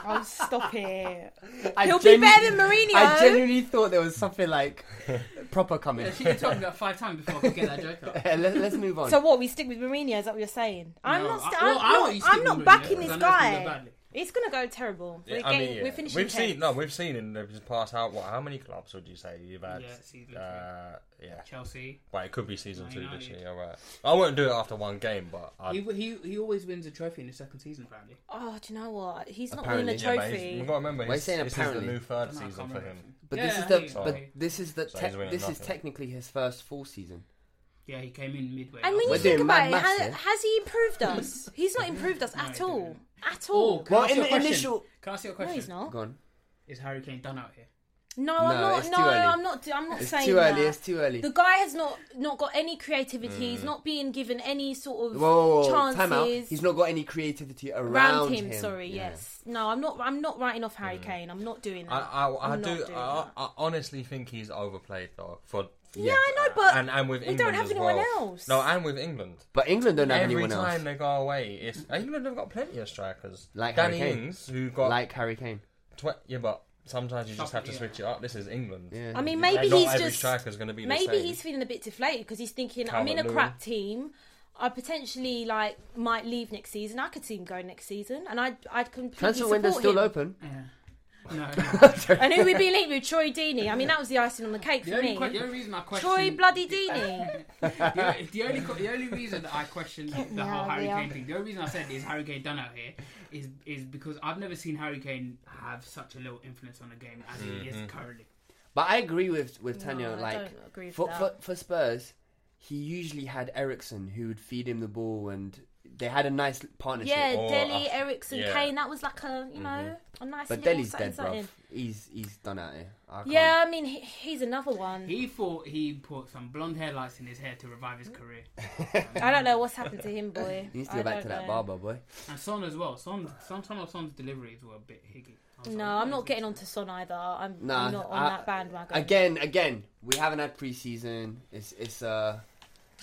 [SPEAKER 4] Oh,
[SPEAKER 6] (laughs)
[SPEAKER 4] stop it.
[SPEAKER 3] I
[SPEAKER 4] He'll
[SPEAKER 3] genu-
[SPEAKER 4] be better than Mourinho.
[SPEAKER 3] I genuinely thought there was something
[SPEAKER 5] (laughs)
[SPEAKER 3] like proper coming. (laughs)
[SPEAKER 6] She told me that five times before I could get that joke out.
[SPEAKER 3] Uh, let, us move on.
[SPEAKER 4] So what? We stick with Mourinho? Is that what you're saying? I'm
[SPEAKER 6] No,
[SPEAKER 4] not. St-
[SPEAKER 6] I- well, I want
[SPEAKER 4] I'm
[SPEAKER 6] you
[SPEAKER 4] not,
[SPEAKER 6] to
[SPEAKER 4] I'm
[SPEAKER 6] stick
[SPEAKER 4] not
[SPEAKER 6] with Mourinho,
[SPEAKER 4] backing this
[SPEAKER 6] because I know
[SPEAKER 4] guy.
[SPEAKER 6] it's gonna go badly.
[SPEAKER 4] It's gonna go terrible. We're,
[SPEAKER 5] I mean,
[SPEAKER 4] getting,
[SPEAKER 5] yeah.
[SPEAKER 4] we're finishing.
[SPEAKER 5] We've seen
[SPEAKER 4] tenth.
[SPEAKER 5] no, we've seen in the past how what, how many clubs would you say you've had?
[SPEAKER 6] Yeah, season
[SPEAKER 5] uh, yeah,
[SPEAKER 6] Chelsea.
[SPEAKER 5] but it could be season two this
[SPEAKER 6] United.
[SPEAKER 5] year. All right, I wouldn't do it after one game, but I'd
[SPEAKER 6] He, he he always wins a trophy in his second season, apparently.
[SPEAKER 4] Oh, do you know what? He's not
[SPEAKER 3] Apparently,
[SPEAKER 4] winning a
[SPEAKER 3] yeah,
[SPEAKER 5] Yeah, but he's-
[SPEAKER 4] trophy.
[SPEAKER 5] We've got to remember,
[SPEAKER 3] Why
[SPEAKER 5] he's,
[SPEAKER 3] you saying
[SPEAKER 5] this is the
[SPEAKER 3] apparently?
[SPEAKER 5] new third
[SPEAKER 6] No, I
[SPEAKER 5] season
[SPEAKER 6] can't
[SPEAKER 5] for
[SPEAKER 6] remember.
[SPEAKER 5] him.
[SPEAKER 3] but
[SPEAKER 6] Yeah,
[SPEAKER 3] this is the
[SPEAKER 6] I
[SPEAKER 3] but
[SPEAKER 6] agree.
[SPEAKER 3] this is the
[SPEAKER 5] So
[SPEAKER 3] te-
[SPEAKER 5] he's winning
[SPEAKER 3] this is
[SPEAKER 5] nothing.
[SPEAKER 3] technically his first full season.
[SPEAKER 6] Yeah, he came in midway.
[SPEAKER 4] and when
[SPEAKER 3] We're
[SPEAKER 4] you
[SPEAKER 6] last
[SPEAKER 4] think
[SPEAKER 3] doing
[SPEAKER 4] about it,
[SPEAKER 3] mad maths
[SPEAKER 4] has,
[SPEAKER 3] here.
[SPEAKER 4] has he improved us? He's
[SPEAKER 6] (laughs)
[SPEAKER 4] not improved us at
[SPEAKER 6] he
[SPEAKER 4] all. At
[SPEAKER 6] Oh,
[SPEAKER 4] all.
[SPEAKER 6] can
[SPEAKER 3] Well,
[SPEAKER 6] I ask
[SPEAKER 3] in
[SPEAKER 6] you a
[SPEAKER 3] the
[SPEAKER 6] question?
[SPEAKER 3] initial-
[SPEAKER 6] Can I ask you a
[SPEAKER 4] no,
[SPEAKER 6] question?
[SPEAKER 4] he's not.
[SPEAKER 3] Go on.
[SPEAKER 6] Is Harry Kane done out here?
[SPEAKER 4] No, I'm
[SPEAKER 3] No,
[SPEAKER 4] not.
[SPEAKER 3] it's
[SPEAKER 4] no,
[SPEAKER 3] too early.
[SPEAKER 4] I'm not. do- I'm not
[SPEAKER 3] It's
[SPEAKER 4] saying
[SPEAKER 3] too early,
[SPEAKER 4] that.
[SPEAKER 3] it's too early. Mm.
[SPEAKER 4] The guy has not not got any creativity. He's not being given any sort of
[SPEAKER 3] Whoa, whoa, whoa,
[SPEAKER 4] chances
[SPEAKER 3] time out. He's not got any creativity around,
[SPEAKER 4] around him.
[SPEAKER 3] him.
[SPEAKER 4] Sorry,
[SPEAKER 3] Yeah.
[SPEAKER 4] yes. No, I'm not. I'm not writing off Harry Kane. I'm not doing that.
[SPEAKER 5] I, I, I
[SPEAKER 4] I'm not
[SPEAKER 5] do.
[SPEAKER 4] doing
[SPEAKER 5] I,
[SPEAKER 4] that.
[SPEAKER 5] I honestly think he's overplayed though. For
[SPEAKER 4] Yeah, I know, but
[SPEAKER 5] and, and with
[SPEAKER 4] we don't
[SPEAKER 5] England
[SPEAKER 4] have
[SPEAKER 5] as
[SPEAKER 4] anyone
[SPEAKER 5] well.
[SPEAKER 4] else.
[SPEAKER 5] No, and with England.
[SPEAKER 3] But England don't have
[SPEAKER 5] Every
[SPEAKER 3] anyone
[SPEAKER 5] time
[SPEAKER 3] else.
[SPEAKER 5] they go away, it's England have got plenty of strikers.
[SPEAKER 3] Like
[SPEAKER 5] Danny
[SPEAKER 3] Harry Kane.
[SPEAKER 5] Ings, who got
[SPEAKER 3] Like Harry Kane.
[SPEAKER 5] tw- yeah, but sometimes you just have to
[SPEAKER 6] Yeah.
[SPEAKER 5] switch it up. This is England.
[SPEAKER 3] Yeah.
[SPEAKER 4] I mean,
[SPEAKER 5] Like,
[SPEAKER 4] maybe
[SPEAKER 5] not
[SPEAKER 4] he's
[SPEAKER 5] every
[SPEAKER 4] just
[SPEAKER 5] striker's gonna be the
[SPEAKER 4] maybe
[SPEAKER 5] same.
[SPEAKER 4] he's feeling a bit deflated because he's thinking, I'm in a
[SPEAKER 5] Calvert-Lewin.
[SPEAKER 4] crap team. I potentially like might leave next season. I could see him go next season, and I'd I'd completely
[SPEAKER 3] Transfer
[SPEAKER 4] support
[SPEAKER 3] window's still
[SPEAKER 4] him.
[SPEAKER 3] open.
[SPEAKER 6] No,
[SPEAKER 4] (laughs)
[SPEAKER 6] no.
[SPEAKER 4] And who would be linked with? Troy Deeney. I mean, that was the icing on the cake for
[SPEAKER 6] the, only
[SPEAKER 4] me.
[SPEAKER 6] que- the only reason I question
[SPEAKER 4] Troy bloody Deeney.
[SPEAKER 6] the, only- the only co- the only reason that I questioned the whole
[SPEAKER 4] out of
[SPEAKER 6] Harry
[SPEAKER 4] here.
[SPEAKER 6] Kane thing, the only reason I said is Harry Kane done out here is is because I've never seen Harry Kane have such a little influence on a game as he
[SPEAKER 5] Mm-hmm.
[SPEAKER 6] is currently.
[SPEAKER 3] But I agree with with Tanya.
[SPEAKER 4] I
[SPEAKER 3] like
[SPEAKER 4] don't agree with
[SPEAKER 3] for,
[SPEAKER 4] that.
[SPEAKER 3] for for Spurs, he usually had Ericsson who would feed him the ball, and they had a nice partnership.
[SPEAKER 4] yeah,
[SPEAKER 5] Or
[SPEAKER 4] Delhi,
[SPEAKER 5] us-
[SPEAKER 4] Ericsson,
[SPEAKER 5] yeah.
[SPEAKER 4] Kane. That was like a you know a nice.
[SPEAKER 3] But
[SPEAKER 4] little
[SPEAKER 3] Delhi's
[SPEAKER 4] something,
[SPEAKER 3] dead, bro.
[SPEAKER 4] something.
[SPEAKER 3] He's he's done out here. I can't-
[SPEAKER 4] Yeah, I mean he, he's another one.
[SPEAKER 6] He thought he put some blonde hair lights in his hair to revive
[SPEAKER 4] Mm.
[SPEAKER 6] his career,
[SPEAKER 4] I don't know what's happened to him, boy.
[SPEAKER 3] He needs to
[SPEAKER 4] I
[SPEAKER 3] go back
[SPEAKER 4] don't
[SPEAKER 3] to that
[SPEAKER 4] know.
[SPEAKER 3] barber boy.
[SPEAKER 6] and Son as well. Son, some some of Son's deliveries were a bit higgy. I was
[SPEAKER 4] No,
[SPEAKER 6] like,
[SPEAKER 4] I'm not getting onto Son either. I'm,
[SPEAKER 3] Nah,
[SPEAKER 4] I'm not on
[SPEAKER 3] I-
[SPEAKER 4] that bandwagon.
[SPEAKER 3] Again, again, we haven't had preseason. It's it's uh,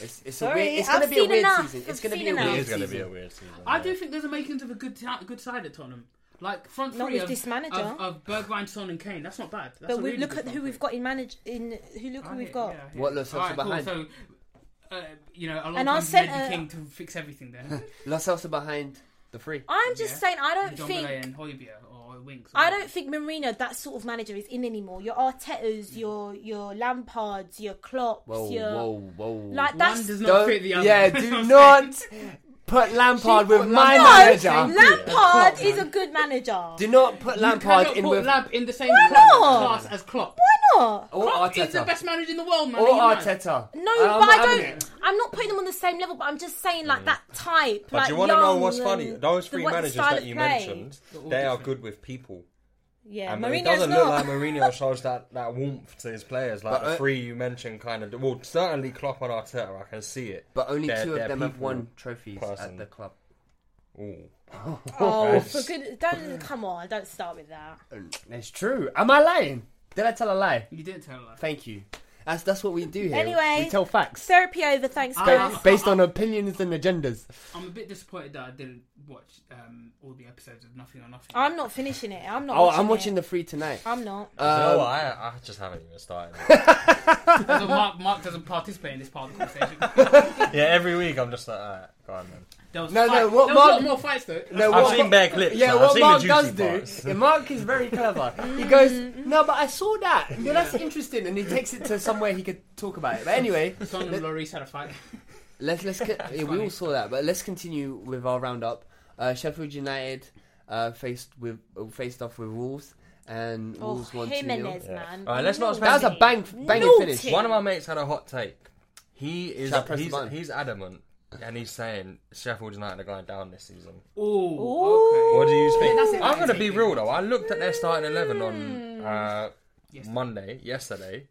[SPEAKER 3] it's it's a
[SPEAKER 4] Sorry,
[SPEAKER 3] weird. It's
[SPEAKER 4] I've
[SPEAKER 3] gonna be a
[SPEAKER 4] seen
[SPEAKER 3] weird
[SPEAKER 4] enough.
[SPEAKER 3] season. It's
[SPEAKER 4] I've
[SPEAKER 3] gonna be
[SPEAKER 4] seen
[SPEAKER 3] a
[SPEAKER 4] enough.
[SPEAKER 5] It
[SPEAKER 3] weird
[SPEAKER 5] is going to be a
[SPEAKER 3] season.
[SPEAKER 5] weird season.
[SPEAKER 6] I
[SPEAKER 5] yeah.
[SPEAKER 6] do think there's a makings of a good ta- good side at Tottenham. Like front
[SPEAKER 4] Not
[SPEAKER 6] three
[SPEAKER 4] with
[SPEAKER 6] of,
[SPEAKER 4] this manager.
[SPEAKER 6] of, of Bergwijn, Son, and Kane. That's not bad. That's a
[SPEAKER 4] but we
[SPEAKER 6] really
[SPEAKER 4] look
[SPEAKER 6] good
[SPEAKER 4] at
[SPEAKER 6] front
[SPEAKER 4] who
[SPEAKER 6] three.
[SPEAKER 4] we've got in manage in who look who we've got.
[SPEAKER 6] Yeah, yeah.
[SPEAKER 3] What Lo Celso
[SPEAKER 6] Alright, cool.
[SPEAKER 3] behind?
[SPEAKER 6] So, uh, you know, along
[SPEAKER 4] And uh,
[SPEAKER 6] and
[SPEAKER 4] our
[SPEAKER 6] comes Eddie
[SPEAKER 4] centre-
[SPEAKER 6] King to fix everything
[SPEAKER 4] (laughs)
[SPEAKER 6] there.
[SPEAKER 3] Lo Celso behind the three.
[SPEAKER 4] I'm just
[SPEAKER 6] Yeah.
[SPEAKER 4] saying I don't
[SPEAKER 6] Ndombele
[SPEAKER 4] think
[SPEAKER 6] and Hojbjerg or Winks.
[SPEAKER 4] I don't think Mourinho that sort of manager is in anymore. Your Arteta's, your your Lampards, your Klopps,
[SPEAKER 3] Mm. Whoa,
[SPEAKER 4] your
[SPEAKER 3] whoa, whoa!
[SPEAKER 4] like
[SPEAKER 6] One
[SPEAKER 4] that's
[SPEAKER 6] does
[SPEAKER 4] no
[SPEAKER 6] not fit the other. (laughs)
[SPEAKER 3] yeah,
[SPEAKER 6] That's what
[SPEAKER 3] do
[SPEAKER 6] I'm
[SPEAKER 3] not
[SPEAKER 6] saying.
[SPEAKER 3] put Lampard with my manager.
[SPEAKER 4] Lampard is a good manager.
[SPEAKER 3] Do not put
[SPEAKER 6] You
[SPEAKER 3] (laughs) Lampard
[SPEAKER 6] cannot
[SPEAKER 3] in
[SPEAKER 6] put
[SPEAKER 3] with
[SPEAKER 6] Lamp in the same
[SPEAKER 4] Why
[SPEAKER 6] class-
[SPEAKER 4] not?
[SPEAKER 6] class as Klopp.
[SPEAKER 4] Why not?
[SPEAKER 3] or
[SPEAKER 6] Klopp is the
[SPEAKER 3] Arteta.
[SPEAKER 6] best manager in the world, man.
[SPEAKER 3] Or
[SPEAKER 6] Are you mad?
[SPEAKER 3] Arteta. Um,
[SPEAKER 4] No, but
[SPEAKER 3] I'm not
[SPEAKER 4] I
[SPEAKER 3] having
[SPEAKER 4] don't.
[SPEAKER 3] it. Mm.
[SPEAKER 4] I'm not putting them on the same level. But I'm just saying, like that type.
[SPEAKER 5] But
[SPEAKER 4] like,
[SPEAKER 5] you want to know
[SPEAKER 4] young
[SPEAKER 5] what's funny?
[SPEAKER 4] and
[SPEAKER 5] Those
[SPEAKER 4] the
[SPEAKER 5] three
[SPEAKER 4] what- the
[SPEAKER 5] managers
[SPEAKER 4] style
[SPEAKER 5] that
[SPEAKER 4] of
[SPEAKER 5] you
[SPEAKER 4] play.
[SPEAKER 5] mentioned, they are good with people.
[SPEAKER 4] Yeah,
[SPEAKER 5] and
[SPEAKER 4] Mourinho's
[SPEAKER 5] it doesn't
[SPEAKER 4] not.
[SPEAKER 5] look
[SPEAKER 4] (laughs)
[SPEAKER 5] like Mourinho shows that, that warmth to his players. Like
[SPEAKER 3] But, uh,
[SPEAKER 5] the three you mentioned, kind of. Well, certainly Klopp and Arteta, I can see it.
[SPEAKER 3] But only
[SPEAKER 5] They're-
[SPEAKER 3] two of
[SPEAKER 5] they're
[SPEAKER 3] them have
[SPEAKER 5] people
[SPEAKER 3] won trophies at
[SPEAKER 5] person.
[SPEAKER 3] the club.
[SPEAKER 5] Ooh.
[SPEAKER 4] oh, for good. Don't come on. Don't start with that.
[SPEAKER 3] That's true. Am I lying? Did I tell a lie?
[SPEAKER 6] You didn't tell us.
[SPEAKER 3] Thank you. That's that's what we do here.
[SPEAKER 4] Anyway,
[SPEAKER 3] we tell facts Ah.
[SPEAKER 4] Therapy over. Thanks,
[SPEAKER 6] I-
[SPEAKER 4] guys.
[SPEAKER 3] ba- based on opinions and agendas.
[SPEAKER 6] I'm a bit disappointed that I didn't watch um, all the episodes of Nothing or Nothing.
[SPEAKER 4] I'm not finishing it. I'm not.
[SPEAKER 3] Oh, I'm watching
[SPEAKER 4] it.
[SPEAKER 3] the free tonight. Um,
[SPEAKER 4] I'm
[SPEAKER 5] (laughs)
[SPEAKER 4] not.
[SPEAKER 5] you know what? I, I just haven't even started. (laughs) it.
[SPEAKER 6] Because Mark, Mark doesn't participate in this part of the conversation.
[SPEAKER 3] (laughs)
[SPEAKER 5] yeah, every week I'm just like, alright, go on, man.
[SPEAKER 6] There was
[SPEAKER 3] No, no,
[SPEAKER 6] fight-
[SPEAKER 3] what
[SPEAKER 6] there was a
[SPEAKER 3] Mark-
[SPEAKER 6] lot more fights though.
[SPEAKER 3] No,
[SPEAKER 5] I've
[SPEAKER 3] what-
[SPEAKER 5] seen bare clips.
[SPEAKER 3] Yeah,
[SPEAKER 5] I've
[SPEAKER 3] what
[SPEAKER 5] seen
[SPEAKER 3] Mark
[SPEAKER 5] the
[SPEAKER 3] does
[SPEAKER 5] juicy parts.
[SPEAKER 3] do, yeah, Mark
[SPEAKER 5] (laughs)
[SPEAKER 3] is very clever.
[SPEAKER 4] Mm.
[SPEAKER 3] He goes, No, but I saw that. Yeah, that's interesting. And he takes it to somewhere he could talk about it.
[SPEAKER 5] (laughs)
[SPEAKER 3] But anyway,
[SPEAKER 6] Son and Lloris had a fight.
[SPEAKER 3] (laughs) let's, let's, co- yeah, we all saw that, but let's continue with our roundup. Uh, Sheffield United uh, faced with uh, faced off with Wolves, and
[SPEAKER 4] Oh,
[SPEAKER 3] Wolves won 2 0.
[SPEAKER 4] Jimenez, man.
[SPEAKER 5] Alright, let's not
[SPEAKER 4] Naughty.
[SPEAKER 5] spend-
[SPEAKER 3] That was a bang, banging
[SPEAKER 4] Naughty.
[SPEAKER 3] finish.
[SPEAKER 5] One of my mates had a hot take. He is
[SPEAKER 3] Shall I press the
[SPEAKER 5] he's,
[SPEAKER 3] button?
[SPEAKER 5] he's adamant, and he's saying Sheffield United are going down this season.
[SPEAKER 6] Oh,
[SPEAKER 5] What do you
[SPEAKER 6] that's
[SPEAKER 5] think?
[SPEAKER 6] it,
[SPEAKER 5] I'm
[SPEAKER 6] that's
[SPEAKER 5] going to be
[SPEAKER 6] it.
[SPEAKER 5] real though. I looked at their starting eleven on
[SPEAKER 3] Hmm.
[SPEAKER 5] uh,
[SPEAKER 6] Yes.
[SPEAKER 5] Monday, yesterday.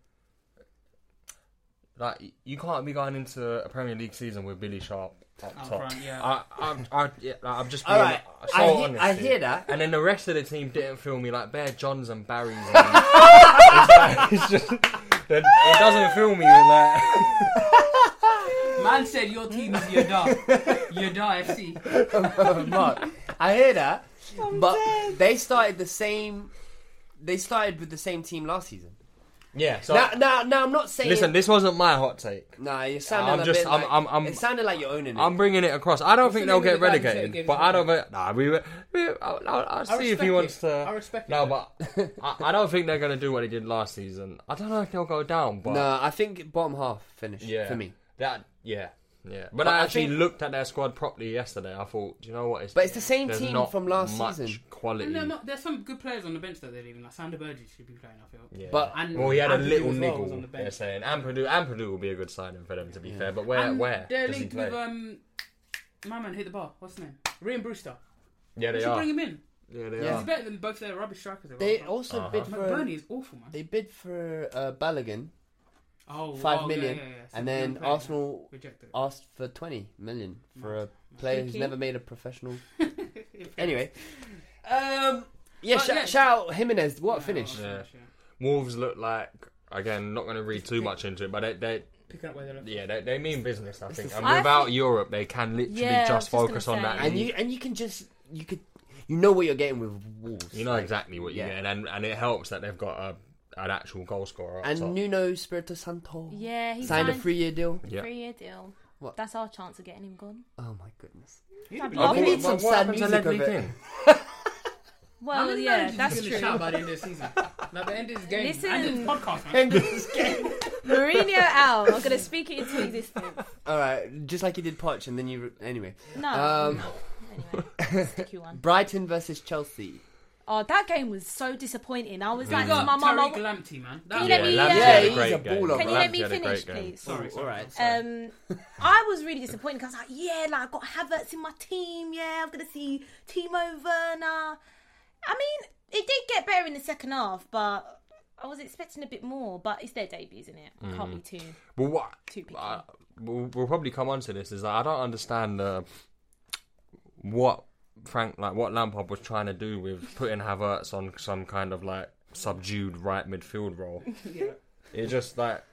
[SPEAKER 5] Like you can't be going into a Premier League season with Billy Sharp up top.
[SPEAKER 6] front, yeah.
[SPEAKER 5] I, I'm, I, yeah, like, I'm just being
[SPEAKER 3] All right,
[SPEAKER 5] so
[SPEAKER 3] I, he-
[SPEAKER 5] honest
[SPEAKER 3] I
[SPEAKER 5] here.
[SPEAKER 3] hear that.
[SPEAKER 5] And then the rest of the team didn't feel me like Bear Johns and
[SPEAKER 3] (laughs)
[SPEAKER 5] Barry's. And it's like, it's just, it, it doesn't feel me in that.
[SPEAKER 6] okay. Man said your team is
[SPEAKER 3] (laughs)
[SPEAKER 6] Yoda. Yoda FC.
[SPEAKER 3] Mark, I hear that. but they started the same. They started with the same team last season.
[SPEAKER 5] (laughs) Yeah. So
[SPEAKER 3] Now, now, now I'm not saying.
[SPEAKER 5] listen, this wasn't my hot take.
[SPEAKER 3] Nah, you're sounding
[SPEAKER 5] I'm
[SPEAKER 3] a
[SPEAKER 5] just-
[SPEAKER 3] bit
[SPEAKER 5] I'm-
[SPEAKER 3] like,
[SPEAKER 5] I'm- I'm-
[SPEAKER 3] it sounded like you're owning it.
[SPEAKER 5] I'm bringing it across. I don't think
[SPEAKER 6] the
[SPEAKER 5] they'll
[SPEAKER 6] name
[SPEAKER 5] get
[SPEAKER 6] of the guy who said-
[SPEAKER 5] relegated,
[SPEAKER 6] gave
[SPEAKER 5] but
[SPEAKER 6] us
[SPEAKER 5] I don't. think- Nah, we. we I'll, I'll, I'll see if
[SPEAKER 6] respect
[SPEAKER 5] he
[SPEAKER 6] it.
[SPEAKER 5] wants to.
[SPEAKER 6] I respect it.
[SPEAKER 5] No, but I, I don't think they're going to do what they did last season. I don't know if they'll go down, but
[SPEAKER 3] no, I think bottom half finished
[SPEAKER 5] yeah,
[SPEAKER 3] for me.
[SPEAKER 5] that yeah. Yeah, but,
[SPEAKER 3] I
[SPEAKER 5] I actually
[SPEAKER 3] think-
[SPEAKER 5] looked at their squad properly yesterday. I thought, do you know what?
[SPEAKER 3] But it's the same
[SPEAKER 5] there's
[SPEAKER 3] team
[SPEAKER 5] not
[SPEAKER 3] from last
[SPEAKER 5] much
[SPEAKER 3] season.
[SPEAKER 5] Quality.
[SPEAKER 6] And they're not- there's some good players on the bench that they're leaving. Like Sander Burgess should be playing. I feel.
[SPEAKER 5] Yeah.
[SPEAKER 3] But-
[SPEAKER 6] And
[SPEAKER 5] well, he had a
[SPEAKER 6] Ampadu
[SPEAKER 5] little
[SPEAKER 6] as well was on
[SPEAKER 5] niggle.
[SPEAKER 6] the
[SPEAKER 5] They're
[SPEAKER 6] bench.
[SPEAKER 5] saying and Purdue and Purdue will be a good signing for them to be fair. But where
[SPEAKER 6] And
[SPEAKER 5] where
[SPEAKER 6] They're
[SPEAKER 5] does he
[SPEAKER 6] linked uh,
[SPEAKER 5] play?
[SPEAKER 6] with um, my man hit the bar. What's his name? Ryan Brewster.
[SPEAKER 5] yeah,
[SPEAKER 6] They
[SPEAKER 5] they
[SPEAKER 6] should
[SPEAKER 5] are.
[SPEAKER 6] bring him in.
[SPEAKER 5] Yeah, they
[SPEAKER 3] Yeah.
[SPEAKER 6] It's better than both their rubbish strikers. they've
[SPEAKER 3] They
[SPEAKER 6] got.
[SPEAKER 3] also
[SPEAKER 5] Uh-huh.
[SPEAKER 3] bid for
[SPEAKER 6] McBurney is awful, man.
[SPEAKER 3] they bid for uh, Balogun
[SPEAKER 6] oh,
[SPEAKER 3] five
[SPEAKER 6] oh,
[SPEAKER 3] million,
[SPEAKER 6] yeah, yeah, yeah. So
[SPEAKER 3] and
[SPEAKER 6] they
[SPEAKER 3] then
[SPEAKER 6] don't play
[SPEAKER 3] Arsenal
[SPEAKER 6] rejected. it.
[SPEAKER 3] asked for twenty million for a player who's
[SPEAKER 4] Tricky.
[SPEAKER 3] never made a professional.
[SPEAKER 6] (laughs) If-
[SPEAKER 3] Anyway, um, yeah,
[SPEAKER 6] But
[SPEAKER 3] shout,
[SPEAKER 6] yeah.
[SPEAKER 3] shout out Jimenez. What a
[SPEAKER 6] Yeah,
[SPEAKER 3] finish?
[SPEAKER 6] well,
[SPEAKER 5] Yeah.
[SPEAKER 6] finish,
[SPEAKER 5] Wolves look like again. Not going to read too much into it, but they, they
[SPEAKER 6] Picking up where they left.
[SPEAKER 5] yeah, they, they mean business. I think, and
[SPEAKER 4] I
[SPEAKER 5] without
[SPEAKER 4] think-
[SPEAKER 5] Europe, they can literally
[SPEAKER 4] Yeah, I was just
[SPEAKER 5] just
[SPEAKER 4] gonna
[SPEAKER 5] focus on
[SPEAKER 4] say.
[SPEAKER 5] that.
[SPEAKER 3] And you and you can just you could you know what you're getting with Wolves.
[SPEAKER 5] you know exactly what you're
[SPEAKER 3] Yeah.
[SPEAKER 5] getting, and, and it helps that they've got a, an actual goal scorer. Up
[SPEAKER 3] And
[SPEAKER 5] top.
[SPEAKER 3] Nuno Espirito Santo
[SPEAKER 4] Yeah, he
[SPEAKER 3] signed a three-year deal.
[SPEAKER 5] Yeah.
[SPEAKER 4] three-year deal.
[SPEAKER 3] What?
[SPEAKER 4] That's our chance of getting him gone.
[SPEAKER 3] Oh my goodness.
[SPEAKER 4] I'd
[SPEAKER 5] What-
[SPEAKER 4] love
[SPEAKER 3] need
[SPEAKER 4] him.
[SPEAKER 3] some
[SPEAKER 5] what- what
[SPEAKER 3] sad
[SPEAKER 5] happened to
[SPEAKER 3] music
[SPEAKER 5] Ledley
[SPEAKER 3] of it.
[SPEAKER 5] King?
[SPEAKER 6] How
[SPEAKER 4] Well,
[SPEAKER 6] many
[SPEAKER 4] Oh, yeah,
[SPEAKER 6] managers
[SPEAKER 4] that's
[SPEAKER 6] gonna Shout
[SPEAKER 4] true.
[SPEAKER 6] by the end of the season. Like the end of this game.
[SPEAKER 4] Listen.
[SPEAKER 6] End of this podcast, man.
[SPEAKER 3] End of this game.
[SPEAKER 4] Mourinho out. I'm
[SPEAKER 3] (laughs)
[SPEAKER 4] gonna speak it into existence.
[SPEAKER 3] All right, just like you did Poch, and then you re- anyway.
[SPEAKER 4] No.
[SPEAKER 3] Um,
[SPEAKER 4] Anyway, sticky one.
[SPEAKER 3] Brighton versus Chelsea.
[SPEAKER 4] Oh, that game was so disappointing. I was like,
[SPEAKER 6] Big
[SPEAKER 4] to
[SPEAKER 6] up
[SPEAKER 4] my mum, I
[SPEAKER 6] Tariq
[SPEAKER 4] w-
[SPEAKER 6] Lamptey, man. That
[SPEAKER 4] Can you
[SPEAKER 6] was-
[SPEAKER 4] let me, uh,
[SPEAKER 5] Ramsey had a
[SPEAKER 3] Yeah, he's a
[SPEAKER 5] great game.
[SPEAKER 3] baller.
[SPEAKER 4] can you let me
[SPEAKER 5] Ramsey Oh, had a
[SPEAKER 4] finish,
[SPEAKER 5] great game.
[SPEAKER 4] please?
[SPEAKER 6] Sorry,
[SPEAKER 3] all
[SPEAKER 6] sorry.
[SPEAKER 3] right.
[SPEAKER 4] Um, I was really disappointed because I was like, yeah, like I've got Havertz in my team. Yeah, I'm gonna see Timo Werner. I mean, it did get better in the second half, but I was expecting a bit more. But it's their debut, isn't it?
[SPEAKER 5] Mm-hmm.
[SPEAKER 4] Can't be too.
[SPEAKER 5] But what
[SPEAKER 4] Two people. (laughs)
[SPEAKER 5] I- we'll, we'll probably come on to this is that I don't understand the what Frank like what Lampard was trying to do with putting Havertz on some kind of like subdued right midfield
[SPEAKER 6] (laughs)
[SPEAKER 5] role. It just like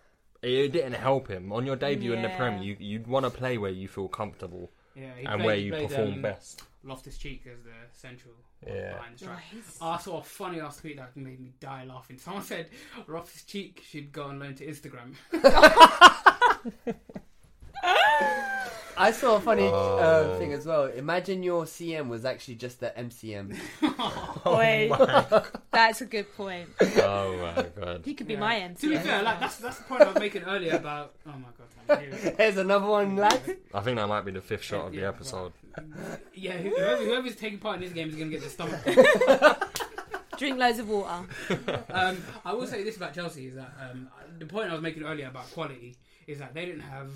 [SPEAKER 5] it didn't help him on your debut in the
[SPEAKER 4] Yeah.
[SPEAKER 5] Prem. You you'd want to play where you feel comfortable
[SPEAKER 6] Yeah, he
[SPEAKER 5] and
[SPEAKER 6] played-
[SPEAKER 5] where
[SPEAKER 6] he
[SPEAKER 5] you
[SPEAKER 6] played,
[SPEAKER 5] perform
[SPEAKER 6] um, (laughs)
[SPEAKER 5] best. (laughs)
[SPEAKER 6] Loftus Cheek as the central one
[SPEAKER 5] Yeah.
[SPEAKER 6] behind the strike.
[SPEAKER 4] Nice.
[SPEAKER 6] I saw a funny last tweet that made me die laughing. (laughs) Someone said Loftus Cheek should go on loan to Instagram.
[SPEAKER 3] I saw a funny
[SPEAKER 5] Oh.
[SPEAKER 3] uh, thing as well. Imagine your CM was actually just the MCM.
[SPEAKER 5] (laughs)
[SPEAKER 4] that's a good point.
[SPEAKER 5] Oh my god!
[SPEAKER 4] He could be my MC.
[SPEAKER 6] to be fair, like that's that's the point I was making earlier about. (laughs) Oh my god! man, here we go.
[SPEAKER 3] (laughs) There's another one, lad.
[SPEAKER 5] I think that might be the fifth shot of the
[SPEAKER 6] Yeah,
[SPEAKER 5] episode.
[SPEAKER 6] Yeah, who- whoever, whoever's taking part in this game is going to get the stomach.
[SPEAKER 4] Drink loads of water.
[SPEAKER 6] um, I will say this about Chelsea is that um, the point I was making earlier about quality is that they didn't have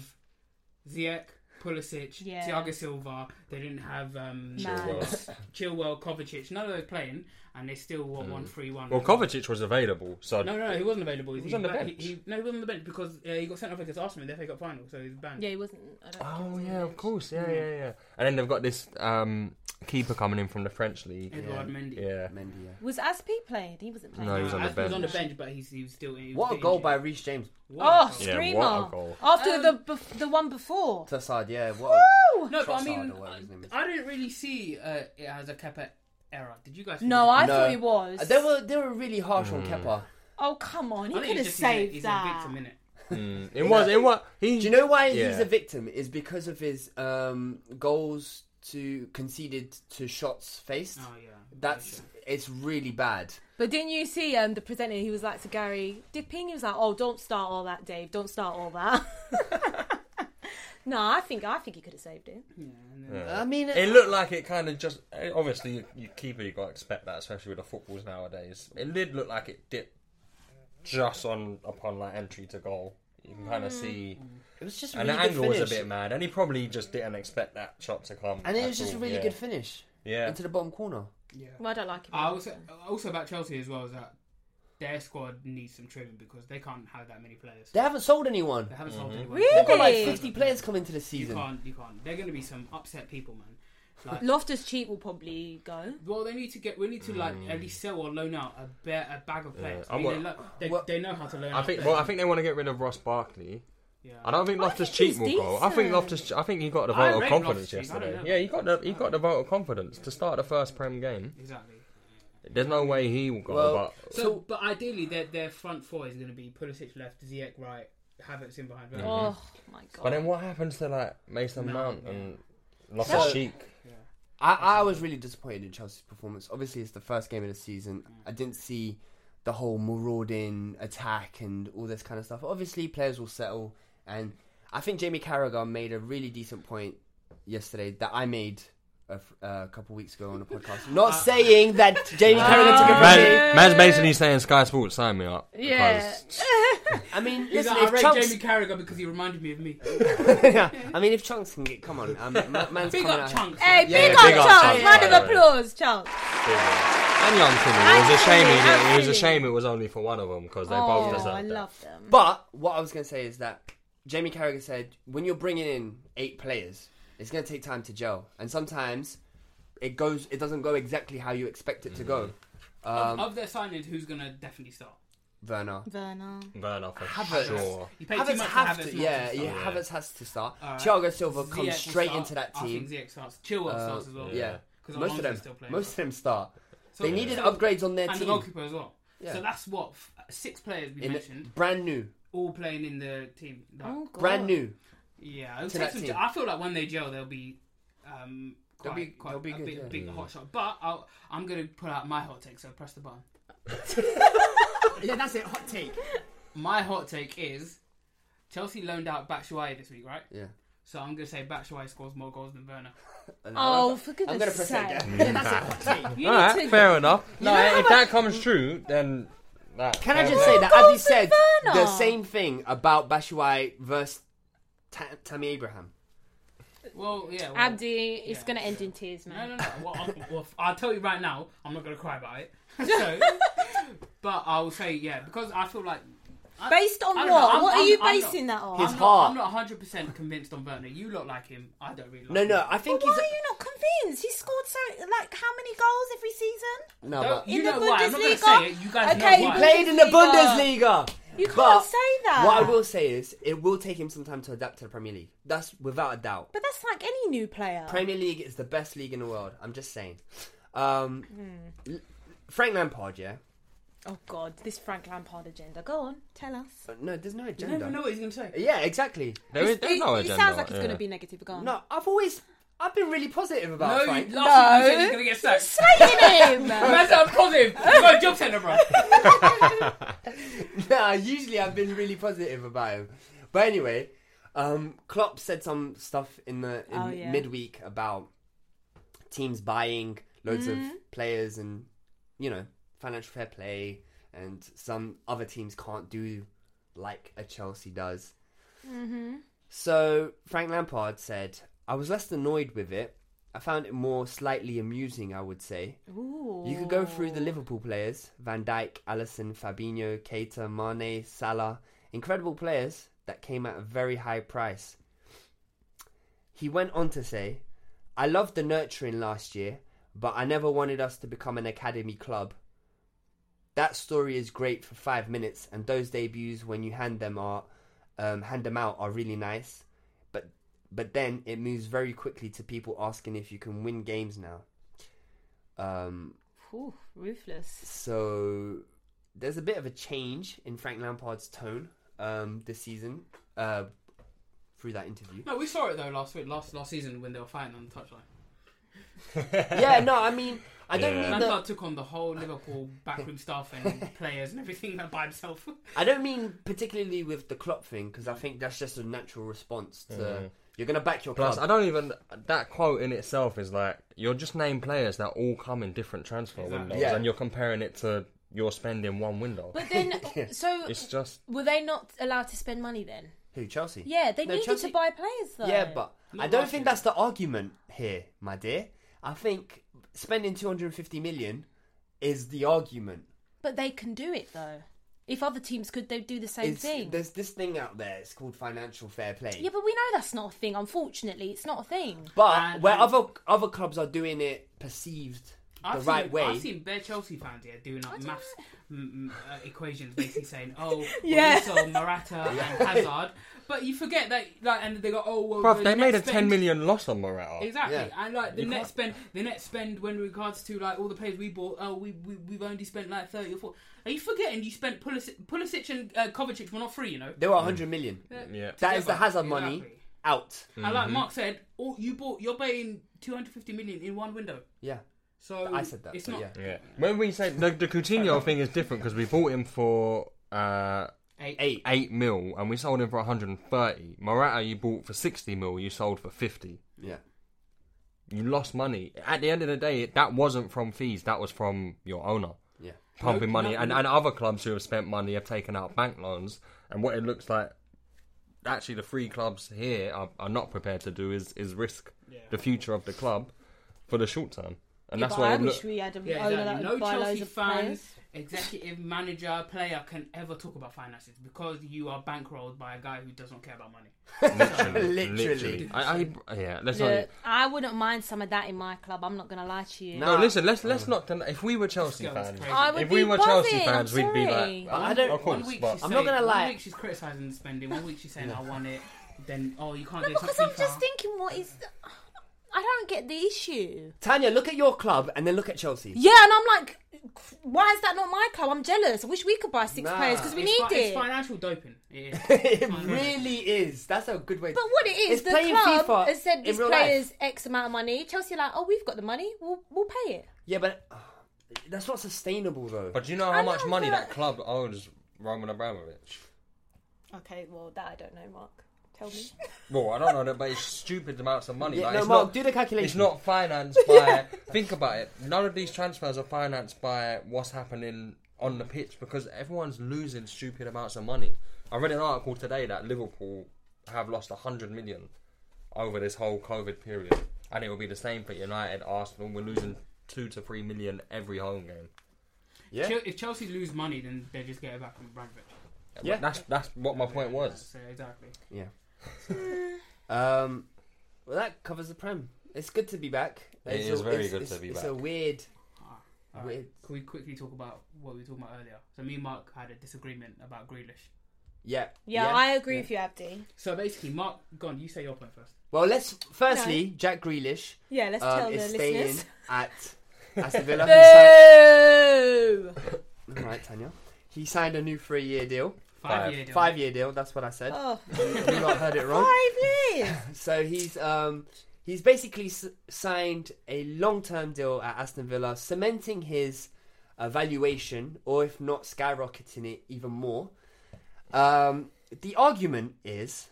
[SPEAKER 6] Ziyech, Pulisic,
[SPEAKER 4] Yeah.
[SPEAKER 6] Thiago Silva. They didn't have um,
[SPEAKER 4] Mads.
[SPEAKER 6] Chilwell, Kovacic. None of those playing, and they still won one three one.
[SPEAKER 5] Hmm. Well, Kovacic was available, so
[SPEAKER 6] No, no, no, he wasn't available. He
[SPEAKER 5] was on the
[SPEAKER 6] ba-
[SPEAKER 5] bench.
[SPEAKER 6] He, he, no, he wasn't on the bench because uh, he got sent off against Arsenal in the FA Cup final, so he was banned.
[SPEAKER 4] Yeah, he wasn't. I don't think he
[SPEAKER 5] Oh
[SPEAKER 4] was on
[SPEAKER 5] yeah,
[SPEAKER 4] the
[SPEAKER 5] of
[SPEAKER 4] bench.
[SPEAKER 5] course,
[SPEAKER 3] Hmm.
[SPEAKER 5] yeah, yeah, yeah. And then they've got this um, keeper coming in from the French league.
[SPEAKER 6] Edouard Mendy.
[SPEAKER 5] Yeah,
[SPEAKER 3] Mendy, yeah.
[SPEAKER 4] Was Aspie playing? He wasn't playing. Ah.
[SPEAKER 5] No, he was on the
[SPEAKER 6] As- he was on the
[SPEAKER 5] bench.
[SPEAKER 6] bench, but he's, he was still. He was
[SPEAKER 3] What a
[SPEAKER 6] still
[SPEAKER 3] goal
[SPEAKER 6] injured.
[SPEAKER 3] by Reece James.
[SPEAKER 6] What a
[SPEAKER 4] Oh,
[SPEAKER 6] goal.
[SPEAKER 5] Yeah,
[SPEAKER 4] screamer!
[SPEAKER 5] what a goal.
[SPEAKER 4] After
[SPEAKER 6] Um,
[SPEAKER 4] the bef- the one before.
[SPEAKER 3] Tassad, yeah. What a...
[SPEAKER 4] Woo!
[SPEAKER 6] No, but I
[SPEAKER 3] Trossard
[SPEAKER 6] mean,
[SPEAKER 3] or whatever his name is.
[SPEAKER 6] I didn't really see uh, it as a Kepa error. Did you guys?
[SPEAKER 4] No, I
[SPEAKER 3] No.
[SPEAKER 4] thought he was.
[SPEAKER 5] Uh,
[SPEAKER 3] They were they were really harsh on
[SPEAKER 5] Mm.
[SPEAKER 3] Kepa.
[SPEAKER 4] Oh come on, he
[SPEAKER 6] I think
[SPEAKER 4] could have
[SPEAKER 6] it's just
[SPEAKER 4] saved
[SPEAKER 6] he's a,
[SPEAKER 4] that.
[SPEAKER 6] He's a victim, innit?
[SPEAKER 5] Hmm. it was. It was. He.
[SPEAKER 3] Do you know why
[SPEAKER 5] Yeah.
[SPEAKER 3] he's a victim? Is because of his um, goals to conceded to shots faced.
[SPEAKER 6] Oh yeah.
[SPEAKER 3] That's it's really bad.
[SPEAKER 4] But didn't you see um, the presenter? He was like to Gary Dipping. He was like, "Oh, don't start all that, Dave. Don't start all that." (laughs) no, I think I think he could have saved it.
[SPEAKER 3] I mean,
[SPEAKER 5] It looked like it kind of just. eh, Obviously, you, you keeper, you got to expect that, especially with the footballs nowadays. It did look like it dipped just on upon like entry to goal. You can
[SPEAKER 3] Hmm.
[SPEAKER 5] kind of see,
[SPEAKER 3] it was just a
[SPEAKER 5] and
[SPEAKER 3] really
[SPEAKER 5] the angle
[SPEAKER 3] good
[SPEAKER 5] was
[SPEAKER 3] finish.
[SPEAKER 5] a bit mad, and he probably just didn't expect that shot to come.
[SPEAKER 3] and it
[SPEAKER 5] at
[SPEAKER 3] was just a
[SPEAKER 5] all,
[SPEAKER 3] really
[SPEAKER 5] yeah.
[SPEAKER 3] good finish
[SPEAKER 5] Yeah,
[SPEAKER 3] into the bottom corner.
[SPEAKER 4] Well, I don't like him.
[SPEAKER 6] I also also about Chelsea as well is that their squad needs some trimming because they can't have that many players.
[SPEAKER 3] They haven't sold anyone.
[SPEAKER 6] They haven't sold anyone.
[SPEAKER 4] Really?
[SPEAKER 3] They've got like
[SPEAKER 4] Really?
[SPEAKER 3] 50 players coming to the
[SPEAKER 6] Mm-hmm. You
[SPEAKER 3] season.
[SPEAKER 6] can't. You can't. They're going to be some upset people, man.
[SPEAKER 4] Loftus Cheek will probably go.
[SPEAKER 6] Well, they need to get. We need to like at least sell or loan out a, ba- a bag of players.
[SPEAKER 5] Yeah.
[SPEAKER 6] I mean,
[SPEAKER 5] I'm
[SPEAKER 6] they,
[SPEAKER 5] what-
[SPEAKER 6] lo- they,
[SPEAKER 3] what-
[SPEAKER 6] they know how to loan.
[SPEAKER 5] I
[SPEAKER 6] out
[SPEAKER 5] think.
[SPEAKER 6] players.
[SPEAKER 5] Well, I think they want to get rid of Ross Barkley.
[SPEAKER 6] Yeah.
[SPEAKER 5] I don't think Loftus
[SPEAKER 4] think
[SPEAKER 5] Cheek
[SPEAKER 4] he's
[SPEAKER 5] will go. I think
[SPEAKER 4] decent.
[SPEAKER 5] Loftus. I think he got the
[SPEAKER 6] I
[SPEAKER 5] vote of
[SPEAKER 6] rate
[SPEAKER 5] confidence
[SPEAKER 6] Loftus Cheek, I don't
[SPEAKER 5] yesterday.
[SPEAKER 6] know.
[SPEAKER 5] Yeah, he got the he got the vote of confidence to start the first Prem game.
[SPEAKER 6] Exactly.
[SPEAKER 5] There's no way he will go.
[SPEAKER 3] Well-
[SPEAKER 5] but
[SPEAKER 6] So, but ideally, their their front four is going to be Pulisic left, Ziyech right, Havertz in behind. Werner.
[SPEAKER 4] Oh my
[SPEAKER 5] Mm-hmm. but
[SPEAKER 4] god.
[SPEAKER 5] then what happens to like Mason Mount,
[SPEAKER 6] Mount,
[SPEAKER 5] and Loftus Cheek?
[SPEAKER 3] I, I was really disappointed in Chelsea's performance. Obviously, it's the first game of the season. I didn't see the whole marauding attack and all this kind of stuff. Obviously, players will settle, and I think Jamie Carragher made a really decent point yesterday that I made a, f- uh, a couple weeks ago on
[SPEAKER 6] (laughs)
[SPEAKER 3] the podcast. Not saying that Jamie
[SPEAKER 6] Uh,
[SPEAKER 3] Carragher
[SPEAKER 4] uh,
[SPEAKER 3] took it from me.
[SPEAKER 5] Man, man's basically saying Sky Sports sign me up.
[SPEAKER 4] Yeah.
[SPEAKER 5] because-
[SPEAKER 3] I mean,
[SPEAKER 6] He's
[SPEAKER 3] listen,
[SPEAKER 6] like, I
[SPEAKER 3] if
[SPEAKER 6] rate
[SPEAKER 3] Chunks,
[SPEAKER 6] Jamie Carragher because he reminded me of me.
[SPEAKER 3] (laughs) I mean, if Chunks can get, come on, um, ma- man's
[SPEAKER 6] Big
[SPEAKER 3] coming
[SPEAKER 6] up
[SPEAKER 3] out.
[SPEAKER 4] (laughs)
[SPEAKER 6] Chunks.
[SPEAKER 4] Hey,
[SPEAKER 5] Yeah,
[SPEAKER 4] big up,
[SPEAKER 5] big up,
[SPEAKER 4] Charles.
[SPEAKER 5] Charles.
[SPEAKER 4] Round
[SPEAKER 5] Yeah.
[SPEAKER 4] of applause, Charles.
[SPEAKER 5] And Young Timmy. It was a shame. He didn't- It was a
[SPEAKER 4] Absolutely.
[SPEAKER 5] shame. It was only for one of them because they
[SPEAKER 4] Oh,
[SPEAKER 5] both
[SPEAKER 4] I
[SPEAKER 5] deserved it.
[SPEAKER 4] love them.
[SPEAKER 3] But what I was going to say is that Jamie Carragher said when you're bringing in eight players, it's going to take time to gel, and sometimes it goes, it doesn't go exactly how you expect it to go. Um,
[SPEAKER 6] Of- of their signings, who's gonna definitely start?
[SPEAKER 3] Werner.
[SPEAKER 4] Werner.
[SPEAKER 5] Burn off for
[SPEAKER 3] Havertz.
[SPEAKER 5] sure.
[SPEAKER 6] You pay too much
[SPEAKER 3] Havertz
[SPEAKER 6] for
[SPEAKER 3] have
[SPEAKER 6] Havertz
[SPEAKER 3] to,
[SPEAKER 6] not
[SPEAKER 3] yeah,
[SPEAKER 6] start.
[SPEAKER 3] yeah, Havertz has to start.
[SPEAKER 6] Alright.
[SPEAKER 3] Thiago Silva
[SPEAKER 6] Ziyech will
[SPEAKER 3] comes straight
[SPEAKER 6] start.
[SPEAKER 3] into that
[SPEAKER 6] I think
[SPEAKER 3] team.
[SPEAKER 6] Ziyech starts. Chilwell
[SPEAKER 3] Uh,
[SPEAKER 6] starts as well.
[SPEAKER 3] yeah,
[SPEAKER 6] because
[SPEAKER 3] most of them,
[SPEAKER 6] still playing.
[SPEAKER 3] most of them start.
[SPEAKER 6] So-
[SPEAKER 3] They needed
[SPEAKER 6] so-
[SPEAKER 3] upgrades on their
[SPEAKER 6] and the
[SPEAKER 3] team.
[SPEAKER 6] goalkeeper as well.
[SPEAKER 3] Yeah.
[SPEAKER 6] So that's what f- six players we
[SPEAKER 3] In the-
[SPEAKER 6] mentioned,
[SPEAKER 3] brand new,
[SPEAKER 6] all playing in the team. Like,
[SPEAKER 4] Oh, God.
[SPEAKER 3] brand new.
[SPEAKER 6] yeah, it'll
[SPEAKER 3] to
[SPEAKER 6] take
[SPEAKER 3] that
[SPEAKER 6] some
[SPEAKER 3] team.
[SPEAKER 6] ge- I feel like when they gel, they'll be um,
[SPEAKER 3] They'll
[SPEAKER 6] quite,
[SPEAKER 3] be-
[SPEAKER 6] quite
[SPEAKER 3] they'll be
[SPEAKER 6] a
[SPEAKER 3] good,
[SPEAKER 6] big,
[SPEAKER 3] yeah.
[SPEAKER 6] big hot shot. But I'll, I'm gonna put out my hot take. So press the button. yeah, that's it. Hot take. My hot take is Chelsea loaned out Batshuayi this week, right?
[SPEAKER 3] Yeah.
[SPEAKER 6] So I'm gonna say Batshuayi scores more goals than Werner.
[SPEAKER 4] Oh, for
[SPEAKER 3] I'm gonna press
[SPEAKER 4] goodness
[SPEAKER 3] that
[SPEAKER 4] sake. (laughs)
[SPEAKER 3] again.
[SPEAKER 6] Yeah, that's it. Hot take.
[SPEAKER 4] You
[SPEAKER 5] (laughs) All
[SPEAKER 4] need
[SPEAKER 5] right,
[SPEAKER 4] to-
[SPEAKER 5] fair enough. No,
[SPEAKER 4] know how
[SPEAKER 5] if that comes true, then that.
[SPEAKER 3] Can I
[SPEAKER 5] fair
[SPEAKER 3] just
[SPEAKER 5] play.
[SPEAKER 3] say that Abby
[SPEAKER 4] Golden
[SPEAKER 3] said the
[SPEAKER 4] Werner.
[SPEAKER 3] same thing about Bashuai versus Ta- Tammy Abraham?
[SPEAKER 6] Well, yeah. Well,
[SPEAKER 4] Abdi, it's going to end in tears,
[SPEAKER 6] No,
[SPEAKER 4] man.
[SPEAKER 6] no, no. Well, I'll, well, I'll tell you right now, I'm not going to cry about it. (laughs) So, but I'll say, yeah, because I feel like. I-
[SPEAKER 4] Based on
[SPEAKER 6] I don't
[SPEAKER 4] what?
[SPEAKER 6] know, I'm-
[SPEAKER 4] what
[SPEAKER 6] I'm-
[SPEAKER 4] are you
[SPEAKER 6] I'm
[SPEAKER 4] basing
[SPEAKER 6] not-
[SPEAKER 4] that on?
[SPEAKER 3] His
[SPEAKER 6] I'm
[SPEAKER 3] heart.
[SPEAKER 6] Not, I'm not 100% convinced on Werner. You look like him. I don't really like
[SPEAKER 3] No,
[SPEAKER 6] him.
[SPEAKER 3] no, I think
[SPEAKER 4] But why
[SPEAKER 3] he's.
[SPEAKER 4] are you not convinced? He scored so like how many goals every season?
[SPEAKER 3] No,
[SPEAKER 6] Don't-
[SPEAKER 3] but
[SPEAKER 6] you
[SPEAKER 4] in the
[SPEAKER 6] know why. I'm not going to
[SPEAKER 4] Bundesliga?
[SPEAKER 6] say it. You guys
[SPEAKER 4] Okay,
[SPEAKER 6] know why.
[SPEAKER 4] you
[SPEAKER 3] played in the
[SPEAKER 4] Bundesliga.
[SPEAKER 3] Bundesliga.
[SPEAKER 4] You can't
[SPEAKER 3] But
[SPEAKER 4] say that.
[SPEAKER 3] What I will say is, it will take him some time to adapt to the Premier League. That's without a doubt.
[SPEAKER 4] But that's like any new player.
[SPEAKER 3] Premier League is the best league in the world. I'm just saying. Um,
[SPEAKER 4] Hmm.
[SPEAKER 3] L- Frank Lampard, yeah.
[SPEAKER 4] oh God, this Frank Lampard agenda. Go on, tell us.
[SPEAKER 3] Uh, No, there's no
[SPEAKER 6] You
[SPEAKER 3] agenda.
[SPEAKER 6] never know what he's going to say.
[SPEAKER 3] Yeah, exactly.
[SPEAKER 5] There is,
[SPEAKER 4] It,
[SPEAKER 5] there's no
[SPEAKER 4] it
[SPEAKER 5] agenda.
[SPEAKER 4] sounds like it's
[SPEAKER 5] yeah.
[SPEAKER 4] going to be negative. But go on.
[SPEAKER 3] No, I've always, I've been really positive
[SPEAKER 6] No,
[SPEAKER 3] about
[SPEAKER 6] you-
[SPEAKER 3] Frank.
[SPEAKER 6] last week you said he's going to get sacked. (laughs)
[SPEAKER 4] Slating him.
[SPEAKER 6] That's I'm positive. (laughs) You got a job centre, bro.
[SPEAKER 3] (laughs) nah, usually I've been really positive about him. But anyway, um, Klopp said some stuff in the in
[SPEAKER 4] Oh, yeah.
[SPEAKER 3] midweek about teams buying loads
[SPEAKER 4] Mm-hmm.
[SPEAKER 3] of players and you know financial fair play, and some other teams can't do like a Chelsea does.
[SPEAKER 4] Mm-hmm.
[SPEAKER 3] So Frank Lampard said, "I was less annoyed with it. I found it more slightly amusing. I would say." You could go through the Liverpool players Van Dijk, Allison, Fabinho, Keita, Mane, Salah. Incredible players that came at a very high price. He went on to say, I loved the nurturing last year, but I never wanted us to become an academy club. That story is great for five minutes, and those debuts when you hand them are, um, hand them out are really nice. But but then it moves very quickly to people asking if you can win games now. Um,
[SPEAKER 4] Ooh, ruthless.
[SPEAKER 3] so there's a bit of a change in Frank Lampard's tone um, this season uh, through that interview.
[SPEAKER 6] No, we saw it though last week, last last season when they were fighting on the touchline.
[SPEAKER 3] (laughs) yeah, no, I mean, I don't mean
[SPEAKER 6] Lampard
[SPEAKER 3] that.
[SPEAKER 6] took on the whole Liverpool backroom staff and players and everything by himself. (laughs)
[SPEAKER 3] I don't mean particularly with the Klopp thing because I think that's just a natural response to you're going to back your
[SPEAKER 5] Mm. Plus, I
[SPEAKER 3] club.
[SPEAKER 5] don't even. That quote in itself is like you're just name players that all come in different transfer
[SPEAKER 6] Exactly.
[SPEAKER 5] windows,
[SPEAKER 3] Yeah.
[SPEAKER 5] and you're comparing it to your spend in one window.
[SPEAKER 4] But then,
[SPEAKER 6] (laughs)
[SPEAKER 4] so
[SPEAKER 5] it's just
[SPEAKER 4] were they not allowed to spend money then?
[SPEAKER 3] Who Chelsea?
[SPEAKER 4] Yeah, they
[SPEAKER 3] No,
[SPEAKER 4] needed
[SPEAKER 3] Chelsea-
[SPEAKER 4] to buy players though.
[SPEAKER 3] Yeah, but I don't
[SPEAKER 6] last
[SPEAKER 3] think
[SPEAKER 6] year.
[SPEAKER 3] that's the argument here, my dear. I think spending 250 million is the argument.
[SPEAKER 4] but they can do it though. If other teams could, they'd do the same
[SPEAKER 3] It's-
[SPEAKER 4] thing.
[SPEAKER 3] There's this thing out there. It's called financial fair play.
[SPEAKER 4] Yeah, but we know that's not a thing. Unfortunately, it's not a thing.
[SPEAKER 3] But
[SPEAKER 6] And-
[SPEAKER 3] where
[SPEAKER 6] and-
[SPEAKER 3] other other clubs are doing it perceived the
[SPEAKER 6] seen,
[SPEAKER 3] right way,
[SPEAKER 6] I've seen bare Chelsea fans here doing like maths m- m- uh, equations, basically saying, "Oh, well,
[SPEAKER 4] Yeah.
[SPEAKER 6] we sold Morata and Hazard," but you forget that, like, and they go, "Oh, well,
[SPEAKER 5] Bruv,
[SPEAKER 6] the
[SPEAKER 5] they
[SPEAKER 6] net
[SPEAKER 5] made a
[SPEAKER 6] spend-
[SPEAKER 5] 10 million loss on Morata.
[SPEAKER 6] (laughs) Exactly,
[SPEAKER 3] Yeah.
[SPEAKER 6] and like the
[SPEAKER 3] You
[SPEAKER 6] net
[SPEAKER 3] can't-
[SPEAKER 6] spend, the net spend when regards to like all the players we bought, oh, we, we we've only spent like thirty or four. Are you forgetting you spent Pulisic, Pulisic and uh, Kovacic were not free, you know?
[SPEAKER 3] they were 100 million.
[SPEAKER 5] Yeah.
[SPEAKER 3] That is the
[SPEAKER 6] Together,
[SPEAKER 3] Hazard money Mm-hmm.
[SPEAKER 6] exactly.
[SPEAKER 3] out.
[SPEAKER 6] And like Mark said, all, you bought, you're paying two hundred fifty million in one window.
[SPEAKER 3] Yeah,
[SPEAKER 6] So
[SPEAKER 3] I said that.
[SPEAKER 6] It's
[SPEAKER 3] but
[SPEAKER 6] not
[SPEAKER 3] yeah.
[SPEAKER 5] Yeah. When we say the, the Coutinho thing is different because we bought him for uh,
[SPEAKER 6] eight.
[SPEAKER 3] Eight.
[SPEAKER 5] eight mil and we sold him for 130. Morata, you bought for 60 mil, you sold for 50.
[SPEAKER 3] Yeah.
[SPEAKER 5] You lost money. At the end of the day, that wasn't from fees. That was from your owner
[SPEAKER 3] Yeah.
[SPEAKER 5] pumping money, and, and other clubs who have spent money have taken out bank loans. And what it looks like, actually, the three clubs here are, are not prepared to do is is risk the future of the club for the short term. And that's
[SPEAKER 4] but
[SPEAKER 5] why
[SPEAKER 4] I
[SPEAKER 5] it
[SPEAKER 4] wish
[SPEAKER 5] look,
[SPEAKER 4] we had a
[SPEAKER 6] Yeah,
[SPEAKER 4] owner
[SPEAKER 6] exactly.
[SPEAKER 4] that
[SPEAKER 6] No
[SPEAKER 4] would buy loads
[SPEAKER 6] Chelsea
[SPEAKER 4] of
[SPEAKER 6] fans,
[SPEAKER 4] players.
[SPEAKER 6] executive, manager, player can ever talk about finances because you are bankrolled by a guy who doesn't care about money.
[SPEAKER 5] literally,
[SPEAKER 3] Literally.
[SPEAKER 5] I, I, yeah, let's
[SPEAKER 4] Look,
[SPEAKER 5] not.
[SPEAKER 4] I wouldn't mind some of that in my club. I'm not going to lie to you.
[SPEAKER 5] No, listen. Let's let's not. den- If we were Chelsea
[SPEAKER 6] Oh. This girl is
[SPEAKER 5] fans,
[SPEAKER 6] crazy.
[SPEAKER 4] I would
[SPEAKER 5] if we
[SPEAKER 4] be
[SPEAKER 5] were
[SPEAKER 4] buzzing,
[SPEAKER 5] Chelsea fans,
[SPEAKER 4] I'm
[SPEAKER 5] we'd be
[SPEAKER 4] sorry.
[SPEAKER 5] like,
[SPEAKER 3] But I don't-
[SPEAKER 5] of course,
[SPEAKER 6] one week
[SPEAKER 5] but
[SPEAKER 6] she's
[SPEAKER 3] I'm
[SPEAKER 6] saying,
[SPEAKER 3] not gonna lie.
[SPEAKER 6] One week she's criticizing spending. One week she's saying I want it. Then oh, you can't
[SPEAKER 4] No,
[SPEAKER 6] do it. it's
[SPEAKER 4] because
[SPEAKER 6] not
[SPEAKER 4] I'm just
[SPEAKER 6] FIFA."
[SPEAKER 4] thinking, what is? I don't get the issue.
[SPEAKER 3] Tanya, look at your club and then look at Chelsea.
[SPEAKER 4] Yeah, and I'm like, why is that not my club? I'm jealous. I wish we could buy six
[SPEAKER 3] Nah.
[SPEAKER 4] players because we
[SPEAKER 6] it's
[SPEAKER 4] need
[SPEAKER 6] fi-
[SPEAKER 4] it.
[SPEAKER 6] It's financial doping.
[SPEAKER 5] (laughs)
[SPEAKER 6] It is.
[SPEAKER 3] (laughs) it
[SPEAKER 6] Fine.
[SPEAKER 3] really is. That's a good way.
[SPEAKER 4] But what it is,
[SPEAKER 3] It's
[SPEAKER 4] the
[SPEAKER 3] playing
[SPEAKER 4] club
[SPEAKER 3] FIFA
[SPEAKER 4] has said
[SPEAKER 3] in
[SPEAKER 4] this
[SPEAKER 3] real life.
[SPEAKER 4] player's X amount of money. Chelsea are like, oh, we've got the money. We'll we'll pay it.
[SPEAKER 3] Yeah, but uh, that's not sustainable though.
[SPEAKER 5] but do you know
[SPEAKER 4] I
[SPEAKER 5] how much
[SPEAKER 4] know,
[SPEAKER 5] money
[SPEAKER 4] but-
[SPEAKER 5] that club owes Roman Abramovich?
[SPEAKER 4] Okay, well that I don't know, Mark. Tell me.
[SPEAKER 5] Well, I don't know that, but it's stupid amounts of money.
[SPEAKER 3] Yeah,
[SPEAKER 5] like,
[SPEAKER 3] no,
[SPEAKER 5] it's
[SPEAKER 3] Mark,
[SPEAKER 5] not,
[SPEAKER 3] do the calculation.
[SPEAKER 5] It's not financed by. think about it. None of these transfers are financed by what's happening on the pitch because everyone's losing stupid amounts of money. I read an article today that Liverpool have lost 100 million over this whole COVID period, and it will be the same for United, Arsenal. We're losing two to three million every home game.
[SPEAKER 3] yeah.
[SPEAKER 6] Chel- If Chelsea lose money, then they just get it back from Abramovich.
[SPEAKER 3] Yeah.
[SPEAKER 5] That's that's what my point
[SPEAKER 6] (laughs)
[SPEAKER 5] was.
[SPEAKER 6] So exactly.
[SPEAKER 3] Yeah. (laughs) um, well, that covers the prem. It's good to be back.
[SPEAKER 5] It
[SPEAKER 3] It's
[SPEAKER 5] is very
[SPEAKER 3] it's-
[SPEAKER 5] good
[SPEAKER 3] it's-
[SPEAKER 5] to be
[SPEAKER 3] It's a
[SPEAKER 5] back.
[SPEAKER 3] weird.
[SPEAKER 6] Ah, All right.
[SPEAKER 3] weird
[SPEAKER 6] Can we quickly talk about what we were talking about earlier? So me and Mark had a disagreement about Grealish.
[SPEAKER 3] yeah.
[SPEAKER 4] Yeah, I agree with you, Abdi.
[SPEAKER 6] So basically, Mark, go on. You say your point first.
[SPEAKER 3] Well, let's firstly, Jack Grealish
[SPEAKER 4] Yeah, let's
[SPEAKER 3] um,
[SPEAKER 4] tell the
[SPEAKER 3] is staying
[SPEAKER 4] listeners.
[SPEAKER 3] at
[SPEAKER 4] (laughs)
[SPEAKER 3] Aston Villa. he (laughs)
[SPEAKER 4] Boo!
[SPEAKER 3] signed, all right, Tanya. He signed a new three-year deal,
[SPEAKER 6] Five,
[SPEAKER 5] Five.
[SPEAKER 6] year deal.
[SPEAKER 3] five-year deal. That's what I said.
[SPEAKER 4] Oh,
[SPEAKER 3] You not
[SPEAKER 4] (laughs)
[SPEAKER 3] heard it wrong.
[SPEAKER 4] five years. (laughs)
[SPEAKER 3] So he's um he's basically s- signed a long-term deal at Aston Villa, cementing his uh, valuation, or if not skyrocketing it even more. Um, the argument is,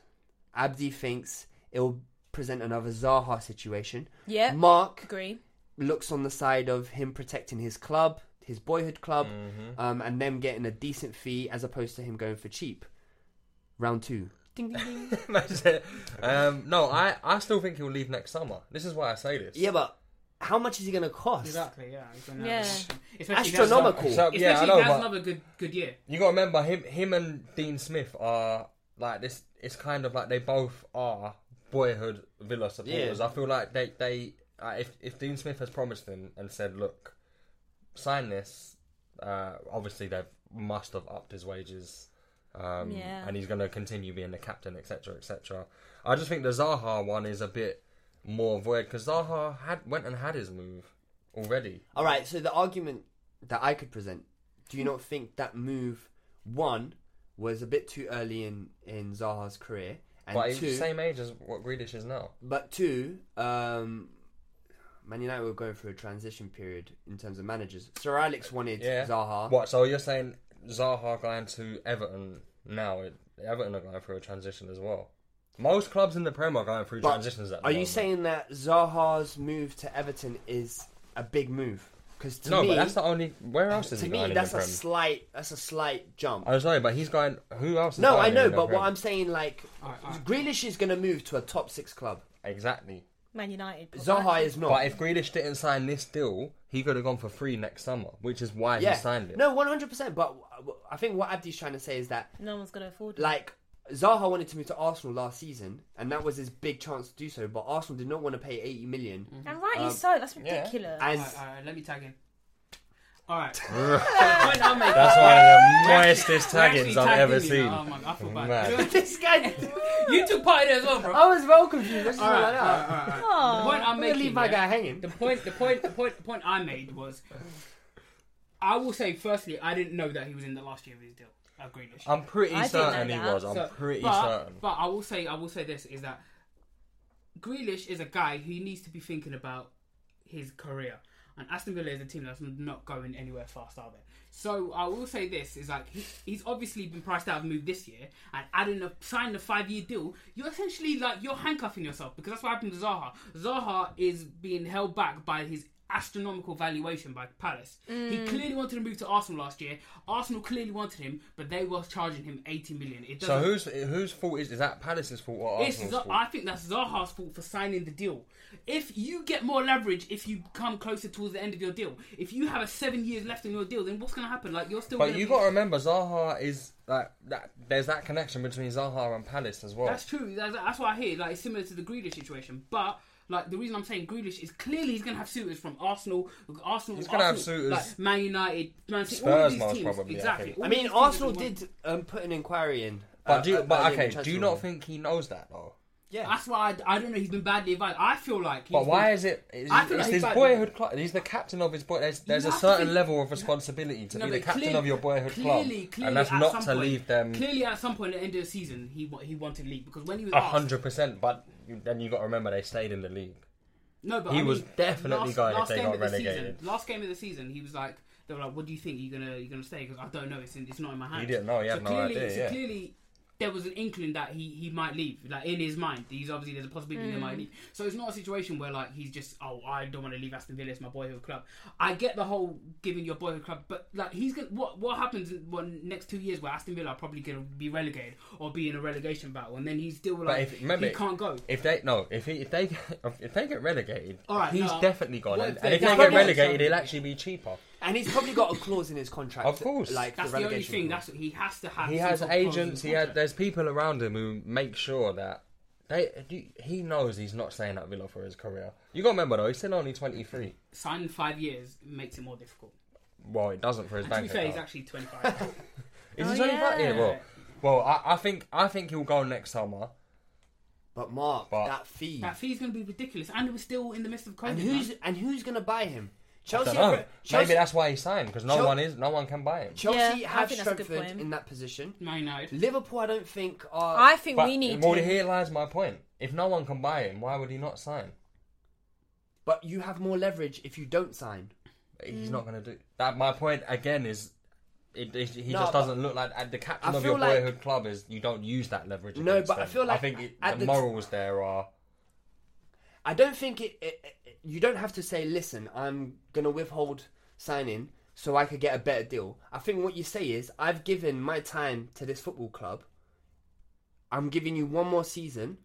[SPEAKER 3] Abdi thinks it will present another Zaha situation.
[SPEAKER 4] Yep.
[SPEAKER 3] Mark
[SPEAKER 4] Agree.
[SPEAKER 3] looks on the side of him protecting his club, his boyhood club, um, and them getting a decent fee as opposed to him going for cheap. Round two.
[SPEAKER 5] That's it. Um, no, I, I still think he'll leave next summer. This is why I say this.
[SPEAKER 3] Yeah, but how much is he going to cost?
[SPEAKER 6] Exactly. Yeah. he's gonna have
[SPEAKER 4] Yeah.
[SPEAKER 6] it. Especially if he has another-
[SPEAKER 3] Astronomical.
[SPEAKER 5] So,
[SPEAKER 6] Especially
[SPEAKER 5] yeah, I
[SPEAKER 6] if
[SPEAKER 5] know,
[SPEAKER 6] he has
[SPEAKER 5] but-
[SPEAKER 6] another good good year.
[SPEAKER 5] You gotta remember him. Him and Dean Smith are like this. It's kind of like they both are boyhood Villa supporters.
[SPEAKER 3] Yeah.
[SPEAKER 5] I feel like they they uh, if if Dean Smith has promised him and said, look, sign this. Uh, obviously, they must have upped his wages, um,
[SPEAKER 4] Yeah.
[SPEAKER 5] and he's going to continue being the captain, etc., etc. I just think the Zaha one is a bit more void because Zaha had went and had his move already.
[SPEAKER 3] All right, so the argument that I could present, do you not think that move one was a bit too early in in Zaha's career, and
[SPEAKER 5] But he's
[SPEAKER 3] two,
[SPEAKER 5] the same age as what Grealish is now.
[SPEAKER 3] but two, um, Man United were going through a transition period in terms of managers. Sir Alex wanted
[SPEAKER 5] Yeah.
[SPEAKER 3] Zaha.
[SPEAKER 5] What? So you're saying Zaha going to Everton now? It- Everton are going through a transition as well. Most clubs in the Prem are going through
[SPEAKER 3] But
[SPEAKER 5] transitions. At the
[SPEAKER 3] are you
[SPEAKER 5] moment.
[SPEAKER 3] saying that Zaha's move to Everton is a big move? Because to
[SPEAKER 5] no?
[SPEAKER 3] me,
[SPEAKER 5] but that's the only. Where else is
[SPEAKER 3] to
[SPEAKER 5] he
[SPEAKER 3] me
[SPEAKER 5] going in the
[SPEAKER 3] that's a
[SPEAKER 5] Prem?
[SPEAKER 3] slight that's a slight jump.
[SPEAKER 5] I'm sorry, but he's going. Who else? Is
[SPEAKER 3] no,
[SPEAKER 5] going
[SPEAKER 3] I
[SPEAKER 5] in
[SPEAKER 3] know,
[SPEAKER 5] the
[SPEAKER 3] but
[SPEAKER 5] Prem?
[SPEAKER 3] what I'm saying, like, Grealish is going to move to a top six club.
[SPEAKER 5] exactly.
[SPEAKER 4] Man United.
[SPEAKER 3] Zaha is not.
[SPEAKER 5] But if Grealish didn't sign this deal, he could have gone for free next summer, which is why
[SPEAKER 3] yeah,
[SPEAKER 5] he signed it.
[SPEAKER 3] no, one hundred percent. But I think what Abdi's trying to say is that,
[SPEAKER 4] No one's going to afford it.
[SPEAKER 3] like, Zaha wanted to move to Arsenal last season, and that was his big chance to do so. But Arsenal did not want to pay eighty million.
[SPEAKER 5] Mm-hmm.
[SPEAKER 4] and rightly so. That's ridiculous.
[SPEAKER 3] um,
[SPEAKER 6] All
[SPEAKER 3] And
[SPEAKER 6] right, all right, let me tag in. All
[SPEAKER 5] (laughs)
[SPEAKER 6] right. So the point I'm making-
[SPEAKER 5] That's one of the
[SPEAKER 6] We're actually-
[SPEAKER 5] moistest
[SPEAKER 6] we're actually
[SPEAKER 5] taggings I've
[SPEAKER 6] tagging
[SPEAKER 5] ever
[SPEAKER 6] you
[SPEAKER 5] seen.
[SPEAKER 6] now. Oh my, I feel
[SPEAKER 5] Man.
[SPEAKER 6] bad.
[SPEAKER 3] (laughs) this guy,
[SPEAKER 6] you took part in it as well, bro.
[SPEAKER 3] I was well confused. Let's just
[SPEAKER 6] All
[SPEAKER 3] right,
[SPEAKER 6] right,
[SPEAKER 3] that
[SPEAKER 6] all
[SPEAKER 3] out.
[SPEAKER 6] right, all right. The point I'm
[SPEAKER 3] Uh, I'm gonna
[SPEAKER 6] making.
[SPEAKER 3] leave my
[SPEAKER 6] yeah,
[SPEAKER 3] guy hanging.
[SPEAKER 6] The point, the point, the point, the point I made was, I will say firstly, I didn't know that he was in the last year of his deal. at Grealish.
[SPEAKER 5] I'm pretty
[SPEAKER 4] I didn't know
[SPEAKER 5] certain he
[SPEAKER 4] that.
[SPEAKER 5] was. I'm
[SPEAKER 6] So-
[SPEAKER 5] pretty
[SPEAKER 6] but,
[SPEAKER 5] certain.
[SPEAKER 6] But I will say, I will say this is that Grealish is a guy who needs to be thinking about his career. And Aston Villa is a team that's not going anywhere fast, are they? So I will say this is like he, he's obviously been priced out of move this year, and adding a signing a five year deal, you're essentially like you're handcuffing yourself because that's what happened to Zaha. Zaha is being held back by his astronomical valuation by Palace. He clearly wanted to move to Arsenal last year. Arsenal clearly wanted him, but they were charging him 80 million. It
[SPEAKER 5] So
[SPEAKER 6] doesn't-
[SPEAKER 5] whose whose fault is is that Palace's fault or
[SPEAKER 6] it's
[SPEAKER 5] Arsenal's
[SPEAKER 6] Za-
[SPEAKER 5] fault?
[SPEAKER 6] I think that's Zaha's fault for signing the deal. If you get more leverage, if you come closer towards the end of your deal, if you have a seven years left in your deal, then what's going to happen? Like you're still.
[SPEAKER 5] But
[SPEAKER 6] gonna
[SPEAKER 5] you
[SPEAKER 6] be-
[SPEAKER 5] got to remember, Zaha is like that. There's that connection between Zaha and Palace as well.
[SPEAKER 6] (laughs) That's true. That's, that's what I hear. Like it's similar to the Grealish situation, but. Like the reason I'm saying Grealish is clearly he's gonna have suitors from Arsenal, Arsenal,
[SPEAKER 5] He's gonna have
[SPEAKER 6] Arsenal,
[SPEAKER 5] suitors.
[SPEAKER 6] like Man United, Man City, all
[SPEAKER 5] Spurs
[SPEAKER 6] of these
[SPEAKER 5] most
[SPEAKER 6] teams.
[SPEAKER 5] probably, I
[SPEAKER 6] exactly.
[SPEAKER 5] think.
[SPEAKER 6] all
[SPEAKER 3] I
[SPEAKER 6] these
[SPEAKER 3] mean,
[SPEAKER 6] teams are
[SPEAKER 3] Arsenal
[SPEAKER 6] gonna want-
[SPEAKER 3] did um, put an inquiry in.
[SPEAKER 5] but
[SPEAKER 3] uh,
[SPEAKER 5] do you,
[SPEAKER 3] uh,
[SPEAKER 5] but
[SPEAKER 3] early in the
[SPEAKER 5] okay, do
[SPEAKER 3] transfer
[SPEAKER 5] you not
[SPEAKER 3] window.
[SPEAKER 5] think he knows that though?
[SPEAKER 3] Yeah.
[SPEAKER 6] That's why I, I don't know. He's been badly advised. I feel like. He's
[SPEAKER 5] But why
[SPEAKER 6] been-
[SPEAKER 5] is it? It's,
[SPEAKER 6] I feel
[SPEAKER 5] it's
[SPEAKER 6] like
[SPEAKER 5] his
[SPEAKER 6] he's-
[SPEAKER 5] boyhood club. He's the captain of his boy. There's, there's a
[SPEAKER 6] have to
[SPEAKER 5] certain
[SPEAKER 6] think-
[SPEAKER 5] level of responsibility to
[SPEAKER 6] No,
[SPEAKER 5] be the
[SPEAKER 6] but
[SPEAKER 5] captain
[SPEAKER 6] clearly-
[SPEAKER 5] of your boyhood
[SPEAKER 6] clearly,
[SPEAKER 5] club,
[SPEAKER 6] Clearly,
[SPEAKER 5] and that's
[SPEAKER 6] at
[SPEAKER 5] not
[SPEAKER 6] some
[SPEAKER 5] to
[SPEAKER 6] point-
[SPEAKER 5] leave them
[SPEAKER 6] Clearly, at some point at the end of the season, he wa- he wanted to leave because when he was asked-
[SPEAKER 5] hundred percent. But you, then you got to remember they stayed in the league.
[SPEAKER 6] No, but
[SPEAKER 5] He
[SPEAKER 6] I
[SPEAKER 5] was
[SPEAKER 6] mean,
[SPEAKER 5] definitely
[SPEAKER 6] last,
[SPEAKER 5] going if
[SPEAKER 6] last
[SPEAKER 5] they
[SPEAKER 6] game
[SPEAKER 5] got
[SPEAKER 6] of the
[SPEAKER 5] relegated.
[SPEAKER 6] Season, last game of the season, he was like, they were like, "What do you think? You gonna you gonna stay?" Because I don't know. It's in, it's not in my hands.
[SPEAKER 5] didn't know, he had
[SPEAKER 6] so
[SPEAKER 5] no
[SPEAKER 6] clearly,
[SPEAKER 5] idea,
[SPEAKER 6] So
[SPEAKER 5] yeah.
[SPEAKER 6] clearly, there was an inkling that he he might leave. Like in his mind, he's obviously there's a possibility he might leave. So it's not a situation where like he's just, "Oh, I don't want to leave Aston Villa. It's my boyhood club." I get the whole giving your boyhood club, but like he's gonna what what happens in what next two years where Aston Villa are probably gonna be relegated or be in a relegation battle, and then he's still
[SPEAKER 5] But
[SPEAKER 6] like
[SPEAKER 5] if remember,
[SPEAKER 6] he can't go.
[SPEAKER 5] If they no, if he, if they (laughs) if they get relegated,
[SPEAKER 6] All right,
[SPEAKER 5] he's
[SPEAKER 6] no.
[SPEAKER 5] definitely gone.
[SPEAKER 6] What
[SPEAKER 5] And,
[SPEAKER 6] if
[SPEAKER 5] and
[SPEAKER 6] they-
[SPEAKER 5] if they
[SPEAKER 6] Yeah,
[SPEAKER 5] get
[SPEAKER 6] but-
[SPEAKER 5] relegated, it'll actually be cheaper.
[SPEAKER 3] And he's probably got a clause in his contract.
[SPEAKER 5] Of course.
[SPEAKER 3] Like
[SPEAKER 6] That's
[SPEAKER 3] the
[SPEAKER 6] the, only
[SPEAKER 3] relegation.
[SPEAKER 6] thing.
[SPEAKER 3] clause.
[SPEAKER 6] That's he has to have.
[SPEAKER 5] He
[SPEAKER 6] some
[SPEAKER 5] has
[SPEAKER 6] sort of clause in
[SPEAKER 5] agents.
[SPEAKER 6] the
[SPEAKER 5] He had.
[SPEAKER 6] contract.
[SPEAKER 5] There's people around him who make sure that they. do- He knows he's not staying at Villa for his career. You got to remember though, he's still only 23.
[SPEAKER 6] signing five years makes it more difficult.
[SPEAKER 5] Well, it doesn't for his
[SPEAKER 6] And to be
[SPEAKER 5] bank
[SPEAKER 6] fair, he's
[SPEAKER 5] account. (laughs)
[SPEAKER 6] actually 25.
[SPEAKER 5] Is he
[SPEAKER 4] Oh,
[SPEAKER 5] 25? Yeah.
[SPEAKER 4] yeah.
[SPEAKER 5] well, well, I, I think I think he'll go next summer.
[SPEAKER 3] But Mark,
[SPEAKER 5] But-
[SPEAKER 3] that fee.
[SPEAKER 6] that fee's going to be ridiculous, and we're still in the midst of COVID.
[SPEAKER 3] and who's
[SPEAKER 6] man.
[SPEAKER 3] and who's gonna buy him?
[SPEAKER 5] I
[SPEAKER 3] Chelsea.
[SPEAKER 5] don't know.
[SPEAKER 3] have- Chelsea,
[SPEAKER 5] Maybe that's why he signed because no
[SPEAKER 3] Chel-
[SPEAKER 5] one is, no one can buy him.
[SPEAKER 3] Chelsea
[SPEAKER 4] Yeah, I
[SPEAKER 3] have
[SPEAKER 4] think that's a good
[SPEAKER 3] strengthened
[SPEAKER 4] point.
[SPEAKER 3] in that position.
[SPEAKER 6] Man United?
[SPEAKER 3] Liverpool, I don't think are.
[SPEAKER 4] I think
[SPEAKER 5] But
[SPEAKER 4] we need.
[SPEAKER 5] well,
[SPEAKER 4] him.
[SPEAKER 5] here lies my point. If no one can buy him, why would he not sign?
[SPEAKER 3] But you have more leverage if you don't sign.
[SPEAKER 5] He's
[SPEAKER 3] Mm.
[SPEAKER 5] not going to do that. My point again is, it, it- he
[SPEAKER 3] No,
[SPEAKER 5] just
[SPEAKER 3] but-
[SPEAKER 5] doesn't look like uh, the captain
[SPEAKER 3] I
[SPEAKER 5] of your
[SPEAKER 3] feel like-
[SPEAKER 5] boyhood club. Is you don't use that leverage.
[SPEAKER 3] No,
[SPEAKER 5] against
[SPEAKER 3] but I
[SPEAKER 5] them.
[SPEAKER 3] feel
[SPEAKER 5] I
[SPEAKER 3] like
[SPEAKER 5] think it,
[SPEAKER 3] at
[SPEAKER 5] the,
[SPEAKER 3] the t-
[SPEAKER 5] morals there are.
[SPEAKER 3] I don't think it, it, it- You don't have to say, "Listen, I'm gonna withhold signing so I could get a better deal." I think what you say is, "I've given my time to this football club. I'm giving you one more season."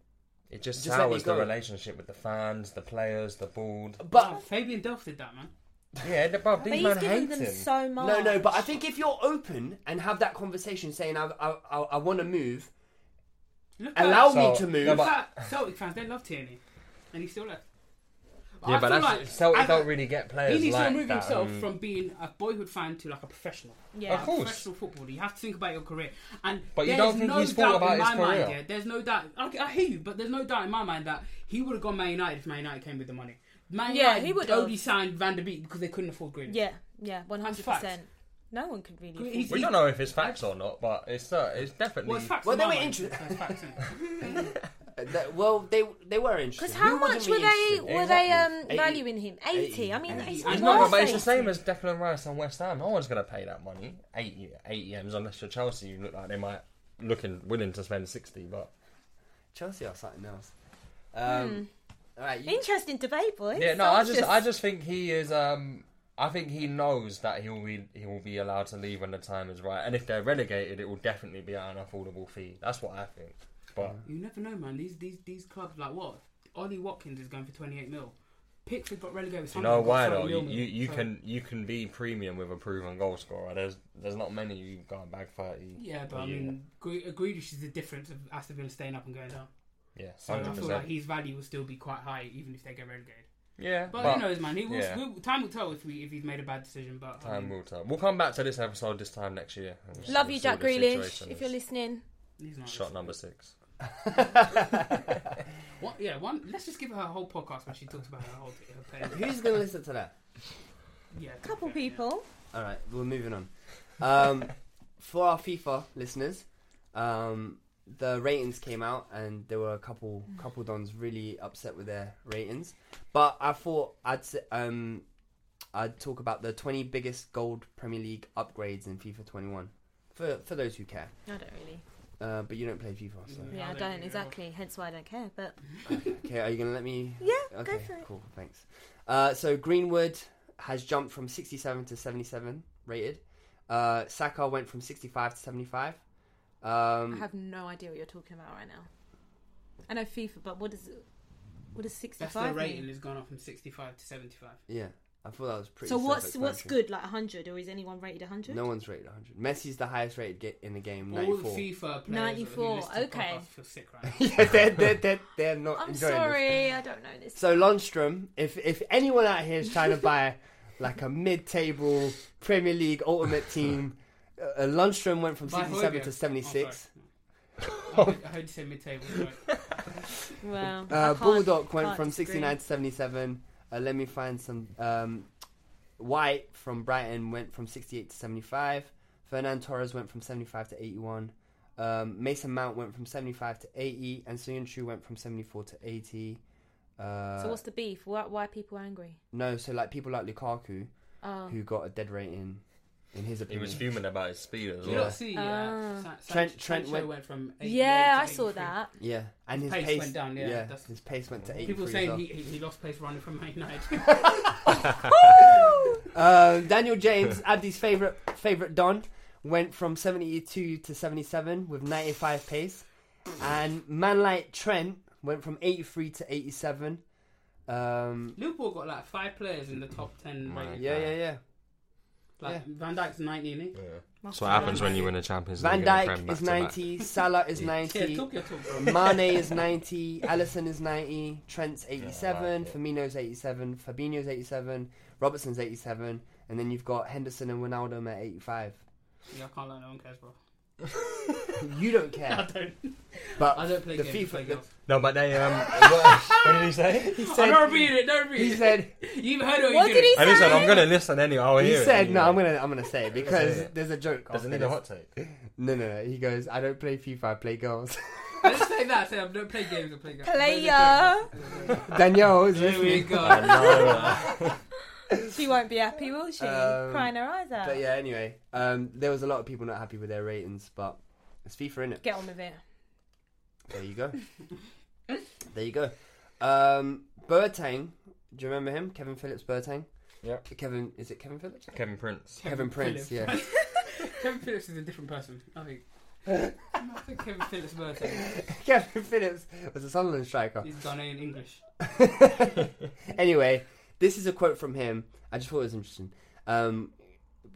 [SPEAKER 5] It just,
[SPEAKER 3] Just let me
[SPEAKER 5] sours the
[SPEAKER 3] go.
[SPEAKER 5] relationship with the fans, the players, the board.
[SPEAKER 6] Oh,
[SPEAKER 3] But
[SPEAKER 6] Fabian Delph did that, man.
[SPEAKER 5] Yeah, the- bruv,
[SPEAKER 4] But
[SPEAKER 5] these
[SPEAKER 4] he's
[SPEAKER 5] men
[SPEAKER 4] given
[SPEAKER 5] hate
[SPEAKER 4] them
[SPEAKER 5] him.
[SPEAKER 4] so much.
[SPEAKER 3] No, no, but I think if you're open and have that conversation, saying I I, I, I want to move,
[SPEAKER 6] Look at-
[SPEAKER 3] allow
[SPEAKER 5] So-
[SPEAKER 3] me to move.
[SPEAKER 5] no,
[SPEAKER 6] look
[SPEAKER 5] but-
[SPEAKER 6] at Celtic fans. They love Tierney, and he's still left.
[SPEAKER 5] Yeah,
[SPEAKER 6] I
[SPEAKER 5] but
[SPEAKER 6] feel
[SPEAKER 5] that's Celtic
[SPEAKER 6] I-
[SPEAKER 5] don't really get players
[SPEAKER 6] He needs
[SPEAKER 5] like
[SPEAKER 6] to remove
[SPEAKER 5] that,
[SPEAKER 6] himself
[SPEAKER 5] um,
[SPEAKER 6] from being a boyhood fan to like a professional.
[SPEAKER 4] Yeah. Of
[SPEAKER 6] A
[SPEAKER 5] course.
[SPEAKER 6] professional footballer. You have to think about your career, and
[SPEAKER 5] But you
[SPEAKER 6] there's
[SPEAKER 5] don't think
[SPEAKER 6] no
[SPEAKER 5] he's
[SPEAKER 6] doubt
[SPEAKER 5] thought
[SPEAKER 6] in
[SPEAKER 5] about
[SPEAKER 6] my
[SPEAKER 5] his
[SPEAKER 6] mind.
[SPEAKER 5] career?
[SPEAKER 6] Yeah, there's no doubt. I, I hear you, but there's no doubt in my mind that he would have gone Man United if Man United came with the money. Man
[SPEAKER 4] Yeah,
[SPEAKER 6] United
[SPEAKER 4] he would've.
[SPEAKER 6] only signed Van der Beek because they couldn't afford Green.
[SPEAKER 4] Yeah, yeah, one
[SPEAKER 6] That's
[SPEAKER 4] hundred
[SPEAKER 6] fact.
[SPEAKER 4] percent. No one could really.
[SPEAKER 6] He's-
[SPEAKER 4] afford
[SPEAKER 5] We don't know if it's facts or not, but it's uh, it's definitely.
[SPEAKER 6] Well, it's facts
[SPEAKER 3] Well,
[SPEAKER 6] in
[SPEAKER 3] they
[SPEAKER 6] my
[SPEAKER 3] were
[SPEAKER 6] mind.
[SPEAKER 3] inter-
[SPEAKER 6] It's facts,
[SPEAKER 5] (laughs)
[SPEAKER 6] isn't it?
[SPEAKER 3] uh, That- well, they they were interested.
[SPEAKER 4] Because how
[SPEAKER 3] Who wouldn't
[SPEAKER 4] much
[SPEAKER 3] be
[SPEAKER 4] were they
[SPEAKER 3] interested?
[SPEAKER 4] were they um,
[SPEAKER 3] Exactly.
[SPEAKER 4] valuing him? Eighty.
[SPEAKER 3] 80.
[SPEAKER 4] I mean, it's
[SPEAKER 6] I
[SPEAKER 5] It's
[SPEAKER 6] know,
[SPEAKER 5] not,
[SPEAKER 4] worth
[SPEAKER 5] but it's the
[SPEAKER 4] it.
[SPEAKER 5] same as Declan Rice and West Ham. No one's going to pay that money, eight eight M's, unless you're Chelsea. You look like they might looking willing to spend sixty, but
[SPEAKER 3] Chelsea are something else.
[SPEAKER 4] Hmm.
[SPEAKER 3] Um, All right, you,
[SPEAKER 4] Interesting debate, boys.
[SPEAKER 5] yeah,
[SPEAKER 4] So
[SPEAKER 5] no, I
[SPEAKER 4] it's
[SPEAKER 5] just I just think he is. Um, I think he knows that he will be he will be allowed to leave when the time is right, and if they're relegated, it will definitely be at an affordable fee. That's what I think. But
[SPEAKER 6] You never know, man. These these these clubs like what? Ollie Watkins is going for twenty eight mil. Pickford got relegated. with
[SPEAKER 5] you know
[SPEAKER 6] Sunderland,
[SPEAKER 5] why
[SPEAKER 6] got 30
[SPEAKER 5] though? You
[SPEAKER 6] mil.
[SPEAKER 5] you, you
[SPEAKER 6] So-
[SPEAKER 5] can you can be premium with a proven goal scorer. There's there's not many you have got back thirty.
[SPEAKER 6] Yeah, but I
[SPEAKER 5] Yeah.
[SPEAKER 6] mean, Gre- Grealish is the difference of Aston Villa staying up and going down.
[SPEAKER 5] Yeah,
[SPEAKER 6] So I
[SPEAKER 5] hundred
[SPEAKER 6] feel like
[SPEAKER 5] percent.
[SPEAKER 6] his value will still be quite high, even if they get relegated.
[SPEAKER 5] Yeah,
[SPEAKER 6] But, who knows, man? He will,
[SPEAKER 5] yeah.
[SPEAKER 6] will- time will tell if we if he's made a bad decision. But I
[SPEAKER 5] Time
[SPEAKER 6] mean,
[SPEAKER 5] will tell. We'll come back to this episode this time next year. and we'll
[SPEAKER 4] Love
[SPEAKER 5] see-
[SPEAKER 4] you,
[SPEAKER 5] see
[SPEAKER 4] Jack
[SPEAKER 5] what the
[SPEAKER 4] Grealish.
[SPEAKER 5] situation
[SPEAKER 4] If
[SPEAKER 5] is.
[SPEAKER 4] you're listening,
[SPEAKER 6] he's not
[SPEAKER 5] Shot number six.
[SPEAKER 6] One, yeah, one. Let's just give her a whole podcast when she talks about her whole
[SPEAKER 4] (laughs)
[SPEAKER 6] her play.
[SPEAKER 3] (laughs) who's going to listen to that?
[SPEAKER 6] yeah,
[SPEAKER 4] a
[SPEAKER 6] (laughs)
[SPEAKER 4] couple people.
[SPEAKER 3] All right, we're moving on. Um, for our FIFA listeners, um, the ratings came out, and there were a couple couple dons really upset with their ratings. But I thought I'd s- um, I'd talk about the 20 biggest gold Premier League upgrades in FIFA 21 for for those who care.
[SPEAKER 4] I don't really.
[SPEAKER 3] Uh, but you don't play FIFA, so
[SPEAKER 4] Yeah, I
[SPEAKER 6] I
[SPEAKER 4] don't,
[SPEAKER 6] don't really.
[SPEAKER 4] exactly. Hence why I don't care. But
[SPEAKER 3] okay. Are you gonna let me?
[SPEAKER 4] Yeah, go
[SPEAKER 3] Okay.
[SPEAKER 4] for it.
[SPEAKER 3] Cool. Thanks. Uh, so Greenwood has jumped from 67 to 77 rated. Uh, Saka went from 65 to 75. Um,
[SPEAKER 4] I have no idea what you're talking about right now. I know FIFA, but what is what is
[SPEAKER 6] That's the
[SPEAKER 4] 65
[SPEAKER 6] rating
[SPEAKER 4] mean?
[SPEAKER 6] has gone up from 65 to 75.
[SPEAKER 3] yeah, I thought that was pretty.
[SPEAKER 4] So what's what's
[SPEAKER 3] self-explanatory.
[SPEAKER 4] good? Like 100, or is anyone rated 100?
[SPEAKER 3] No one's rated 100. Messi's the highest rated ga- in the game,
[SPEAKER 6] All
[SPEAKER 3] 94.
[SPEAKER 6] the
[SPEAKER 3] (laughs)
[SPEAKER 6] FIFA players. that
[SPEAKER 4] 94,
[SPEAKER 6] you listed
[SPEAKER 4] okay.
[SPEAKER 6] above feel sick right now.
[SPEAKER 3] yeah, they're, they're, they're, they're not
[SPEAKER 4] I'm
[SPEAKER 3] enjoying this.
[SPEAKER 4] sorry, I don't know this.
[SPEAKER 3] So Lundstrom, if if anyone out here is trying to buy (laughs) like a mid-table Premier League ultimate
[SPEAKER 6] (laughs)
[SPEAKER 3] team, uh, Lundstrom went from
[SPEAKER 6] By
[SPEAKER 3] 67
[SPEAKER 6] Højbjerg.
[SPEAKER 3] to
[SPEAKER 6] Oh,
[SPEAKER 3] 76. (laughs)
[SPEAKER 6] sorry. I heard you say mid-table. sorry.
[SPEAKER 4] well, I
[SPEAKER 3] uh,
[SPEAKER 4] can't-
[SPEAKER 3] Bulldog went
[SPEAKER 4] can't
[SPEAKER 3] from
[SPEAKER 4] disagree.
[SPEAKER 3] 69 to 77. Uh, let me find some. Um, White from Brighton went from 68 to 75. Fernand Torres went from 75 to 81. Um, Mason Mount went from 75 to 80. And Suyun Chu went from 74 to 80. Uh,
[SPEAKER 4] So what's the beef? Why, why are people angry?
[SPEAKER 3] no, so like people like Lukaku,
[SPEAKER 4] Oh.
[SPEAKER 3] who got a dead rating, in his
[SPEAKER 5] He
[SPEAKER 3] opinion.
[SPEAKER 5] was fuming about his speed as
[SPEAKER 6] You don't
[SPEAKER 5] well.
[SPEAKER 6] see, yeah. Sa- Sa-
[SPEAKER 3] Trent- Trent
[SPEAKER 6] Sancho
[SPEAKER 3] went-
[SPEAKER 6] went from 88
[SPEAKER 4] Ah. Yeah,
[SPEAKER 6] to
[SPEAKER 4] I saw
[SPEAKER 6] 83.
[SPEAKER 4] that.
[SPEAKER 3] Yeah, and his pace,
[SPEAKER 6] Pace went down, yeah, that's-
[SPEAKER 3] his pace went to 83.
[SPEAKER 6] People
[SPEAKER 3] as
[SPEAKER 6] saying
[SPEAKER 3] well.
[SPEAKER 6] he, he, he lost pace running from Man United.
[SPEAKER 3] (laughs) Um, Daniel James, Abdi's favorite favorite Don, went from 72 to 77 with 95 pace, and Manlight Trent went from 83 to 87. Um,
[SPEAKER 6] Liverpool got like five players in the top ten.
[SPEAKER 5] Right.
[SPEAKER 6] rating.
[SPEAKER 3] yeah, yeah, yeah.
[SPEAKER 6] Like Van Dijk's 90, isn't he?
[SPEAKER 5] That's what happens when you win a Champions League. and
[SPEAKER 3] Van
[SPEAKER 5] a Prem
[SPEAKER 3] Dyke is
[SPEAKER 5] back-to-back.
[SPEAKER 3] 90, Salah
[SPEAKER 6] (laughs)
[SPEAKER 3] is
[SPEAKER 6] Yeah,
[SPEAKER 3] 90,
[SPEAKER 6] talk your talk, bro.
[SPEAKER 3] (laughs) Mane is 90, Allison is 90, Trent's 87,
[SPEAKER 5] yeah.
[SPEAKER 3] Firmino's 87, Fabinho's 87, Robertson's 87, and then you've got Henderson and Wijnaldum at 85.
[SPEAKER 6] Yeah, I can't let no one cares, bro.
[SPEAKER 3] (laughs) You don't care.
[SPEAKER 6] I don't.
[SPEAKER 3] But
[SPEAKER 6] I don't play
[SPEAKER 3] Uh, the
[SPEAKER 6] games. I play
[SPEAKER 3] FIFA. the-
[SPEAKER 6] girls.
[SPEAKER 5] No, but they. Um, what, what did he say?
[SPEAKER 3] he
[SPEAKER 6] I'm
[SPEAKER 3] said.
[SPEAKER 6] not repeating it. Don't repeat
[SPEAKER 3] he
[SPEAKER 6] it.
[SPEAKER 3] said.
[SPEAKER 6] (laughs) You've heard it.
[SPEAKER 4] What
[SPEAKER 6] you
[SPEAKER 4] did he
[SPEAKER 5] I
[SPEAKER 4] say?
[SPEAKER 5] listen. I'm gonna listen anyway. I'll
[SPEAKER 3] He
[SPEAKER 5] hear
[SPEAKER 3] said.
[SPEAKER 5] it
[SPEAKER 3] No, I'm
[SPEAKER 5] anyway.
[SPEAKER 3] gonna. I'm gonna say it because
[SPEAKER 5] it.
[SPEAKER 3] there's a joke.
[SPEAKER 5] Doesn't
[SPEAKER 3] after
[SPEAKER 5] need a
[SPEAKER 3] this.
[SPEAKER 5] hot take.
[SPEAKER 3] No, no, no. He goes. I don't play FIFA. I play girls. (laughs)
[SPEAKER 6] Let's say that. Say I don't play games. I play girls.
[SPEAKER 4] Player,
[SPEAKER 3] Danielle is
[SPEAKER 6] There we
[SPEAKER 3] listening. (laughs)
[SPEAKER 6] go.
[SPEAKER 4] she won't be happy, will she?
[SPEAKER 3] Um,
[SPEAKER 4] Crying her eyes out.
[SPEAKER 3] But yeah. Anyway, um, there was a lot of people not happy with their ratings, but it's FIFA in it.
[SPEAKER 4] Get on with it.
[SPEAKER 3] There you go. there you go. Um, Boateng. Do you remember him? Kevin Phillips Boateng.
[SPEAKER 5] Yeah.
[SPEAKER 3] Kevin. Is it Kevin Phillips?
[SPEAKER 5] Kevin Prince.
[SPEAKER 3] Kevin Prince. Yeah.
[SPEAKER 6] (laughs) Kevin Phillips is a different person. I think. I think Kevin Phillips' birthday.
[SPEAKER 3] (laughs) Kevin Phillips was a Sunderland striker.
[SPEAKER 6] He's Ghanaian English.
[SPEAKER 3] (laughs) anyway, this is a quote from him. I just thought it was interesting. Um,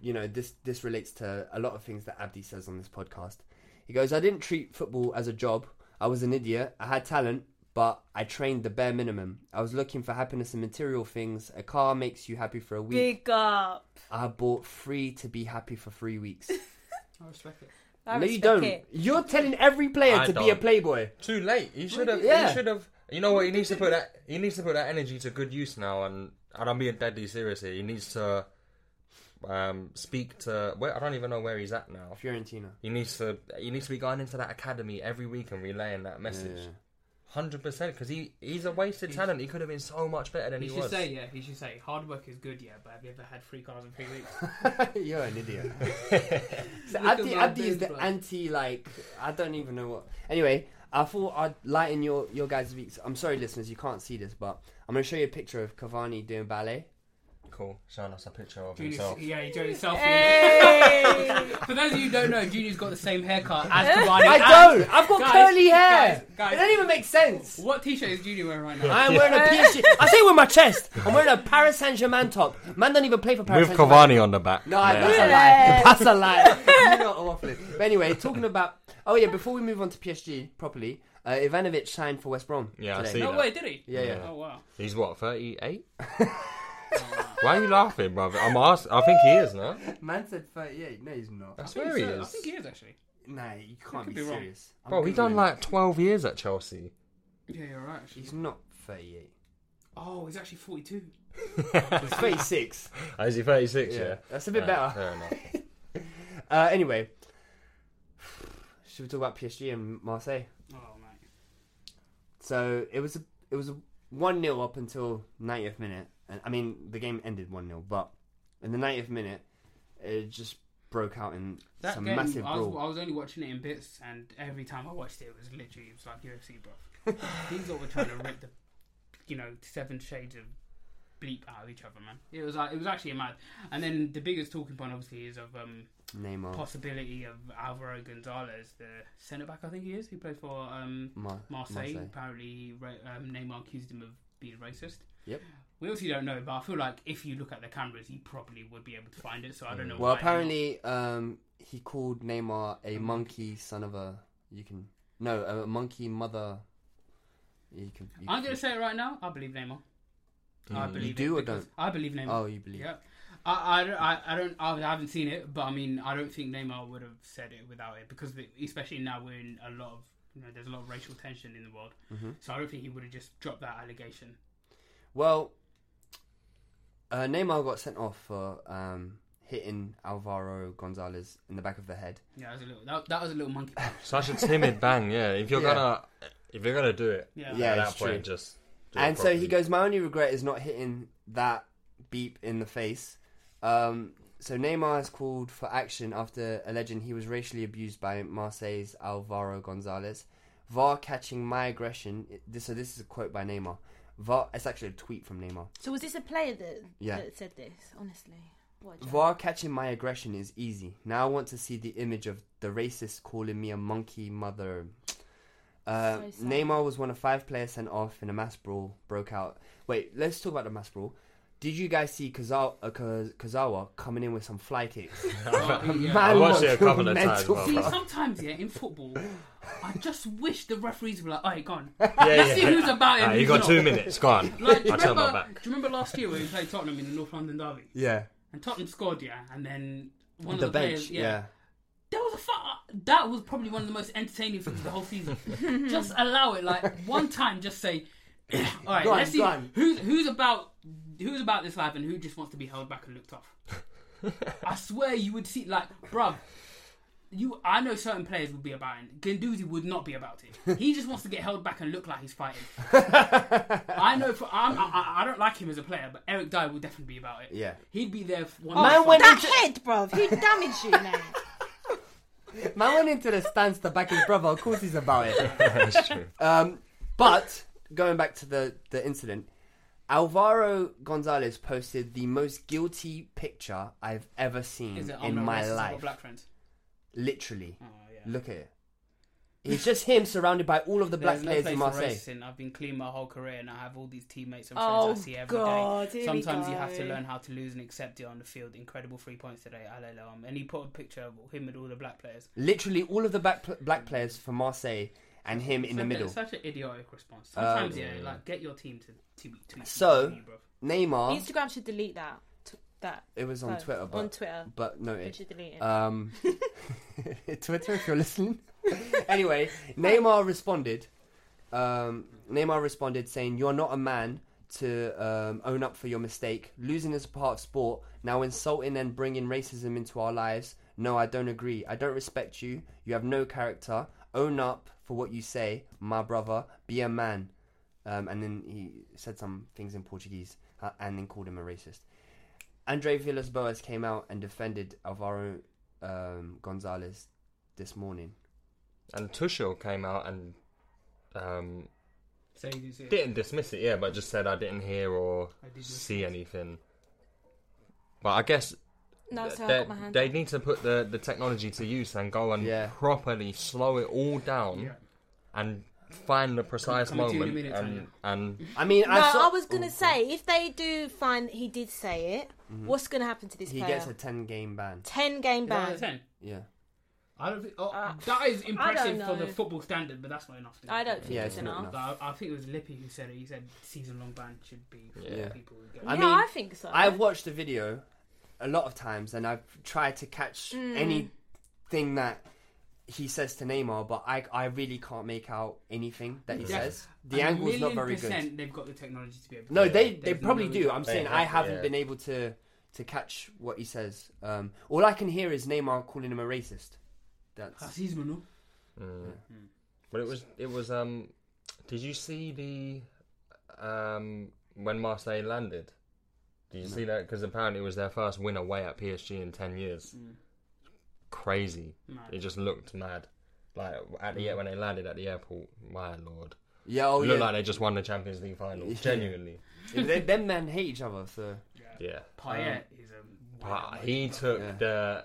[SPEAKER 3] you know, this this relates to a lot of things that Abdi says on this podcast. He goes, "I didn't treat football as a job. I was an idiot. I had talent, but I trained the bare minimum. I was looking for happiness in material things. A car makes you happy for a week.
[SPEAKER 4] Big up.
[SPEAKER 3] I bought three to be happy for three weeks.
[SPEAKER 6] I respect it.
[SPEAKER 4] (laughs) I
[SPEAKER 3] no, you
[SPEAKER 4] respect
[SPEAKER 3] don't.
[SPEAKER 4] It.
[SPEAKER 3] You're telling every player
[SPEAKER 5] I
[SPEAKER 3] to be a
[SPEAKER 5] don't.
[SPEAKER 3] playboy.
[SPEAKER 5] Too late. He should have.
[SPEAKER 3] Yeah.
[SPEAKER 5] He should have. You know what? He needs to put that. He needs to put that energy to good use now. And and I'm being deadly serious here. He needs to um speak to. Where I don't even know where he's at now.
[SPEAKER 3] Fiorentina.
[SPEAKER 5] He needs to. He needs to be going into that academy every week and relaying that message.
[SPEAKER 3] Yeah.
[SPEAKER 5] Hundred percent, because he he's a wasted talent. He could have been so much better than
[SPEAKER 6] He
[SPEAKER 5] he,
[SPEAKER 6] should
[SPEAKER 5] was.
[SPEAKER 6] say, yeah, he should say, hard work is good, yeah, but have you ever had three cars in three
[SPEAKER 5] (laughs)
[SPEAKER 6] weeks?
[SPEAKER 3] (laughs) You're an idiot.
[SPEAKER 6] (laughs)
[SPEAKER 3] so
[SPEAKER 6] Look
[SPEAKER 3] Abdi,
[SPEAKER 6] at my
[SPEAKER 3] Abdi is
[SPEAKER 6] boob,
[SPEAKER 3] the
[SPEAKER 6] bro.
[SPEAKER 3] anti, like, I don't even know what. Anyway, I thought I'd lighten your, your guys' weeks. I'm sorry, listeners, you can't see this, but I'm going to show you a picture of Cavani doing ballet.
[SPEAKER 5] Cool. Showing us a picture of
[SPEAKER 6] Junior,
[SPEAKER 5] himself.
[SPEAKER 6] yeah, he drew himself.
[SPEAKER 4] Hey!
[SPEAKER 6] (laughs) For those of you who don't know, Junior's got the same haircut (laughs) as Cavani.
[SPEAKER 3] I
[SPEAKER 6] and-
[SPEAKER 3] don't! I've got
[SPEAKER 6] Guys,
[SPEAKER 3] curly hair!
[SPEAKER 6] guys, guys.
[SPEAKER 3] It doesn't even
[SPEAKER 6] (laughs)
[SPEAKER 3] make sense!
[SPEAKER 6] What t-shirt is Junior wearing right now?
[SPEAKER 3] I'm wearing a PSG. I say it with my chest. I'm wearing a Paris Saint Germain top. Man, don't even play for Paris
[SPEAKER 5] With
[SPEAKER 3] Saint Germain.
[SPEAKER 5] Cavani on the back.
[SPEAKER 3] No, I- that's
[SPEAKER 4] Yes.
[SPEAKER 3] a lie.
[SPEAKER 5] (laughs)
[SPEAKER 3] That's a lie. You're not waffling. But anyway, talking about. Oh yeah, before we move on to PSG properly, uh, Ivanovic signed for West Brom.
[SPEAKER 5] Yeah, I
[SPEAKER 3] today.
[SPEAKER 5] see
[SPEAKER 6] No
[SPEAKER 5] that.
[SPEAKER 6] way, did he?
[SPEAKER 3] Yeah, yeah.
[SPEAKER 6] Oh wow.
[SPEAKER 5] He's what, 38? Why are you laughing, brother? I'm asked, I think he is, no?
[SPEAKER 3] (laughs) Man said 38. No, he's not.
[SPEAKER 5] I swear he
[SPEAKER 6] So, I
[SPEAKER 5] is.
[SPEAKER 6] think he is actually.
[SPEAKER 3] Nah, you can't
[SPEAKER 6] could
[SPEAKER 3] be,
[SPEAKER 6] be wrong.
[SPEAKER 3] serious. I'm
[SPEAKER 5] Bro, he
[SPEAKER 3] Googling.
[SPEAKER 5] done like 12 years at Chelsea.
[SPEAKER 6] Yeah, you're right. Actually.
[SPEAKER 3] He's not 38.
[SPEAKER 6] Oh, he's actually 42.
[SPEAKER 3] (laughs) He's (laughs) 36.
[SPEAKER 5] (laughs) Oh, is he 36?
[SPEAKER 3] Yeah,
[SPEAKER 5] Yeah.
[SPEAKER 3] that's a bit
[SPEAKER 5] Alright,
[SPEAKER 3] better.
[SPEAKER 5] Fair enough.
[SPEAKER 3] uh, anyway, (sighs) should we talk about PSG and Marseille?
[SPEAKER 6] Oh mate.
[SPEAKER 3] So it was a, it was a one 0 up until 90th minute, And I mean, the game ended 1 0, but in the 90th minute, it just broke out in
[SPEAKER 6] That
[SPEAKER 3] some
[SPEAKER 6] game,
[SPEAKER 3] massive
[SPEAKER 6] I was,
[SPEAKER 3] brawl.
[SPEAKER 6] I was only watching it in bits, and every time I watched it, it was literally it was like UFC,
[SPEAKER 3] (laughs)
[SPEAKER 6] bro. These lot were trying to rip the, you know, seven shades of bleep out of each other, man. It was like it was actually mad. And then the biggest talking point, obviously, is of um
[SPEAKER 3] Neymar.
[SPEAKER 6] possibility of Alvaro Gonzalez, the centre back, I think he is, who played for um
[SPEAKER 3] Mar-
[SPEAKER 6] Marseille.
[SPEAKER 3] Marseille.
[SPEAKER 6] Apparently, ra- um, Neymar accused him of being racist.
[SPEAKER 3] Yep.
[SPEAKER 6] We obviously don't know, but I feel like if you look at the cameras, you probably would be able to find it. So I don't know.
[SPEAKER 3] Well,
[SPEAKER 6] why I'm not-
[SPEAKER 3] apparently, um, he called Neymar a monkey son of a. You can no, a monkey mother. You can. You
[SPEAKER 6] I'm
[SPEAKER 3] can- Mm,
[SPEAKER 6] going to say it right now. I believe Neymar. I believe
[SPEAKER 3] You
[SPEAKER 6] it
[SPEAKER 3] do or
[SPEAKER 6] because-
[SPEAKER 3] don't?
[SPEAKER 6] I believe Neymar.
[SPEAKER 3] Oh, you believe.
[SPEAKER 6] Yeah. I, I, don't- I, I don't I haven't seen it, but I mean I don't think Neymar would have said it without it because the, especially now we're in a lot of you know there's a lot of racial tension in the world,
[SPEAKER 3] Mm-hmm.
[SPEAKER 6] so I don't think he would have just dropped that allegation.
[SPEAKER 3] Well, uh, Neymar got sent off for um, hitting Alvaro Gonzalez in the back of the head.
[SPEAKER 6] Yeah, that was a little that, that was a little monkey.
[SPEAKER 3] (laughs)
[SPEAKER 6] punch.
[SPEAKER 5] Such a timid bang, yeah. If you're
[SPEAKER 3] Yeah.
[SPEAKER 5] gonna, if you're gonna do it,
[SPEAKER 6] Yeah.
[SPEAKER 3] Yeah,
[SPEAKER 5] at that
[SPEAKER 3] it's
[SPEAKER 5] point,
[SPEAKER 3] true.
[SPEAKER 5] just. do it
[SPEAKER 3] And so he
[SPEAKER 5] properly.
[SPEAKER 3] goes, My only regret is not hitting that beep in the face. Um, so Neymar is called for action after alleging he was racially abused by Marseille's Alvaro Gonzalez. VAR catching my aggression. it- this- So this is a quote by Neymar. VAR, it's actually a tweet from Neymar.
[SPEAKER 4] So was this a player that
[SPEAKER 3] Yeah.
[SPEAKER 4] that said this? Honestly, what? a joke.
[SPEAKER 3] VAR catching my aggression is easy. Now I want to see the image of the racist calling me a monkey mother. Uh,
[SPEAKER 4] So sad.
[SPEAKER 3] Neymar was one of five players sent off in a mass brawl broke out. Wait, let's talk about the mass brawl. Did you guys see Kazawa, uh, Kaz- Kazawa coming in with some fly
[SPEAKER 5] (laughs)
[SPEAKER 3] kicks?
[SPEAKER 6] Oh, yeah.
[SPEAKER 3] Man
[SPEAKER 5] I watched it
[SPEAKER 3] was
[SPEAKER 5] a couple of times,
[SPEAKER 3] mental.
[SPEAKER 5] bro.
[SPEAKER 6] See, sometimes yeah, in football, I just wish the referees were like, "All right,
[SPEAKER 3] (laughs)
[SPEAKER 6] gone."
[SPEAKER 5] Yeah,
[SPEAKER 6] Let's see who's about it.
[SPEAKER 5] Ah,
[SPEAKER 6] and
[SPEAKER 5] you
[SPEAKER 6] who's
[SPEAKER 5] got
[SPEAKER 6] not."
[SPEAKER 5] two minutes. Go on.
[SPEAKER 6] Like, do, you
[SPEAKER 5] I turn my
[SPEAKER 6] remember,
[SPEAKER 5] back.
[SPEAKER 6] do you remember last year when we played Tottenham in the North London derby?
[SPEAKER 3] Yeah,
[SPEAKER 6] And Tottenham scored, yeah, and then one
[SPEAKER 3] the
[SPEAKER 6] of the
[SPEAKER 3] bench.
[SPEAKER 6] players,
[SPEAKER 3] Yeah.
[SPEAKER 6] That was a fu- that was probably one of the most entertaining things of the whole season. just allow it, like one time, just say, (clears throat) "All right,
[SPEAKER 3] Go on,
[SPEAKER 6] let's see
[SPEAKER 3] go on.
[SPEAKER 6] who's who's about who's about this life and who just wants to be held back and looked
[SPEAKER 3] (laughs)
[SPEAKER 6] off." I swear, you would see, like, bruv. You, I know certain players would be about it. Ganduzi would not be about
[SPEAKER 3] (laughs)
[SPEAKER 6] it. He just wants to get held back and look like he's fighting. (laughs) I know. For, I'm, I, I- I don't like him as a player, but Eric Dyer would definitely be about it.
[SPEAKER 3] Yeah.
[SPEAKER 6] he'd be there. For one
[SPEAKER 3] Man
[SPEAKER 6] last
[SPEAKER 3] went
[SPEAKER 6] fight.
[SPEAKER 4] Oh, that head, bruv. Who damaged you,
[SPEAKER 3] (laughs)
[SPEAKER 4] man?
[SPEAKER 3] Man went into the stands to back his brother. Of course he's about it.
[SPEAKER 5] (laughs) That's true.
[SPEAKER 3] Um, but going back to the, the incident, Alvaro Gonzalez posted the most guilty picture I've ever seen
[SPEAKER 6] Is it I'm
[SPEAKER 3] Mm, in
[SPEAKER 6] not racist,
[SPEAKER 3] my
[SPEAKER 6] I've got
[SPEAKER 3] life.
[SPEAKER 6] Black friends.
[SPEAKER 3] Literally,
[SPEAKER 6] Oh, yeah.
[SPEAKER 3] look at it. It's just him surrounded by all of the black
[SPEAKER 6] There's no
[SPEAKER 3] players
[SPEAKER 6] place
[SPEAKER 3] in
[SPEAKER 6] for
[SPEAKER 3] Marseille.
[SPEAKER 6] racing. I've been clean my whole career, and I have all these teammates and friends
[SPEAKER 4] Oh,
[SPEAKER 6] I see every day.
[SPEAKER 4] God, here we
[SPEAKER 6] Sometimes you have to
[SPEAKER 4] go.
[SPEAKER 6] learn how to lose and accept it on the field. Incredible three points today, Alelom. And he put a picture of him and all the black players.
[SPEAKER 3] Literally, all of the black pl- black players from Marseille and him in the
[SPEAKER 6] Such a-
[SPEAKER 3] middle. Oh,
[SPEAKER 6] Such an idiotic response. Sometimes, yeah, like get your team to tweet. tweet
[SPEAKER 3] So-
[SPEAKER 6] you, bruv.
[SPEAKER 3] Neymar,
[SPEAKER 4] Instagram should delete that. T- that
[SPEAKER 3] it was on
[SPEAKER 4] post.
[SPEAKER 3] Twitter, but
[SPEAKER 4] on Twitter,
[SPEAKER 3] but no,
[SPEAKER 4] they
[SPEAKER 3] it,
[SPEAKER 4] should delete it. (laughs)
[SPEAKER 3] Um, (laughs)
[SPEAKER 6] (laughs)
[SPEAKER 3] Twitter, if you're listening. (laughs) anyway, Neymar responded. Um, Neymar responded saying, "You're not a man to um, own up for your mistake. Losing is a part of sport. Now insulting and bringing racism into our lives. No, I don't agree. I don't respect you. You have no character. Own up for what you say, my brother. Be a man." Um, and then he said some things in Portuguese, uh, and then called him a racist. Andre Villas Boas came out and defended Alvaro um, Gonzalez this morning.
[SPEAKER 5] And Tuchel came out and um,
[SPEAKER 6] So you can see it.
[SPEAKER 5] didn't dismiss it, yeah, but just said I didn't hear or
[SPEAKER 6] did
[SPEAKER 5] see anything. But I guess
[SPEAKER 4] no, so I
[SPEAKER 5] they
[SPEAKER 4] got my hand.
[SPEAKER 5] they need to put the, the technology to use and go and
[SPEAKER 3] Yeah.
[SPEAKER 5] properly slow it all down
[SPEAKER 6] Yeah.
[SPEAKER 5] and find the precise
[SPEAKER 6] Coming to you in a
[SPEAKER 5] moment.
[SPEAKER 6] minute,
[SPEAKER 5] and, and
[SPEAKER 3] I mean,
[SPEAKER 4] no,
[SPEAKER 3] I, saw,
[SPEAKER 4] I
[SPEAKER 3] Oh,
[SPEAKER 4] was gonna say if they do find he did say it, what's gonna happen to this
[SPEAKER 3] Mm-hmm. he
[SPEAKER 4] player?
[SPEAKER 3] gets a ten-game ban.
[SPEAKER 4] ten game
[SPEAKER 6] Is that
[SPEAKER 4] ban.
[SPEAKER 6] a 10?
[SPEAKER 3] Yeah,
[SPEAKER 6] I don't think, oh, that is impressive for the
[SPEAKER 4] know.
[SPEAKER 6] football standard, but that's not enough.
[SPEAKER 4] I don't think
[SPEAKER 3] Yeah,
[SPEAKER 4] it's
[SPEAKER 3] it's not
[SPEAKER 4] enough.
[SPEAKER 3] enough.
[SPEAKER 6] I, I think it was Lippy who said it. He said season long ban should be for
[SPEAKER 5] Yeah.
[SPEAKER 6] people who go.
[SPEAKER 3] I
[SPEAKER 4] yeah,
[SPEAKER 3] mean,
[SPEAKER 4] I think so.
[SPEAKER 3] I've watched the video a lot of times, and I've tried to catch
[SPEAKER 4] Mm.
[SPEAKER 3] anything that he says to Neymar, but I, I really can't make out anything that he
[SPEAKER 6] Yeah.
[SPEAKER 3] says. The
[SPEAKER 6] And a
[SPEAKER 3] angle's not
[SPEAKER 6] million
[SPEAKER 3] very
[SPEAKER 6] percent
[SPEAKER 3] good.
[SPEAKER 6] They've got the technology to be able.
[SPEAKER 3] No,
[SPEAKER 6] to do
[SPEAKER 3] they
[SPEAKER 6] it.
[SPEAKER 3] they
[SPEAKER 6] There's
[SPEAKER 3] probably
[SPEAKER 6] no-
[SPEAKER 3] do. I'm saying I
[SPEAKER 5] have,
[SPEAKER 3] haven't
[SPEAKER 5] yeah.
[SPEAKER 3] been able to to catch what he says. Um, all I can hear is Neymar calling him a racist. That's
[SPEAKER 6] Racismo, no?
[SPEAKER 5] mm. Hmm. but it was it was um. Did you see the um when Marseille landed? Did you see that? Because apparently it was their first win away at PSG in ten years.
[SPEAKER 6] Hmm.
[SPEAKER 5] Crazy. It just looked mad. Like at the when they landed at the airport, my lord,
[SPEAKER 3] Yeah, Mm. oh
[SPEAKER 5] it looked
[SPEAKER 3] yeah.
[SPEAKER 5] like they just won the Champions League final.
[SPEAKER 3] (laughs) Yeah.
[SPEAKER 5] Genuinely,
[SPEAKER 3] Yeah, they- them men hate each other, so
[SPEAKER 5] yeah.
[SPEAKER 6] Payet is um, a.
[SPEAKER 5] But he took
[SPEAKER 3] Yeah.
[SPEAKER 5] the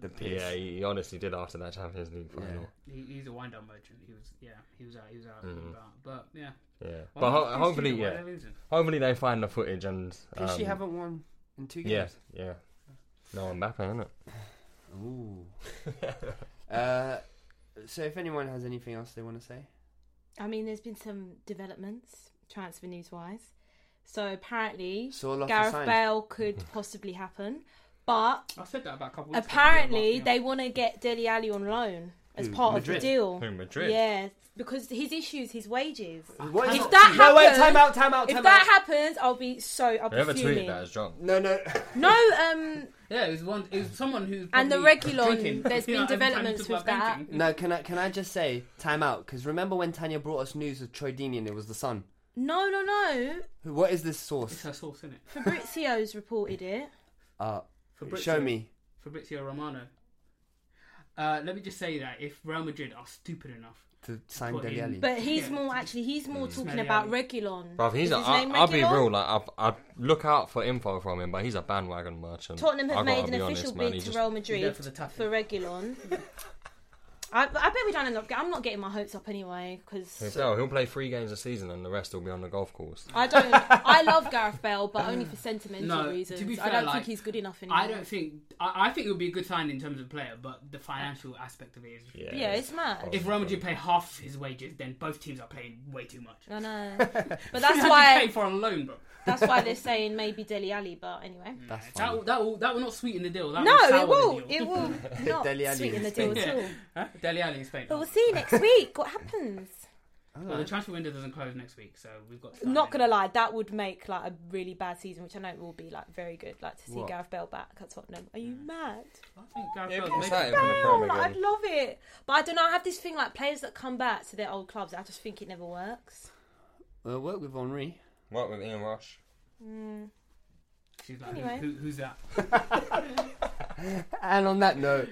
[SPEAKER 3] the piss.
[SPEAKER 5] yeah. He honestly did after that Champions League final.
[SPEAKER 6] He, he's a wind down merchant. He was yeah. He was out. He was out. and about. But yeah.
[SPEAKER 5] Yeah, Hmm. but
[SPEAKER 6] Why not
[SPEAKER 5] ho-
[SPEAKER 6] PSG?
[SPEAKER 5] hopefully,
[SPEAKER 6] Why
[SPEAKER 5] yeah.
[SPEAKER 6] they're losing?
[SPEAKER 5] Hopefully they find the footage and.
[SPEAKER 3] Because she
[SPEAKER 5] um,
[SPEAKER 3] haven't won in two
[SPEAKER 5] Yeah,
[SPEAKER 3] games.
[SPEAKER 5] yeah. No,
[SPEAKER 4] (laughs)
[SPEAKER 5] Mbappe, isn't it?
[SPEAKER 3] Ooh. uh, so if anyone has anything else they want to say,
[SPEAKER 4] I mean, there's been some developments transfer news wise. So apparently,
[SPEAKER 3] Saw a lot of
[SPEAKER 4] Gareth
[SPEAKER 3] signs.
[SPEAKER 4] Bale
[SPEAKER 3] (laughs)
[SPEAKER 4] could possibly happen, but
[SPEAKER 6] I said that about a couple. Weeks
[SPEAKER 4] apparently
[SPEAKER 6] ago,
[SPEAKER 4] they want to get Deli Ali on loan as part
[SPEAKER 3] Madrid?
[SPEAKER 4] of the deal.
[SPEAKER 5] Who, Madrid?
[SPEAKER 4] Yeah, because his issue is his wages.
[SPEAKER 3] What is-
[SPEAKER 4] If that
[SPEAKER 3] no, wait,
[SPEAKER 4] happens,
[SPEAKER 3] time out, time out,
[SPEAKER 4] if
[SPEAKER 3] time out.
[SPEAKER 4] that happens, I'll be so. I'll be
[SPEAKER 5] Whoever tweeted
[SPEAKER 4] fuming.
[SPEAKER 5] that is drunk.
[SPEAKER 3] no, no,
[SPEAKER 4] No, um,
[SPEAKER 6] Yeah, it was one. It was someone who
[SPEAKER 4] And the
[SPEAKER 6] probably
[SPEAKER 4] Regulon,
[SPEAKER 6] drinking. (laughs)
[SPEAKER 4] there's been
[SPEAKER 6] Yeah, and
[SPEAKER 4] developments
[SPEAKER 6] trying to
[SPEAKER 4] with that.
[SPEAKER 6] painting.
[SPEAKER 3] (laughs) no. Can I can I just say time out? Because remember when Tanya brought us news of Troy Deeney and it was the Sun.
[SPEAKER 4] no, no, no.
[SPEAKER 3] Who- What is this source?
[SPEAKER 6] It's her source, isn't it?
[SPEAKER 4] Fabrizio's reported it.
[SPEAKER 3] Uh,
[SPEAKER 6] Fabrizio.
[SPEAKER 3] show me.
[SPEAKER 6] Fabrizio Romano. Uh, let me just say that if Real Madrid are stupid enough,
[SPEAKER 3] to sign
[SPEAKER 6] Put
[SPEAKER 3] Deli
[SPEAKER 6] in-
[SPEAKER 3] Ali.
[SPEAKER 4] But he's
[SPEAKER 6] Yeah.
[SPEAKER 4] more actually he's more talking
[SPEAKER 6] Smelly
[SPEAKER 4] about
[SPEAKER 6] Ali.
[SPEAKER 4] Regulon.
[SPEAKER 5] Mm, Bruv, he's
[SPEAKER 4] Is
[SPEAKER 5] a,
[SPEAKER 4] his
[SPEAKER 5] I,
[SPEAKER 4] name
[SPEAKER 5] I'll be
[SPEAKER 4] Regulon?
[SPEAKER 5] real. Like I, I look out for info from him, but he's a bandwagon merchant.
[SPEAKER 4] Tottenham
[SPEAKER 5] I
[SPEAKER 4] have
[SPEAKER 5] gotta
[SPEAKER 4] made an
[SPEAKER 5] be
[SPEAKER 4] official
[SPEAKER 5] honest, man, he
[SPEAKER 4] bid to
[SPEAKER 5] just-
[SPEAKER 4] Real
[SPEAKER 6] there
[SPEAKER 4] Madrid
[SPEAKER 6] for
[SPEAKER 4] for,
[SPEAKER 6] the tapping.
[SPEAKER 4] Regulon.
[SPEAKER 5] (laughs)
[SPEAKER 4] I, I bet we don't end up. I'm not getting my hopes up anyway because
[SPEAKER 5] He'll, he'll play three games a season, and the rest will be on the golf course.
[SPEAKER 4] I don't.
[SPEAKER 5] (laughs)
[SPEAKER 4] I love Gareth Bale, but only for sentimental
[SPEAKER 6] No, to
[SPEAKER 4] reasons.
[SPEAKER 6] be
[SPEAKER 4] I
[SPEAKER 6] fair,
[SPEAKER 4] don't
[SPEAKER 6] like,
[SPEAKER 4] think he's good enough anymore.
[SPEAKER 6] I don't think. I, I think it would be a good sign in terms of player, but the financial aspect of it is.
[SPEAKER 4] Yeah, it's mad.
[SPEAKER 6] If Real Madrid pay half his wages, then both teams are paying way too much.
[SPEAKER 4] I
[SPEAKER 5] (laughs)
[SPEAKER 4] know, but that's
[SPEAKER 6] pay
[SPEAKER 4] why
[SPEAKER 6] for a loan, bro.
[SPEAKER 4] that's why they're saying maybe Deli Ali. But anyway,
[SPEAKER 5] Mm.
[SPEAKER 3] That's
[SPEAKER 6] That
[SPEAKER 3] fine.
[SPEAKER 6] will, that will that will not sweeten the deal. That
[SPEAKER 4] no,
[SPEAKER 6] will
[SPEAKER 4] it
[SPEAKER 6] sour
[SPEAKER 4] will.
[SPEAKER 6] The deal.
[SPEAKER 4] It
[SPEAKER 5] (laughs)
[SPEAKER 4] will not
[SPEAKER 3] Dele Alli
[SPEAKER 4] sweeten the
[SPEAKER 3] in
[SPEAKER 4] deal
[SPEAKER 3] Spain.
[SPEAKER 4] at all.
[SPEAKER 6] Huh? Dele Alli in Spain.
[SPEAKER 4] But we'll see you next week what happens.
[SPEAKER 6] Well, the transfer window doesn't close next week, so we've got.
[SPEAKER 4] (laughs)
[SPEAKER 6] time.
[SPEAKER 4] Not gonna lie, that would make like a really bad season, which I know it will be like very good. Like to see
[SPEAKER 3] What?
[SPEAKER 4] Gareth Bale back at Tottenham. Are you mad?
[SPEAKER 6] I think Gareth
[SPEAKER 5] Yeah,
[SPEAKER 6] Bale's
[SPEAKER 5] but
[SPEAKER 6] made
[SPEAKER 5] exciting
[SPEAKER 6] it.
[SPEAKER 5] for the
[SPEAKER 4] Bale,
[SPEAKER 5] Prem
[SPEAKER 4] like, I'd
[SPEAKER 5] again.
[SPEAKER 4] love it, but I don't know. I have this thing like players that come back to their old clubs. I just think it never works.
[SPEAKER 3] We'll work with
[SPEAKER 6] (laughs)
[SPEAKER 3] Henri. (laughs)
[SPEAKER 5] Work with Ian Rush.
[SPEAKER 6] She's like,
[SPEAKER 4] Anyway.
[SPEAKER 6] who, who, who's that?
[SPEAKER 3] And on that note,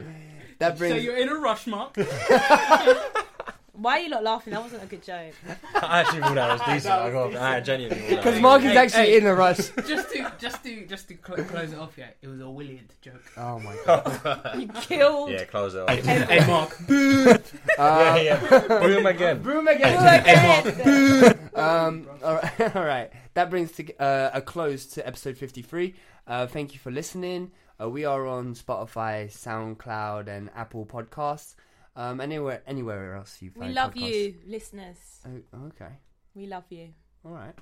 [SPEAKER 3] that
[SPEAKER 6] So
[SPEAKER 3] brings.
[SPEAKER 6] you're in a rush, Mark. (laughs)
[SPEAKER 4] Why are you not laughing? That wasn't a good joke.
[SPEAKER 5] (laughs) I actually thought that was decent. I, got, I genuinely thought that
[SPEAKER 3] Because
[SPEAKER 5] was
[SPEAKER 3] Mark is
[SPEAKER 6] Hey,
[SPEAKER 3] actually
[SPEAKER 6] hey.
[SPEAKER 3] in a rush.
[SPEAKER 5] (laughs)
[SPEAKER 6] just to just to just to cl- close it off. Yeah, it was a Williard joke.
[SPEAKER 3] Oh my god. (laughs)
[SPEAKER 4] You killed.
[SPEAKER 5] Yeah, close it off.
[SPEAKER 6] hey Mark,
[SPEAKER 5] yeah,
[SPEAKER 3] Uh,
[SPEAKER 5] (laughs)
[SPEAKER 3] (laughs)
[SPEAKER 5] yeah. Boom again.
[SPEAKER 3] Broom again.
[SPEAKER 4] Again.
[SPEAKER 3] Um, all right, (laughs) all right. That brings to, uh, a close to episode 53. Uh, thank you for listening. Uh, we are on Spotify, SoundCloud, and Apple Podcasts. Um, anywhere, anywhere else you
[SPEAKER 4] we
[SPEAKER 3] find
[SPEAKER 4] love
[SPEAKER 3] podcasts.
[SPEAKER 4] you, listeners.
[SPEAKER 3] Oh, okay.
[SPEAKER 4] We love you.
[SPEAKER 3] All right.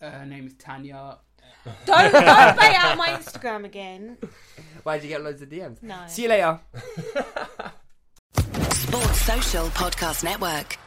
[SPEAKER 6] uh, her name is Tanya.
[SPEAKER 4] Don't don't bait out my Instagram again.
[SPEAKER 3] Why'd you get loads of DMs?
[SPEAKER 4] No.
[SPEAKER 3] See you later.
[SPEAKER 8] Sports Social Podcast Network.